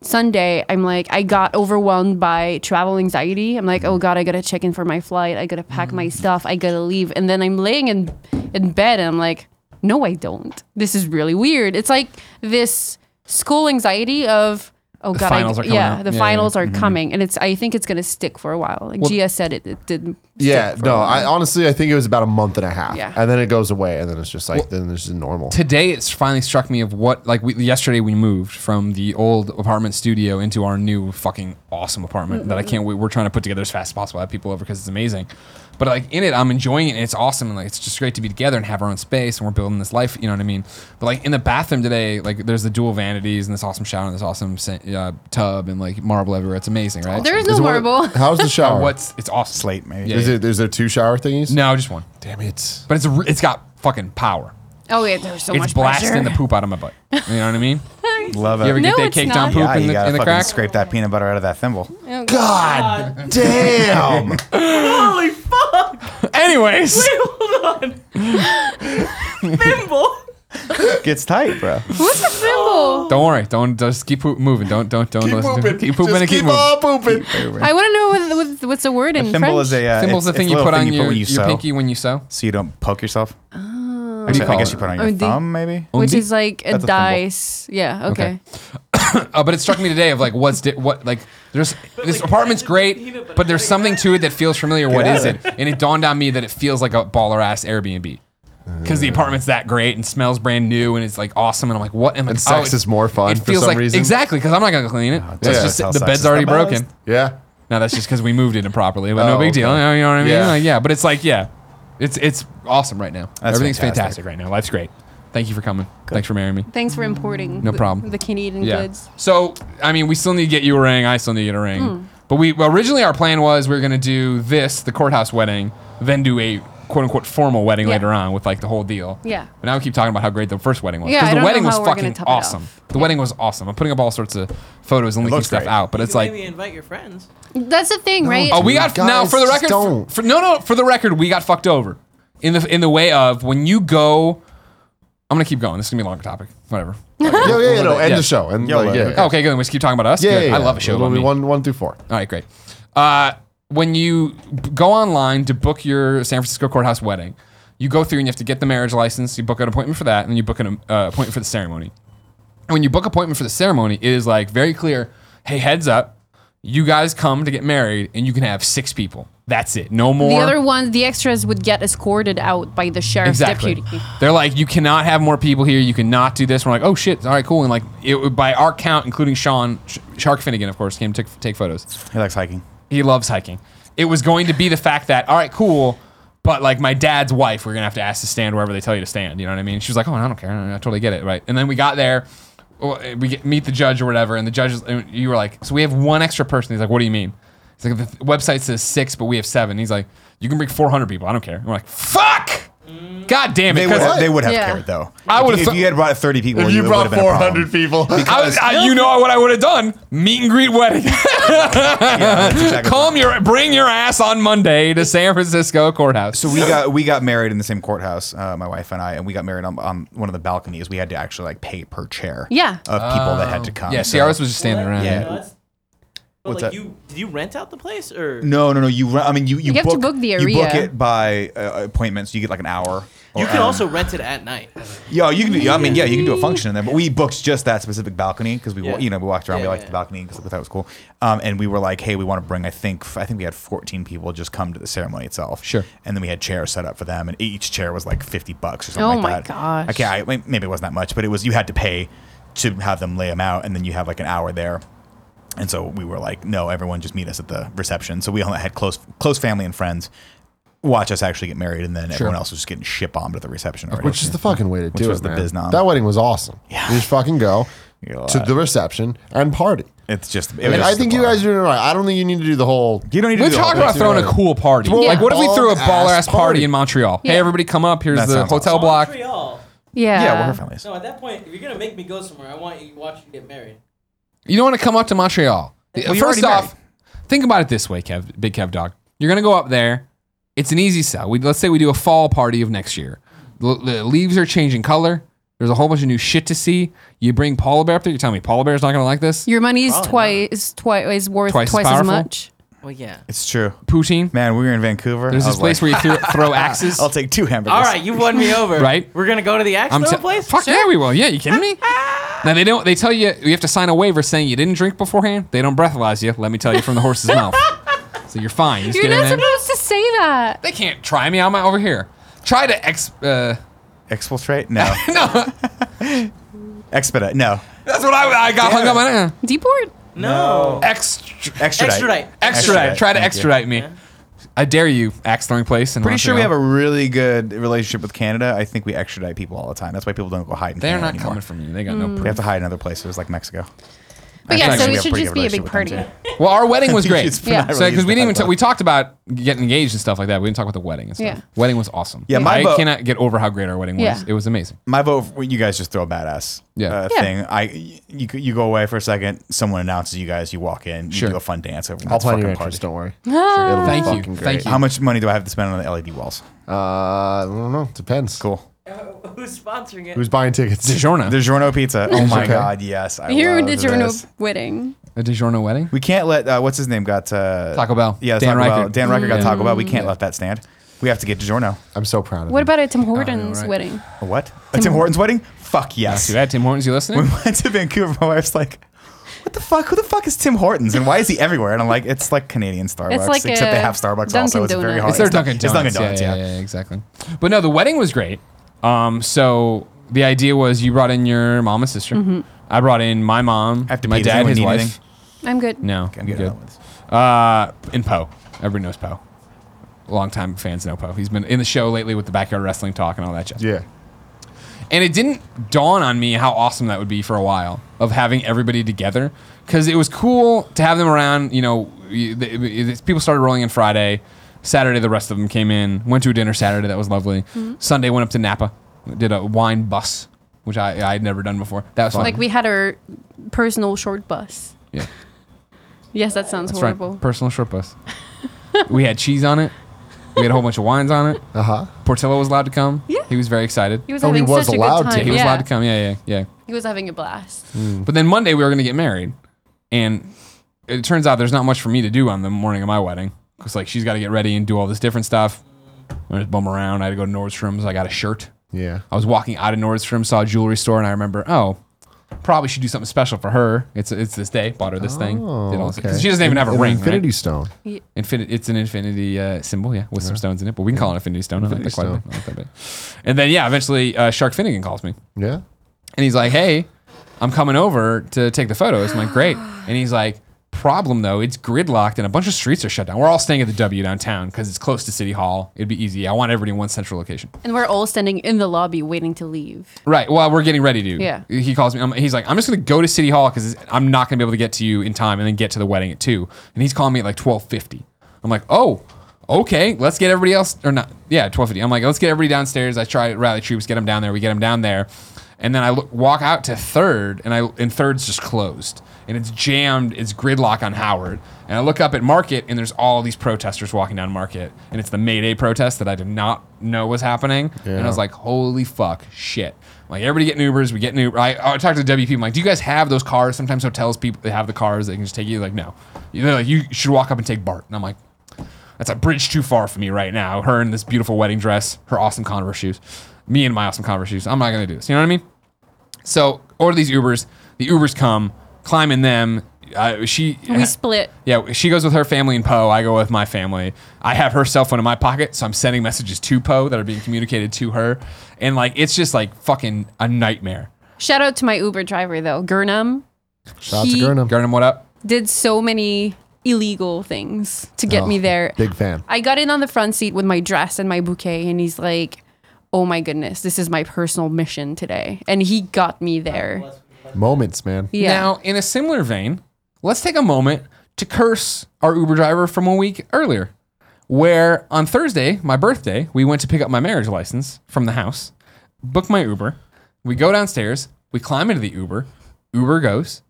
S4: Sunday, I'm like, I got overwhelmed by travel anxiety. I'm like, oh god, I gotta check in for my flight. I gotta pack
S1: Mm.
S4: my stuff. I gotta leave. And then I'm laying in in bed, and I'm like, no, I don't. This is really weird. It's like this school anxiety of. Oh God!
S2: finals
S4: I,
S2: are coming
S4: yeah,
S2: up.
S4: the
S2: Yeah, Mm-hmm.
S4: finals are coming, and it's. I think it's gonna stick for a while. Like Gia said, it, it did.
S1: Yeah,
S4: stick for a
S1: no,
S4: while.
S1: I honestly I think it was about a month and a half.
S4: Yeah.
S1: And then it goes away and then it's just like then it's just normal.
S2: Today, it's finally struck me of what like we, yesterday we moved from the old apartment studio into our new fucking awesome apartment that I can't wait. We're trying to put together as fast as possible. I have people over because it's amazing. But like in it, I'm enjoying it and it's awesome and like it's just great to be together and have our own space and we're building this life. You know what I mean? But like in the bathroom today, like there's the dual vanities and this awesome shower and this awesome uh, tub and like marble everywhere. It's amazing, right?
S4: there is no
S1: Is it one-
S4: marble.
S1: how's the shower?
S2: What's it's awesome.
S3: Slate, maybe.
S2: Yeah,
S1: is
S2: yeah.
S1: it? Is there two shower thingies?
S2: No, just one.
S1: Damn it.
S2: But it's a, re- it's got fucking power.
S4: Oh yeah, there's so
S2: it's
S4: much
S2: blasting
S4: pressure.
S2: the poop out of my butt. You know what I mean?
S3: Love it.
S2: You ever
S4: No,
S2: get that
S4: it's
S2: caked
S4: not.
S2: on poop
S3: yeah,
S2: in
S3: you
S2: the,
S3: gotta
S2: in the
S3: fucking
S2: crack?
S3: scrape that peanut butter out of that thimble.
S4: Oh,
S1: God damn.
S5: Holy fuck!
S2: Anyways,
S5: Hold on. Thimble.
S3: Gets tight, bro.
S4: What's a thimble?
S2: don't worry. Don't just keep poop moving. Don't don't don't keep listen. To, keep pooping
S1: Just
S2: and keep,
S1: keep
S2: moving.
S1: on pooping.
S4: I want to know what, what, what's the word in
S3: Thimble
S4: French.
S3: is a uh,
S2: Thimble's the
S3: it's-
S2: thing
S3: it's
S2: you
S3: a
S2: put
S3: little
S2: on
S3: thing you
S2: your,
S3: when you
S2: your
S3: sew,
S2: pinky when you sew.
S3: so you don't poke yourself.
S2: What do you
S3: I
S2: call
S3: guess
S2: it?
S3: you put on your
S4: Oh, the-
S3: thumb, maybe.
S4: which
S2: Undi?
S4: is like a
S3: That's a thimble.
S4: dice. Yeah. Okay.
S2: Uh, but it struck me today of like what's di- what like there's this
S5: like,
S2: apartment's
S5: that's
S2: great,
S5: peanut butter.
S2: but there's something to it that feels familiar. What
S3: Yeah.
S2: is it? And it dawned on me that it feels like a baller ass Airbnb. Because
S3: Uh.
S2: the apartment's that great and smells brand new and it's like awesome and I'm like what am I? Oh,
S1: And sex
S2: it-
S1: is more fun
S2: It
S1: for
S2: feels
S1: some
S2: like
S1: reason.
S2: exactly because I'm not gonna clean it. It's
S1: yeah.
S2: just
S3: Ah, That's how
S2: the
S3: sex
S2: bed's
S3: is the
S2: already
S3: best.
S2: broken.
S1: Yeah.
S2: No, that's just because we moved it improperly, but no
S1: Oh,
S2: big deal. You
S1: okay.
S2: know, you know what I mean?
S1: Yeah.
S2: Like, yeah, but it's like, yeah, it's it's awesome right now.
S3: That's
S2: Everything's fantastic.
S3: fantastic.
S2: right now. Life's great. Thank you for coming. Thanks for marrying me.
S4: Thanks for importing.
S2: No
S4: the,
S2: problem.
S4: The Canadian goods.
S2: So, I mean, we still need to get you a ring. I still need to get a ring.
S4: Hmm.
S2: But we well, originally our plan was we were going to do this, the courthouse wedding, then do a quote unquote formal wedding
S4: Yeah.
S2: later on with like the whole deal.
S4: Yeah.
S2: But now we keep talking about how great the first wedding was.
S4: Yeah, I
S2: Because
S4: don't
S2: the
S4: know
S2: wedding was
S4: how we're gonna
S2: fucking
S4: top it
S2: awesome.
S4: off.
S2: The wedding was awesome. I'm putting up all sorts of photos and leaking
S3: looks
S2: stuff
S3: great.
S2: out, but it's like
S5: maybe invite your friends.
S4: That's the thing, right?
S2: Oh, we got
S1: Guys,
S2: now for the
S1: just
S2: record.
S1: don't.
S2: For, no, no, for the record, we got fucked over in the in the way of when you go. I'm gonna keep going. This is gonna be a longer topic. Whatever.
S1: Yeah, yeah, yeah. No, end
S2: Yeah.
S1: the show. And
S3: Yeah,
S1: like, yeah,
S3: whatever.
S1: yeah.
S2: Okay, good. Then we just keep talking about us.
S1: yeah,
S2: Good.
S1: yeah,
S2: I
S1: yeah.
S2: love a show
S1: It'll
S2: about
S1: be
S2: me.
S1: One, one through four.
S2: All right, great. Uh, when you b- go online to book your San Francisco courthouse wedding, you go through and you have to get the marriage license. You book an appointment for that, and then you book an uh, appointment for the ceremony. When you book appointment for the ceremony, it is like very clear. Hey, heads up, you guys come to get married, and you can have six people. That's it. No more.
S4: the other ones, the extras would get escorted out by the sheriff's
S2: Exactly.
S4: deputy.
S2: They're like, you cannot have more people here. You cannot do this. We're like, oh shit. All right, cool. And like, it, by our count, including Sean Sh- Shark Finnegan, of course, came to take, take photos.
S3: He likes hiking.
S2: He loves hiking. It was going to be the fact that, all right, cool, but like my dad's wife, we're gonna have to ask to stand wherever they tell you to stand. You know what I mean? She was like, oh, I don't care. I totally get it. Right. And then we got there. well, We get, meet the judge or whatever, and the judge. Is, and you were like, so we have one extra person. He's like, what do you mean? He's like, the th- website says six, but we have seven. He's like, you can bring 400 people. I don't care. And we're like, fuck. God damn it.
S3: They
S2: 'cause-
S3: would, they would have
S4: Yeah.
S3: cared though.
S2: I
S3: If
S2: would've
S3: you-
S2: thought-
S3: If you had brought 30 people,
S1: If you
S3: it
S1: brought
S3: would've been a problem.
S1: 400 people,
S2: I was, I, you know what I would have done? Meet and greet wedding.
S3: Yeah, that's exactly-
S2: Come your, bring your ass on Monday to San Francisco courthouse.
S3: So we got we got married in the same courthouse, uh, my wife and I, and we got married on, on one of the balconies. We had to actually like pay per chair.
S4: Yeah.
S3: Of people that had to come.
S2: Oh. yeah, see,
S3: so-
S2: ours was just standing around.
S3: Yeah.
S5: No, that's- But
S3: What's
S5: like
S3: that?
S5: you, did you rent out the place or?
S3: No, no, no. You. Rent, I mean, you. You,
S4: You have to book the
S3: You book
S4: area.
S3: it by uh, appointment, so you get like an hour.
S5: You
S3: or
S5: can
S3: hour.
S5: also rent it at night.
S3: Yeah, you can do. I mean, yeah, you can do a function in there. But we booked just that specific balcony because we, wa-
S5: Yeah.
S3: you know, we walked around. we
S5: Yeah,
S3: liked
S5: yeah.
S3: the balcony because we thought it was cool. Um, and we were like, hey, we want to bring. I think I think we had 14 people just come to the ceremony itself.
S2: Sure.
S3: And then we had chairs set up for them, and each chair was like 50 bucks or something
S4: Oh
S3: like
S4: my
S3: that.
S4: gosh.
S3: Okay, I, wait, maybe it wasn't that much, but it was you had to pay to have them lay them out, and then you have like an hour there. And so we were like, no, everyone just meet us at the reception. So we only had close close family and friends watch us actually get married, and then everyone else was just getting shit bombed at the reception. already.
S1: Which is the fucking way to do
S3: was
S1: it.
S3: the
S1: man.
S3: biz nom.
S1: That wedding was awesome.
S3: Yeah.
S1: You just fucking go
S3: You got a
S1: to
S3: lot.
S1: the reception and party.
S3: It's just. It was
S1: And I
S3: just
S1: think
S3: a
S1: you
S3: bar.
S1: guys are doing it right. I don't think you need to do the whole.
S3: You don't need to.
S2: We've
S3: do the
S2: talked
S3: whole
S2: about
S3: thing.
S2: throwing a cool party.
S1: Throw
S2: Like,
S1: a
S2: what if we threw a
S1: balled-ass
S2: baller ass party
S1: party.
S2: in Montreal? Hey,
S4: Yeah.
S2: everybody, come up. Here's
S3: That
S2: the
S3: sounds
S2: hotel
S3: awesome.
S2: block.
S5: Montreal.
S4: Yeah.
S3: Yeah, we're her families.
S5: No, at that point, if you're gonna make me go somewhere, I want you watch you get married.
S2: You don't want to come up to Montreal.
S3: you're
S2: First
S3: already
S2: off, think about it this way, Kev, Big Kev Dog. You're gonna go up there. It's an easy sell. We, let's say we do a fall party of next year. The- the leaves are changing color. There's a whole bunch of new shit to see. You bring Paula Bear up there. You're telling me Paula Bear's not gonna like this?
S4: Your money's twice, twice is worth
S2: Twice
S4: twice,
S2: as
S4: as
S2: powerful?
S4: much.
S5: Well, yeah.
S3: It's true,
S2: Poutine.
S3: man. We were in Vancouver.
S2: There's
S3: I
S2: this
S3: was
S2: place
S3: like,
S2: where you throw, throw axes.
S3: I'll take two hamburgers.
S5: All right, you won me over.
S2: Right?
S5: We're gonna go to the axe
S2: I'm
S5: throwing
S2: t-
S5: place.
S2: Fuck yeah, we will. Yeah, you kidding me? now they don't. They tell you you have to sign a waiver saying you didn't drink beforehand. They don't breathalyze you. Let me tell you from the horse's mouth. So you're fine. You just
S4: You're
S2: get in
S4: not
S2: there.
S4: supposed to say that.
S2: They can't try me. I'm over here. Try to ex. Uh,
S3: Exfiltrate? No.
S2: no,
S3: Expedite? No.
S2: that's what I, I got hung up on.
S4: Deport.
S5: No.
S2: Extra,
S3: Extradite.
S5: Extradite.
S2: extradite. Try to
S3: Thank you.
S2: extradite me. I dare you, axe throwing place. And
S3: Pretty sure we have a really good relationship with Canada. I think we extradite people all the time. That's why people don't go hide in
S2: They're
S3: Canada
S2: not
S3: anymore.
S2: coming for me. Mm. They got no.
S3: We
S2: proof.
S3: have to hide in other places like Mexico.
S4: But yeah,
S2: think
S4: so
S2: we
S4: it
S3: have
S4: should
S3: pretty
S4: just
S3: good
S4: be a
S3: relationship
S4: big party.
S3: with them,
S2: Well, our wedding was great.
S3: It's
S2: So
S3: been
S4: Yeah.
S3: not
S2: because
S3: released
S2: we didn't even
S3: that
S2: ta-
S3: well.
S2: we talked about getting engaged and stuff like that. We didn't talk about the wedding and stuff.
S4: Yeah.
S2: Wedding was awesome.
S3: Yeah, my
S2: I
S3: vote-
S2: cannot get over how great our wedding was.
S4: Yeah.
S2: It was amazing.
S3: My vote. For, you guys just throw a badass.
S2: Yeah.
S3: Uh,
S4: Yeah.
S3: Thing. I. You you go away for a second. Someone announces you guys. You walk in. You
S2: Sure.
S3: do a fun dance.
S1: I'll plan your entrance.
S3: party.
S1: Don't worry. Sure, it'll be
S2: Thank you,
S1: fucking
S2: thank
S1: great.
S2: you.
S3: How much money do I have to spend on the LED walls?
S1: Uh, I don't know. Depends.
S3: Cool.
S5: Who's sponsoring it?
S1: Who's buying tickets?
S2: DiGiorno.
S3: DiGiorno pizza. Oh my
S1: Okay.
S3: god, yes. I
S4: Here
S3: love
S4: did your no
S3: this.
S4: wedding.
S2: A DiGiorno wedding?
S3: We can't let uh, what's his name got uh,
S2: Taco Bell.
S3: Yeah,
S2: Dan
S3: Dan Taco Bell.
S2: Reichert.
S3: Dan Reichert got
S2: Yeah.
S3: Taco Bell. We can't let that stand. We have to get DiGiorno.
S1: I'm so proud of
S4: What
S1: you.
S4: about a Tim Hortons
S2: right.
S4: wedding?
S3: A what? A Tim Hortons wedding? Fuck yes.
S2: Too bad, Tim Hortons, you
S3: We
S2: listening?
S3: went to Vancouver. My wife's like, "What the fuck? Who the fuck is Tim Hortons? And why is he everywhere?" And I'm like, "It's like Canadian Starbucks,
S4: like
S3: except
S4: a
S3: they have Starbucks
S4: Dunkin'
S3: also. It's very
S4: Donuts.
S3: hard.
S2: It's their
S3: not-
S2: Dunkin' Donuts.
S3: It's Dunkin' Donuts.
S2: yeah,
S3: Yeah,
S2: yeah, yeah, exactly. But no, the wedding was great. Um, so the
S4: Mm-hmm.
S2: idea was you brought in your mom and sister. I brought in my mom,
S3: I have to
S2: my
S3: pee. Does
S2: dad,
S3: anyone
S2: his
S3: need
S2: wife.
S3: anything?
S4: I'm good.
S2: No.
S3: Okay, I'm good. on that one.
S2: Uh, and Poe. Everybody knows Poe. Longtime fans know Poe. He's been in the show lately with the backyard wrestling talk and all that jazz.
S1: Yeah.
S2: And it didn't dawn on me how awesome that would be for a while of having everybody together because it was cool to have them around. You know, y- the- the- people started rolling in Friday. Saturday, the rest of them came in. Went to a dinner Saturday. That was lovely.
S4: Mm-hmm.
S2: Sunday, went up to Napa. Did a wine bus, which I, I had never done before. That was fun.
S4: Like we had our personal short bus.
S2: yeah.
S4: Yes, that sounds
S2: That's
S4: horrible.
S2: right. Personal short bus. we had cheese on it. We had a whole bunch of wines on it.
S1: Uh huh.
S4: Uh-huh.
S2: Portillo was allowed to come.
S4: Yeah.
S2: He was very excited.
S4: He was
S1: Oh, he
S4: having
S1: was
S4: such
S1: allowed
S4: a
S1: to.
S4: good time.
S2: Yeah, he was
S4: yeah.
S2: allowed to come. Yeah, yeah,
S4: He was having a blast.
S2: yeah. But then Monday we were going to get married, and it turns out there's not much for me to do on the morning of my wedding because like she's got to get ready and do all this different stuff. I just bum around. I had to go to Nordstrom's. I got a shirt.
S1: Yeah.
S2: I was walking out of Nordstrom, saw a jewelry store, and I remember, oh, probably should do something special for her. It's it's this day. Bought her this thing. Did all this- 'cause She doesn't even have a
S1: Oh, An
S2: ring.
S1: Infinity
S2: right?
S1: Stone.
S2: Infin- it's an infinity uh, symbol, yeah, with some stones in it, but we can call it infinity stone. I like that quite a
S1: Infinity
S2: bit. I like that bit. And then, yeah, eventually uh, Shark Finnegan calls me
S1: Yeah.
S2: and he's like, hey, I'm coming over to take the photos. I'm like, great. And he's like, problem though, it's gridlocked and a bunch of streets are shut down. We're all staying at the W downtown because it's close to City Hall. It'd be easy. I want everybody in one central location.
S4: And we're all standing in the lobby waiting to leave.
S2: Right. Well, we're getting ready to.
S4: Yeah.
S2: He calls me. I'm, he's like, I'm just going to go to City Hall because I'm not going to be able to get to you in time, and then get to the wedding at two. And he's calling me at like 12:50. I'm like, oh, okay. Let's get everybody else or not. Yeah, 12:50. I'm like, let's get everybody downstairs. I try to rally troops, get them down there. We get them down there, and then I look, walk out to third, and I and third's just closed, and it's jammed. It's gridlock on Howard. And I look up at Market, and there's all these protesters walking down Market, and it's the May Day protest that I did not know was happening. And I was
S1: Yeah.
S2: like like, holy fuck, shit. Like everybody getting Ubers, we get an Uber. I, I talked to the WP. I'm like, do you guys have those cars? Sometimes hotels people they have the cars they can just take you. Like, no. They're like, you should walk up and take Bart. And I'm like, that's a bridge too far for me right now. Her in this beautiful wedding dress, her awesome Converse shoes, me in my awesome Converse shoes. I'm not gonna do this. You know what I mean? So order these Ubers. The Ubers come, climb in them. I, she
S4: We split.
S2: yeah, she goes with her family in Poe. I go with my family. I have her cell phone in my pocket, so I'm sending messages to Poe that are being communicated to her. And like, it's just like fucking a nightmare.
S4: Shout out to my Uber driver though, Gurnam.
S1: Shout out to
S4: He
S1: Gurnam.
S2: Gurnam, what up?
S4: Did so many illegal things to get
S1: Oh,
S4: me there.
S1: Big fan.
S4: I got in on the front seat with my dress and my bouquet, and he's like, "Oh my goodness, this is my personal mission today," and he got me there.
S1: Moments, man.
S4: Yeah.
S2: Now, in a similar vein, let's take a moment to curse our Uber driver from a week earlier, where on Thursday, my birthday, we went to pick up my marriage license from the house, book my Uber. We go downstairs, we climb into the Uber. Uber goes.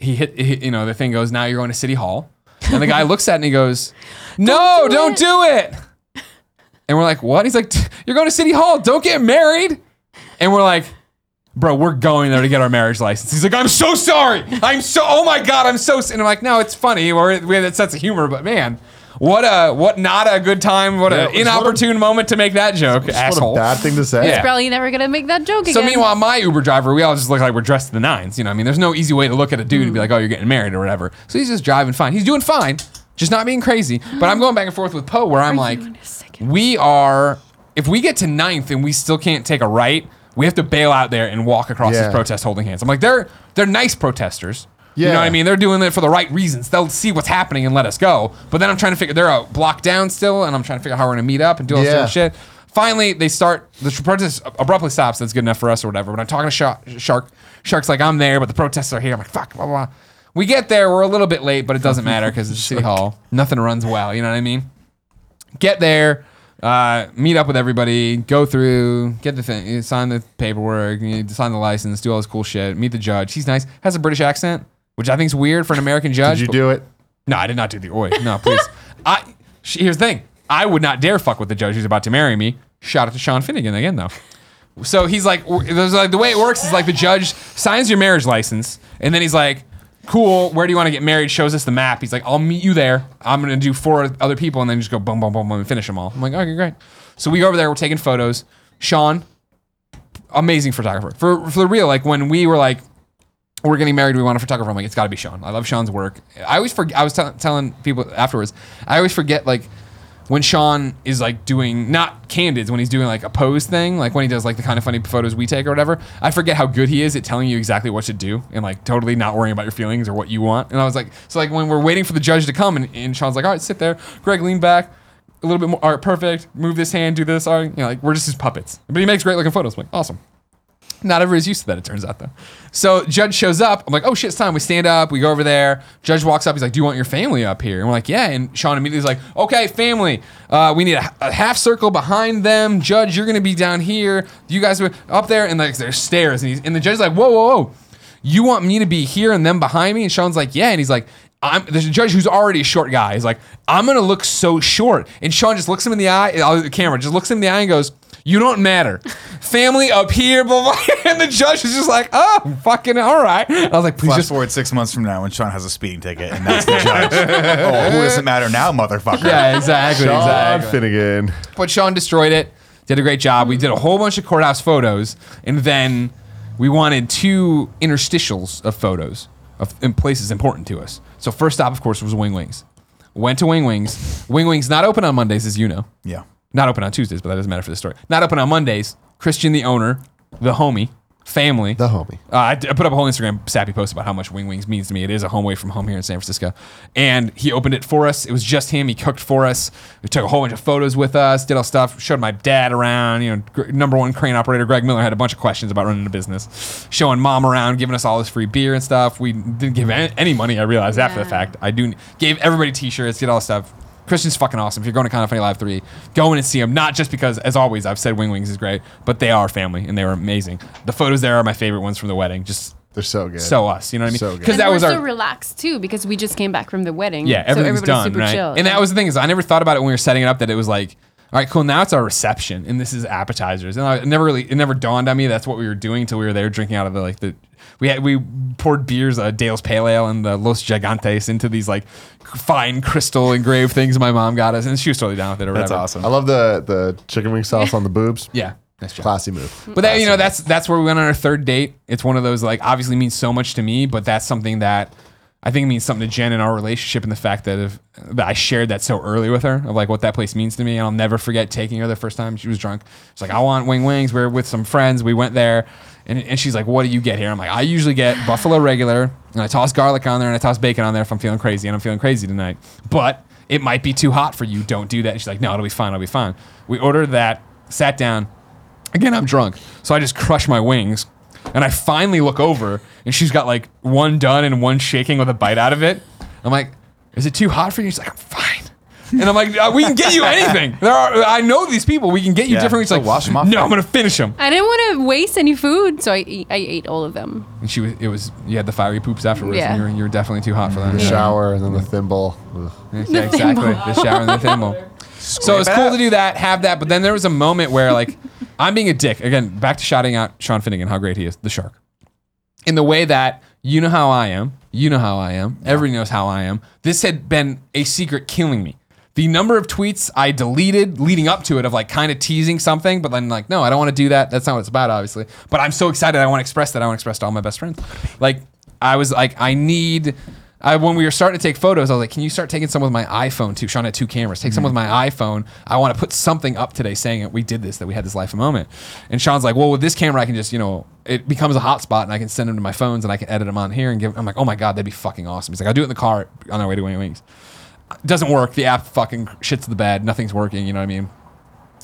S2: He hit, he- you know, the thing goes, now you're going to City Hall. And the guy looks at it and he goes, No, don't do, it. And we're like, What? He's like, "T- You're going to City Hall. Don't get married. And we're like, bro, we're going there to get our marriage license. He's like, I'm so sorry. I'm so, oh my God, I'm so, s-" and I'm like, no, it's funny. We're, we have that sense of humor, but man, what a, what not a good time, what
S1: Yeah,
S2: an
S1: it's
S2: inopportune moment to make that joke,
S1: What
S2: asshole.
S1: a bad thing to say.
S2: Yeah.
S4: Probably never gonna make that joke
S2: So
S4: again.
S2: meanwhile, my Uber driver, we all just look like we're dressed to the nines. You know, what I mean, there's no easy way to look at a dude and
S4: Hmm.
S2: be like, oh, you're getting married or whatever. So he's just driving fine. He's doing fine, just not being crazy. But
S4: Hmm.
S2: I'm going back and forth with Poe, where I'm like,
S4: on a second?
S2: we are. If we get to ninth and we still can't take a right, we have to bail out there and walk across
S1: Yeah.
S2: this protest holding hands. I'm like, they're they're nice protesters. You know
S1: Yeah.
S2: what I mean? They're doing it for the right reasons. They'll see what's happening and let us go. But then I'm trying to figure they're a block down still, and I'm trying to figure out how we're gonna meet up and do all this
S1: Yeah.
S2: different shit shit. Finally, they start the protest abruptly stops. That's good enough for us or whatever. But I'm talking to Shark. Shark Shark's like, I'm there, but the protests are here. I'm like, fuck, blah blah. blah. We get there. We're a little bit late, but it doesn't matter because it's City Hall. Nothing runs well. You know what I mean? Get there. Uh, meet up with everybody, go through, get the thing, you sign the paperwork, you sign the license, do all this cool shit, meet the judge. He's nice, has a British accent, which I think is weird for an American judge.
S1: Did you
S2: but-
S1: do it?
S2: no, I did not do the oi. No, please. I sh- here's the thing. I would not dare fuck with the judge who's about to marry me. Shout out to Sean Finnegan again though. So he's like, w- there's like the way it works is like the judge signs your marriage license, and then he's like, "Cool, where do you want to get married?" Shows us the map. He's like, "I'll meet you there. I'm gonna do four other people, and then just go boom, boom, boom, boom, and finish them all." I'm like, "Okay, great." So we go over there. We're taking photos. Sean, amazing photographer. For for the real, like when we were like we're getting married. We want a photographer. I'm like, it's got to be Sean. I love Sean's work. I always forget. I was tell telling people afterwards. I always forget like when Sean is like doing not candids when he's doing like a pose thing, like when he does like the kind of funny photos we take or whatever. I forget how good he is at telling you exactly what to do and like totally not worrying about your feelings or what you want. And I was like, so like when we're waiting for the judge to come and, and Sean's like, all right, sit there. Greg, lean back. A little bit more. All right, perfect. Move this hand. Do this. All right, you know, like we're just his puppets. But he makes great looking photos. I'm like, awesome. Not everybody's used to that, it turns out, though. So Judge shows up. I'm like, oh shit, it's time. We stand up, we go over there. Judge walks up. He's like, do you want your family up here? And we're like, yeah. And Sean immediately is like, okay, family. Uh, we need a, a half circle behind them. Judge, you're going to be down here. You guys are up there. And like, there's stairs. And, he's, and the judge's like, whoa, whoa, whoa. You want me to be here and them behind me? And Sean's like, yeah. And he's like, I'm there's a judge who's already a short guy. He's like, I'm gonna look so short. And Sean just looks him in the eye, uh, the camera just looks him in the eye and goes, You don't matter. Family up here, blah, blah. And the judge is just like, Oh, fucking all right. I was like, please
S3: Flash
S2: just
S3: forward six months from now when Sean has a speeding ticket and that's the judge. oh, who does it matter now, motherfucker?
S2: Yeah, exactly,
S1: Sean
S2: exactly.
S1: Finnegan.
S2: But Sean destroyed it. Did a great job. We did a whole bunch of courthouse photos, and then we wanted two interstitials of photos of in places important to us. So first stop, of course, was Wing Wings. Went to Wing Wings. Wing Wings not open on Mondays, as you know.
S3: Yeah.
S2: Not open on Tuesdays, but that doesn't matter for the story. Not open on Mondays. Christian, the owner, the homie, family,
S1: The homie.
S2: uh, I, I put up a whole Instagram sappy post about how much Wing Wings means to me. It is a home away from home here in San Francisco. And he opened it for us. It was just him. He cooked for us. We took a whole bunch of photos with us, did all stuff, showed my dad around. You know, gr- number one crane operator, Greg Miller, had a bunch of questions about running a business, showing mom around, giving us all this free beer and stuff. We didn't give an- any money, I realized after the
S4: Yeah.
S2: fact. I do gave everybody t shirts, did all this stuff. Christian's fucking awesome. If you're going to Kind of Funny Live 3, go in and see him. Not just because, as always, I've said Wing Wings is great, but they are family and they were amazing. The photos there are my favorite ones from the wedding. Just
S1: They're so good.
S2: so us, you know what I mean?
S1: So good.
S2: Because
S4: And
S2: that
S4: we're
S2: was
S4: so
S2: our
S4: relaxed too because we just came back from the wedding.
S2: yeah,
S4: so
S2: everything's
S4: everybody's
S2: done
S4: super
S2: right.
S4: chill.
S2: And that was the thing is I never thought about it when we were setting it up that it was like, all right, cool. Now it's our reception and this is appetizers. And I it never really it never dawned on me that's what we were doing until we were there drinking out of the like the. We had we poured beers, uh, Dale's Pale Ale and the Los Gigantes into these like fine crystal engraved things my mom got us, and she was totally down with it. Or
S3: That's
S2: whatever.
S3: awesome.
S1: I love the the chicken wing sauce on the boobs.
S2: Yeah, nice job.
S1: Classy
S4: Mm.
S1: move.
S2: But that, you know, that's that's where we went on our third date. It's one of those like obviously means so much to me, but that's something that I think means something to Jen in our relationship and the fact that if that I shared that so early with her of like what that place means to me, and I'll never forget taking her the first time she was drunk. She's like, I want wing wings. We are with some friends. We went there, and, and she's like, What do you get here? I'm like, I usually get buffalo regular, and I toss garlic on there, and I toss bacon on there if I'm feeling crazy, and I'm feeling crazy tonight. But it might be too hot for you. Don't do that. And she's like, No, it'll be fine. It'll be fine. We ordered that, sat down. Again, I'm drunk, so I just crush my wings. And I finally look over, and she's got like one done and one shaking with a bite out of it. I'm like, "Is it too hot for you?" She's like, "I'm fine." And I'm like, uh, "We can get you anything. There are, I know these people. We can get you
S3: Yeah,
S2: different." She's
S3: so
S2: like,
S3: wash 'em off
S2: No,
S3: then."
S2: I'm gonna finish them.
S4: I didn't want to waste any food, so I e- I ate all of them.
S2: And she was, it was, you had the fiery poops afterwards,
S4: Yeah.
S2: and you were, you were definitely too hot for that.
S1: The shower and then the thimble. Ugh.
S2: Yeah, exactly. The shower and the thimble. So it was
S3: it
S2: cool
S3: out.
S2: to do that, have that, but then there was a moment where like I'm being a dick. Again, back to shouting out Sean Finnegan, how great he is, the shark. In the way that you know how I am, you know how I am, everybody knows how I am. This had been a secret killing me. The number of tweets I deleted leading up to it of like kind of teasing something, but then like, no, I don't want to do that. That's not what it's about, obviously. But I'm so excited. I want to express that. I want to express to all my best friends. Like, I was like, I need I, when we were starting to take photos, I was like, "Can you start taking some with my iPhone too?" Sean had two cameras. Take some with my iPhone. I want to put something up today saying that we did this, that we had this life moment. And Sean's like, "Well, with this camera, I can just you know, it becomes a hotspot, and I can send them to my phones, and I can edit them on here and give." I'm like, "Oh my god, that'd be fucking awesome." He's like, "I'll do it in the car on our way to Wing Wings." Doesn't work. The app fucking shits the bed. Nothing's working. You know what I mean?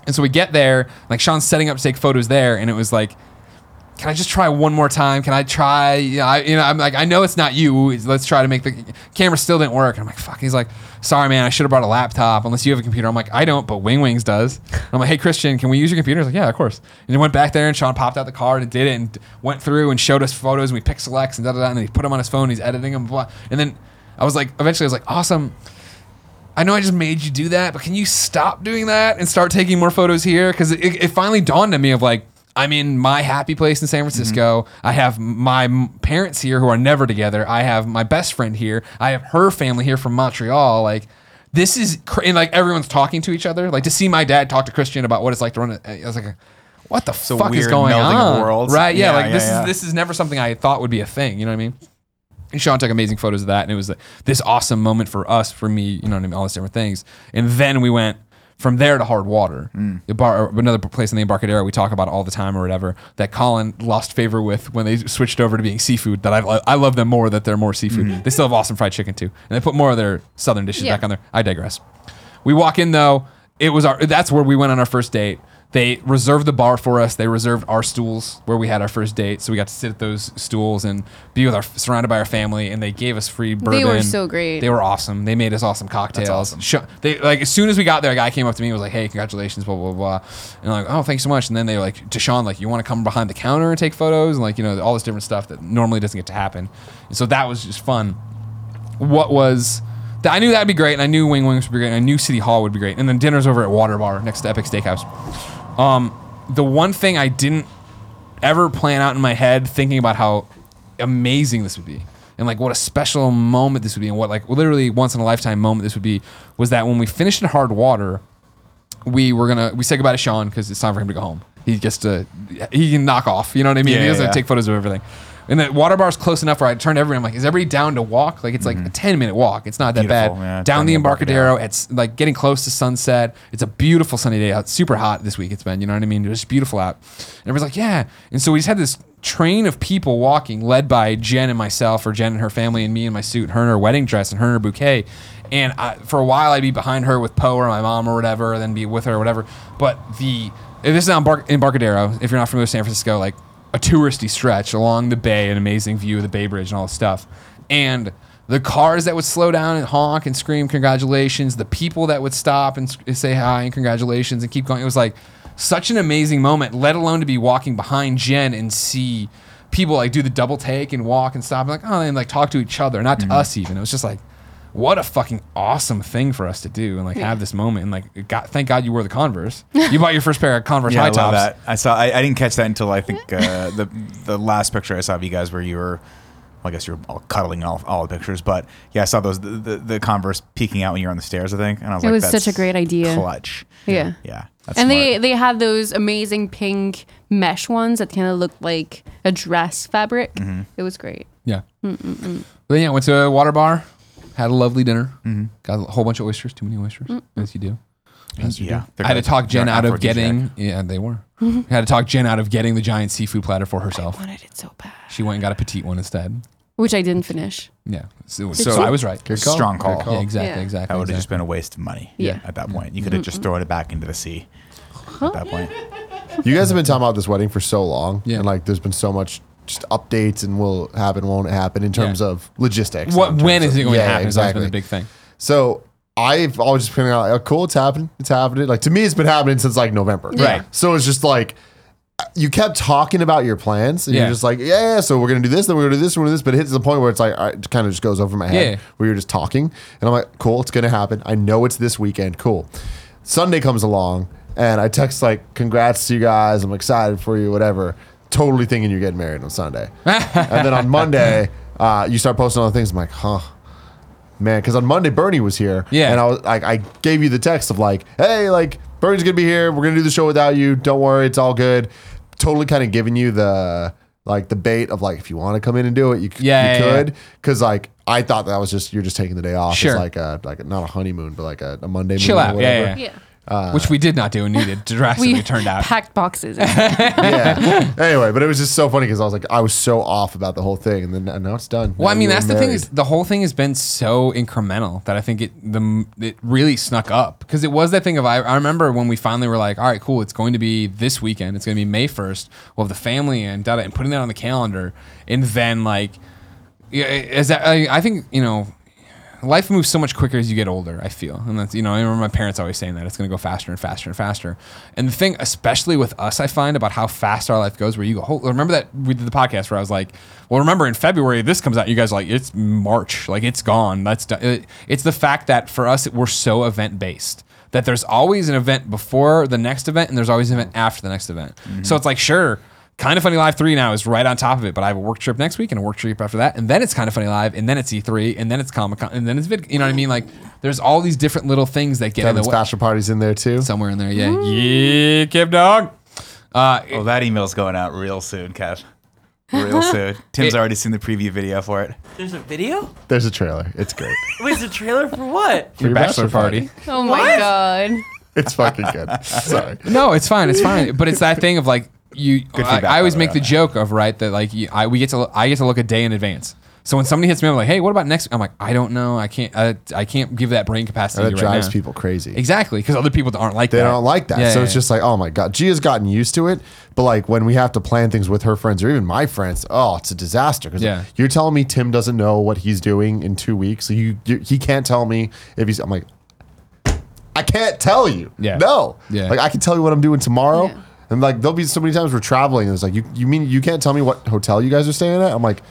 S2: And so we get there, like Sean's setting up to take photos there, and it was like, can I just try one more time? Can I try? You know, I, you know, I'm like, I know it's not you. It's- Let's try to make the camera still didn't work. And I'm like, fuck. He's like, sorry, man, I should have brought a laptop unless you have a computer. I'm like, I don't, but Wing Wings does. And I'm like, hey, Christian, can we use your computer? He's like, yeah, of course. And he went back there and Sean popped out the card and did it and went through and showed us photos and we picked selects and da da da. And then he put them on his phone. he's editing them. Blah. And then I was like, eventually I was like, awesome. I know I just made you do that, but can you stop doing that and start taking more photos here? Because it, it finally dawned on me of like, I'm in my happy place in San
S3: Mm-hmm.
S2: Francisco. I have my m- parents here who are never together. I have my best friend here. I have her family here from Montreal. Like, this is cra- and like everyone's talking to each other. Like to see my dad talk to Christian about what it's like to run. A, I was like, what the
S3: a
S2: fuck is
S3: weird
S2: going
S3: melding of
S2: on?
S3: worlds.
S2: Right? Yeah.
S3: Yeah,
S2: like
S3: yeah,
S2: this
S3: yeah.
S2: is this is never something I thought would be a thing. You know what I mean? And Sean took amazing uh, photos of that, and it was like, this awesome moment for us, for me, you know what I mean, all these different things. And then we went From there to hard water, The bar- uh, another place in the Embarcadero we talk about all the time or whatever that Colin lost favor with when they switched over to being seafood. That I I love them more that they're more seafood. They still have awesome fried chicken too, and they put more of their southern dishes
S4: Yeah.
S2: back on there. I digress. We walk in though. It was our. That's where we went on our first date. They reserved the bar for us. They reserved our stools where we had our first date, so we got to sit at those stools and be with our surrounded by our family. And they gave us free bourbon.
S4: were so great.
S2: They were awesome. They made us awesome cocktails. Sh- they like as soon as we got there, a guy came up to me and was like, "Hey, congratulations, blah blah blah," and I'm like, "Oh, thanks so much." And then they were like to Sean, like, "You want to come behind the counter and take photos and like you know all this different stuff that normally doesn't get to happen." And so that was just fun what was that I knew that'd be great, and I knew Wing Wings would be great, and I knew City Hall would be great, and then dinner's over at Water Bar next to Epic Steakhouse. Um, the one thing I didn't ever plan out in my head, thinking about how amazing this would be, and like what a special moment this would be, and what like literally once in a lifetime moment this would be, was that when we finished in Hard Water, we were gonna we said goodbye to Sean because it's time for him to go home. He gets to he can knock off. You know what I mean?
S3: Yeah,
S2: he doesn't
S3: yeah.
S2: take photos of everything. And the water bar's close enough where I turned to everyone. I'm like, is everybody down to walk? Like it's
S3: Mm-hmm.
S2: like a 10 minute walk. It's not that
S3: Beautiful,
S2: bad.
S3: yeah,
S2: down
S3: down
S2: the
S3: the
S2: Embarcadero. It's like getting close to sunset. It's a beautiful sunny day out. Super hot this week. It's been. You know what I mean? It was beautiful out. And everyone's like, yeah. And so we just had this train of people walking, led by Jen and myself, or Jen and her family, and me in my suit, and her in her wedding dress, and her in her bouquet. And I, for a while, I'd be behind her with Poe or my mom or whatever, and then be with her or whatever. But the this is on Embar- Embarcadero. If you're not familiar with San Francisco, like a touristy stretch along the bay, an amazing view of the Bay Bridge and all this stuff. And the cars that would slow down and honk and scream congratulations, the people that would stop and s- say hi and congratulations and keep going. It was like such an amazing moment, let alone to be walking behind Jen and see people like do the double take and walk and stop and like, oh, and like talk to each other, not
S3: Mm-hmm.
S2: to us even. It was just like, what a fucking awesome thing for us to do and like have this moment and like it got, thank God you wore the Converse. You bought your first pair of Converse
S3: Yeah,
S2: high
S3: I love
S2: tops.
S3: that. I saw. I, I didn't catch that until I think uh, the the last picture I saw of you guys where you were. Well, I guess you're all cuddling all, all the pictures, but yeah, I saw those the, the, the Converse peeking out when you were on the stairs. I think, and I was
S4: It
S3: like,
S4: was
S3: That's
S4: such a great idea.
S3: Clutch.
S4: Yeah.
S3: Yeah. That's
S4: and
S3: smart.
S4: they they had those amazing pink mesh ones that kind of looked like a dress fabric.
S2: Mm-hmm.
S4: It was great.
S2: Yeah. Then yeah, went to a water bar, had a lovely dinner,
S3: Mm-hmm.
S2: got a whole bunch of oysters, too many oysters, as you do.
S3: yeah.
S2: I had to talk Jen
S3: They're
S2: out of
S3: aphrodisiac.
S2: getting. Yeah, they were. I had to talk Jen out of getting the giant seafood platter for herself.
S4: Wanted it so bad,
S2: She went and got a petite one instead.
S4: which I didn't finish.
S2: Yeah, so,
S4: Did
S2: so
S4: you?
S2: I was right.
S1: Good call.
S3: Strong call.
S1: Good
S2: Yeah, exactly,
S4: Yeah.
S2: exactly.
S3: That would have just
S2: exactly.
S3: been a waste of money.
S4: Yeah.
S3: At that point, you could have just thrown it back into the sea. At that point,
S1: You guys have been talking about this wedding for so long,
S2: Yeah.
S1: and like, there's been so much just updates and will happen, won't happen in terms
S2: Yeah.
S1: of logistics. in
S2: What?
S1: terms
S2: When
S1: of-
S2: is it going
S1: Yeah,
S2: to happen? Exactly.
S1: exactly.
S2: been the big thing.
S1: So I've always just been like, oh, cool, it's happening, it's happening. Like to me, it's been happening since like November,
S2: Right.
S1: So it's just like you kept talking about your plans, and
S2: Yeah.
S1: you're just like, yeah, yeah, so we're gonna do this, then we're gonna do this, we're gonna do this, but it hits the point where it's like all right, it kind of just goes over my head,
S2: Yeah.
S1: where you're just talking, and I'm like, cool, it's gonna happen. I know it's this weekend, cool. Sunday comes along, and I text like, congrats to you guys, I'm excited for you, whatever. Totally thinking you're getting married on Sunday, and then on Monday. Uh, you start posting all the things. I'm like, huh, man. Because on Monday Bernie was here,
S2: Yeah.
S1: and I was like, I gave you the text of like, hey, like Bernie's gonna be here. We're gonna do the show without you. Don't worry, it's all good. Totally kind of giving you the like the bait of like if you want to come in and do it, you, c-
S2: Yeah,
S1: you
S2: yeah, yeah.
S1: could. Because like I thought that was just you're just taking the day off.
S2: Sure.
S1: It's like a like a, not a honeymoon, but like a, a Monday.
S2: Chill
S1: moon or
S2: out. Yeah,
S1: whatever.
S2: yeah. yeah.
S3: Uh,
S2: Which we did not do and needed drastically
S4: we
S2: turned out.
S4: packed boxes.
S1: yeah. Anyway, but it was just so funny because I was like, I was so off about the whole thing, and then and now it's done.
S2: Well, I
S1: Now
S2: mean,
S1: you're
S2: that's the thing
S1: married.
S2: is the whole thing has been so incremental that I think it the it really snuck up because it was that thing of I, I remember when we finally were like, all right, cool, it's going to be this weekend, it's going to be May first. We'll have the family and da and putting that on the calendar, and then like, yeah, as that, I, I think you know. Life moves so much quicker as you get older. I feel, and that's you know. I remember my parents always saying that it's going to go faster and faster and faster. And the thing, especially with us, I find about how fast our life goes. Where you go, "Hol- remember that we did the podcast where I was like, "Well, remember in February this comes out." You guys are like, "It's March, like it's gone." That's done. It- It's the fact that for us we're so event based that there's always an event before the next event and there's always an event after the next event. So it's like, sure, Kind of Funny Live 3 now is right on top of it, but I have a work trip next week and a work trip after that. And then it's Kind of Funny Live, and then it's E3, and then it's Comic Con, and then it's Vid. You know what I mean? Like, there's all these different little things that get in the
S1: Kevin's
S2: way.
S1: bachelor party's in there too.
S2: Somewhere in there, yeah. Yeah, Kev Dog. Uh,
S3: oh, that email's going out real soon, Kev. Real soon. Tim's already seen the preview video for it.
S5: There's a video?
S1: There's a trailer. It's great.
S5: Wait, it's a trailer for what?
S1: For
S2: your bachelor party.
S4: oh my god!
S1: It's fucking good. Sorry.
S2: No, it's fine. It's fine. But it's that thing of like you. I,
S3: feedback,
S2: I always
S3: by the
S2: make
S3: way.
S2: the joke of right that like you, I we get to look- I get to look a day in advance. So when somebody hits me, I'm like, hey, what about next? I'm like, I don't know. I can't. Uh, I can't give that brain capacity.
S1: That
S2: right
S1: drives
S2: now.
S1: people crazy.
S2: Exactly, because other people aren't like
S1: They
S2: that.
S1: don't like that.
S2: Yeah,
S1: so
S2: yeah,
S1: it's
S2: yeah.
S1: just like, oh my God. Gia's gotten used to it. But like when we have to plan things with her friends or even my friends, oh, it's a disaster. 'Cause
S2: Yeah.
S1: You're telling me Tim doesn't know what he's doing in two weeks. So you, you he can't tell me if he's, I'm like, I can't tell you.
S2: Yeah.
S1: No.
S2: Yeah.
S1: Like I can tell you what I'm doing tomorrow.
S4: Yeah.
S1: And like there'll be so many times we're traveling and it's like, you, you mean you can't tell me what hotel you guys are staying at? I'm like,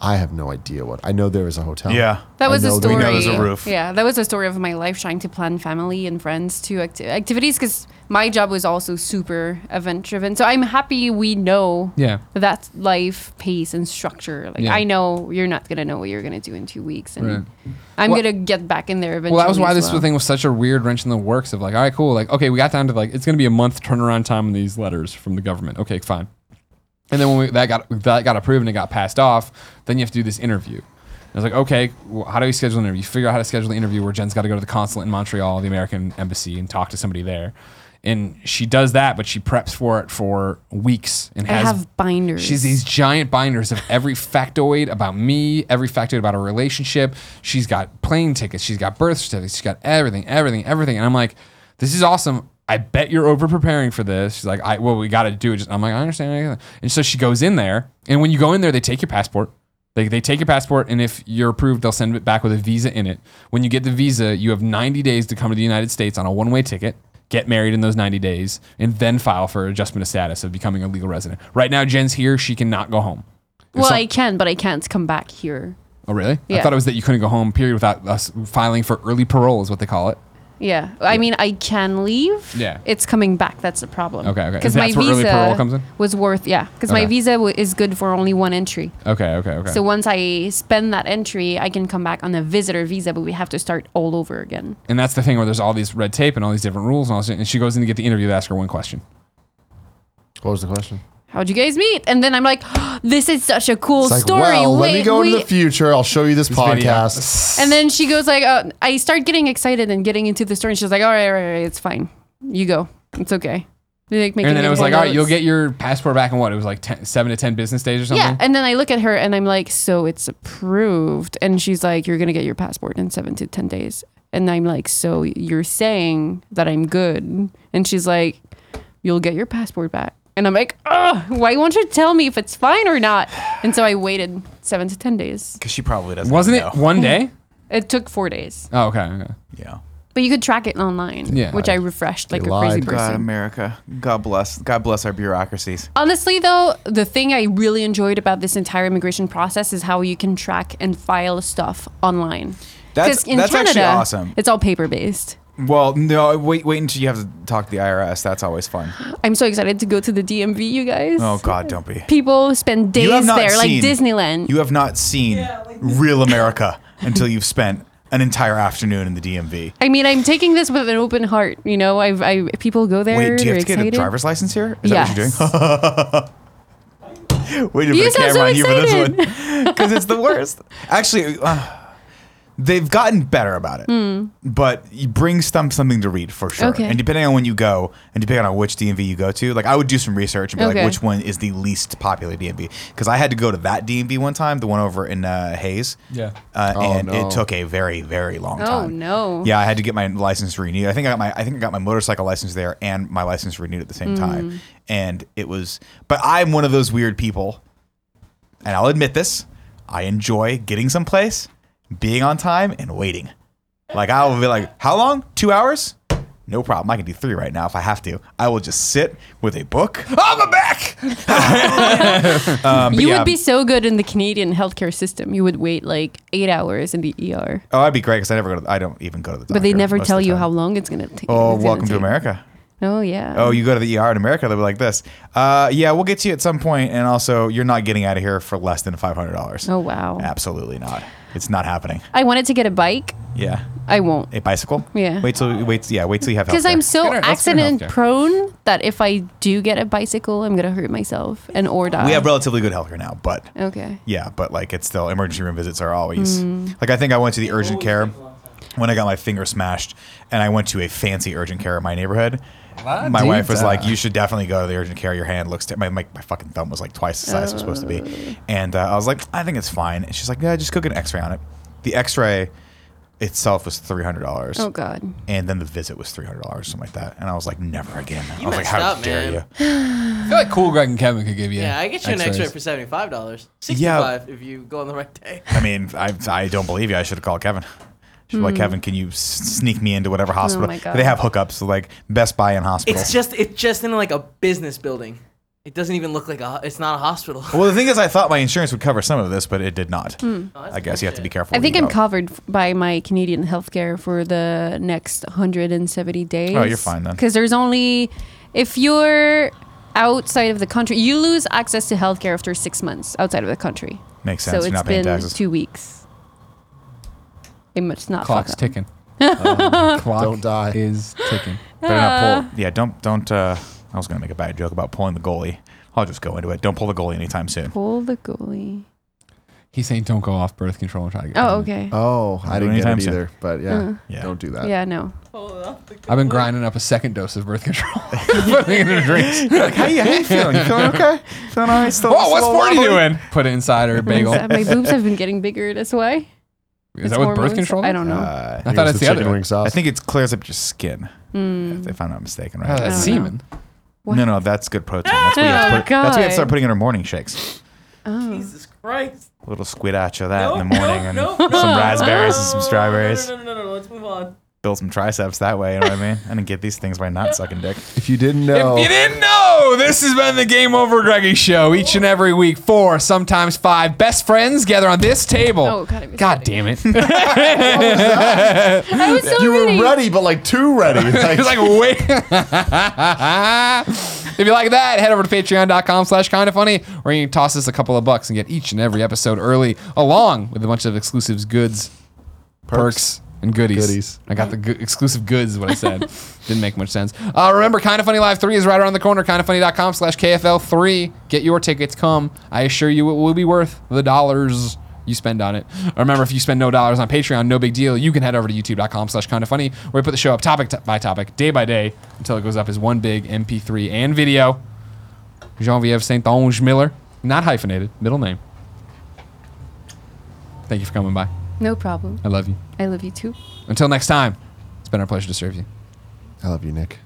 S1: I have no idea what I know there is a hotel.
S3: Yeah.
S1: I
S4: That was a
S1: know that we
S4: story.
S1: know
S3: there's a roof.
S4: Yeah, that was a story of my life trying to plan family and friends to acti- activities because my job was also super event driven. So I'm happy we know
S2: Yeah.
S4: that life pace and structure. Like
S2: Yeah.
S4: I know you're not gonna know what you're gonna do in two weeks, and
S2: Right.
S4: I'm
S2: Well-
S4: gonna get back in there eventually.
S2: Well, that was why
S4: as
S2: this
S4: well.
S2: thing was such a weird wrench in the works of like, all right, cool. Like, okay, we got down to like, it's going to be a month turnaround time on these letters from the government. Okay, fine. And then when we, that got that got approved and it got passed off, then you have to do this interview. And I was like, okay, well, how do we schedule an interview? You figure out how to schedule the interview where Jen's got to go to the consulate in Montreal, the American embassy, and talk to somebody there. And she does that, but she preps for it for weeks and
S4: I
S2: has
S4: have binders.
S2: She's these giant binders of every factoid about me, every factoid about our relationship. She's got plane tickets, she's got birth certificates, she's got everything, everything, everything. And I'm like, this is awesome. I bet you're over preparing for this. She's like, I well, we got to do it. Just, I'm like, I understand. I understand. And so she goes in there, and when you go in there, they take your passport. They, they take your passport, and if you're approved, they'll send it back with a visa in it. When you get the visa, you have 90 days to come to the United States on a one way ticket, get married in those 90 days, and then file for adjustment of status of becoming a legal resident. Right now, Jen's here. She cannot go home.
S4: Well,
S2: some-
S4: I can, but I can't come back here.
S2: Oh, really? I
S4: Yeah.
S2: thought it was that you couldn't go home, period, without us filing for early parole, is what they call it.
S4: Yeah. I mean, I can leave.
S2: Yeah.
S4: It's coming back. That's the problem.
S2: Okay, okay.
S4: Because my
S2: That's where early parole
S4: visa
S2: comes in?
S4: was worth, yeah. Because
S2: Okay.
S4: my visa w- is good for only one entry.
S2: Okay, okay, okay.
S4: So once I spend that entry, I can come back on a visitor visa, but we have to start all over again.
S2: and that's the thing where there's all these red tape and all these different rules and all this. And she goes in to get the interview to ask her one question.
S1: What was the question?
S4: How'd you guys meet? And then I'm like, this is such a cool
S1: It's like,
S4: story.
S1: well,
S4: wait,
S1: let me go
S4: wait.
S1: into the future. I'll show you this,
S2: video.
S1: podcast.
S4: And then she goes like, uh, I start getting excited and getting into the story. And she's like, all right, all right, all right, it's fine. You go. It's okay. They're, like, making
S2: And then it was like, all
S4: notes.
S2: right, you'll get your passport back in what? It was like 10, seven to 10 business days or something?
S4: Yeah, and then I look at her and I'm like, so it's approved. And she's like, you're gonna get your passport in seven to ten days. And I'm like, so you're saying that I'm good? And she's like, you'll get your passport back. And I'm like, Ugh, why won't you tell me if it's fine or not? And so I waited seven to ten days.
S3: Because she probably doesn't.
S2: Wasn't
S3: know.
S2: it one day?
S4: It took four days,
S2: Oh, okay. okay.
S3: Yeah.
S4: but you could track it online,
S2: Yeah.
S4: which I refreshed like
S1: They
S4: a crazy
S1: lied.
S4: person.
S3: God, America. God bless. God bless our bureaucracies.
S4: Honestly, though, the thing I really enjoyed about this entire immigration process is how you can track and file stuff online.
S3: That's-
S4: 'Cause in
S3: that's actually
S4: Canada,
S3: awesome.
S4: It's all paper based.
S3: Well, no. Wait. Wait until you have to talk to the IRS. That's always fun.
S4: I'm so excited to go to the DMV, you guys.
S3: Oh God, don't be.
S4: People spend days
S3: You have not
S4: there, like
S3: seen-
S4: Disneyland.
S3: You have not seen real America until you've spent an entire afternoon in the DMV.
S4: I mean, I'm taking this with an open heart. You know, I've, I people go there.
S3: Wait, do you
S4: they're
S3: have to get a
S4: excited.
S3: driver's license here? Is
S4: yes.
S3: that what you're doing? Wait to
S4: You
S3: put a camera
S4: sound so
S3: on you for
S4: excited.
S3: this one because it's the worst. Actually, uh, they've gotten better about it, but you bring some something to read for sure.
S4: Hmm. Okay.
S3: And depending on when you go, and depending on which DMV you go to, like I would do some research and be like,
S4: Okay.
S3: which one is the least popular DMV? Because I had to go to that DMV one time, the one over in uh, Hayes.
S2: Yeah.
S3: Uh,
S1: Oh,
S3: and
S1: no.
S3: it took a very, very long
S4: Oh,
S3: time.
S4: no.
S3: Yeah, I had to get my license renewed. I think I got my I think I got my motorcycle license there and my license renewed at the same
S4: Mm.
S3: time. And it was but I'm one of those weird people. And I'll admit this. I enjoy getting someplace, being on time and waiting. Like I'll be like, "How long? 2 hours?" No problem. I can do 3 right now if I have to. I will just sit with a book.
S2: Oh, I'm back.
S3: Um, but
S4: you
S3: yeah,
S4: would be so good in the Canadian healthcare system. You would wait like eight hours in the ER,
S3: Oh, that'd be great cuz I never go to the, I don't even go to the doctor.
S4: but they never
S3: Oh, most of
S4: tell
S3: the
S4: you
S3: time.
S4: how long it's gonna ta- it's gonna take.
S3: Oh, welcome to America.
S4: Oh yeah.
S3: oh, you go to the ER in America, they'll be like this. Uh, yeah, we'll get you at some point, and also you're not getting out of here for less than five hundred dollars.
S4: Oh, wow.
S3: absolutely not. It's not happening.
S4: I wanted to get a bike.
S3: Yeah,
S4: I won't.
S3: a bicycle.
S4: Yeah.
S3: Wait till wait. Yeah, wait till you have.
S4: Because
S3: healthcare.
S4: I'm so
S2: Let's get our- let's get our
S4: accident
S2: healthcare.
S4: prone that if I do get a bicycle, I'm gonna hurt myself and or die.
S3: We have relatively good healthcare now, but
S4: okay. Mm.
S3: yeah, but like it's still emergency room visits are always like I think I went to the urgent care. when I got my finger smashed and I went to a fancy urgent care in my neighborhood.
S2: La
S3: my
S2: dee
S3: wife was
S2: da.
S3: like, "You should definitely go to the urgent care. Your hand looks te-. my, my my fucking thumb was like twice the size it was supposed to be." And uh, I was like, "I think it's fine." And she's like, "Yeah, just go get an X-ray on it." The X-ray itself was three hundred dollars.
S4: Oh God.
S3: And then the visit was three hundred dollars, something like that. And I was like, "Never again." I
S5: You
S3: was like,
S5: messed
S3: "How
S5: up,
S3: dare
S5: man.
S3: you?"
S2: I feel like Cool Greg and Kevin could give you.
S5: Yeah, I get you an X-ray
S2: X-rays.
S5: for seventy-five dollars,
S3: Yeah.
S5: sixty-five if you go on the right day.
S3: I mean, I I don't believe you. I should have called Kevin. She's like, "Kevin, can you s- sneak me into whatever hospital?"
S4: Hmm. Oh my God.
S3: They have hookups, so like Best Buy and hospitals.
S5: It's just it's just in like a business building. It doesn't even look like a. It's not a hospital.
S3: Well, the thing is, I thought my insurance would cover some of this, but it did not.
S5: that's
S3: I guess you have to be
S5: bullshit.
S3: careful.
S4: Hmm. I
S3: where
S4: think
S3: you
S4: I'm
S3: go.
S4: covered f- by my Canadian healthcare for the next 170 days.
S3: Oh, you're fine then.
S4: Because there's only, if you're outside of the country, you lose access to healthcare after six months outside of the country.
S3: Makes
S4: So
S3: sense. You're
S4: it's
S3: not paying
S4: been
S3: taxes.
S4: two weeks. It must not.
S2: Clock's
S4: fuck up.
S2: ticking. Uh, clock
S1: Don't die.
S2: is ticking.
S3: Better not pull. Yeah, don't don't. Uh, I was gonna make a bad joke about pulling the goalie. I'll just go into it. Don't pull the goalie anytime soon.
S4: Pull the goalie.
S2: He's saying don't go off birth control and try to get.
S4: Oh,
S2: pregnant.
S4: okay.
S1: Oh, I
S3: do
S1: didn't get
S3: anytime
S1: it
S3: soon.
S1: either. But yeah,
S3: Yeah.
S1: don't
S2: Uh,
S1: do that.
S4: Uh, Yeah, no.
S2: I've been grinding up a second dose of birth control. Putting it in her drinks.
S3: like, how you, how you feeling? You feeling okay? Feeling all right? Still,
S2: Whoa, what's
S3: still
S2: Morty
S3: wobbly?
S2: doing? Put it inside her bagel.
S4: My boobs have been getting bigger. That's why.
S2: Is
S4: It's
S2: that with birth
S4: hormones.
S2: control? Ah.
S4: I don't know.
S3: Uh,
S2: I thought
S1: Here's
S2: it's the
S1: chicken
S2: other.
S1: wing sauce.
S3: I think it clears up your skin,
S4: Hmm.
S3: if, if I'm not mistaken.
S2: Oh,
S3: Right?
S2: that's
S4: know.
S2: semen.
S4: What?
S3: no, no, that's good protein. That's what you have to
S4: Oh,
S3: put, that's what you have to
S4: God.
S3: start putting in our morning shakes.
S5: Jesus Christ!
S3: A little squidacho of that
S5: Nope,
S3: in the morning,
S5: nope,
S3: and
S5: nope, nope.
S3: some raspberries and some strawberries.
S5: No, no, no, no, no, no. Let's move on.
S3: build some triceps that way. You know what I mean? I didn't get these things by not sucking dick.
S1: If you didn't know,
S2: If you didn't know, this has been the Game Over Greggy Show. Each and every week, four, sometimes five best friends gather on this table.
S4: Oh, God, I missed
S2: God damn it. It's
S4: I was so
S1: you
S4: ready.
S1: were ready, but like too ready. Like,
S2: like, wait. if you like that, head over to patreon.com slash kind of funny, where you can toss us a couple of bucks and get each and every episode early, along with a bunch of exclusives, goods, perks, and goodies.
S1: Goodies.
S2: I got the go- exclusive goods, is what I said. Didn't make much sense. Uh, remember, Kind of Funny Live 3 is right around the corner. Kindoffunny.com slash KFL3. Get your tickets. Come. I assure you it will be worth the dollars you spend on it. Remember, if you spend no dollars on Patreon, no big deal. You can head over to youtube.com slash kind of funny, where we put the show up topic to- by topic, day by day, until it goes up as one big MP3 and video. Genevieve St. Ange Miller. Not hyphenated. Middle name. Thank you for coming by.
S4: No problem.
S2: I love you.
S4: I love you too.
S2: Until next time, it's been our pleasure to serve you.
S1: I love you, Nick.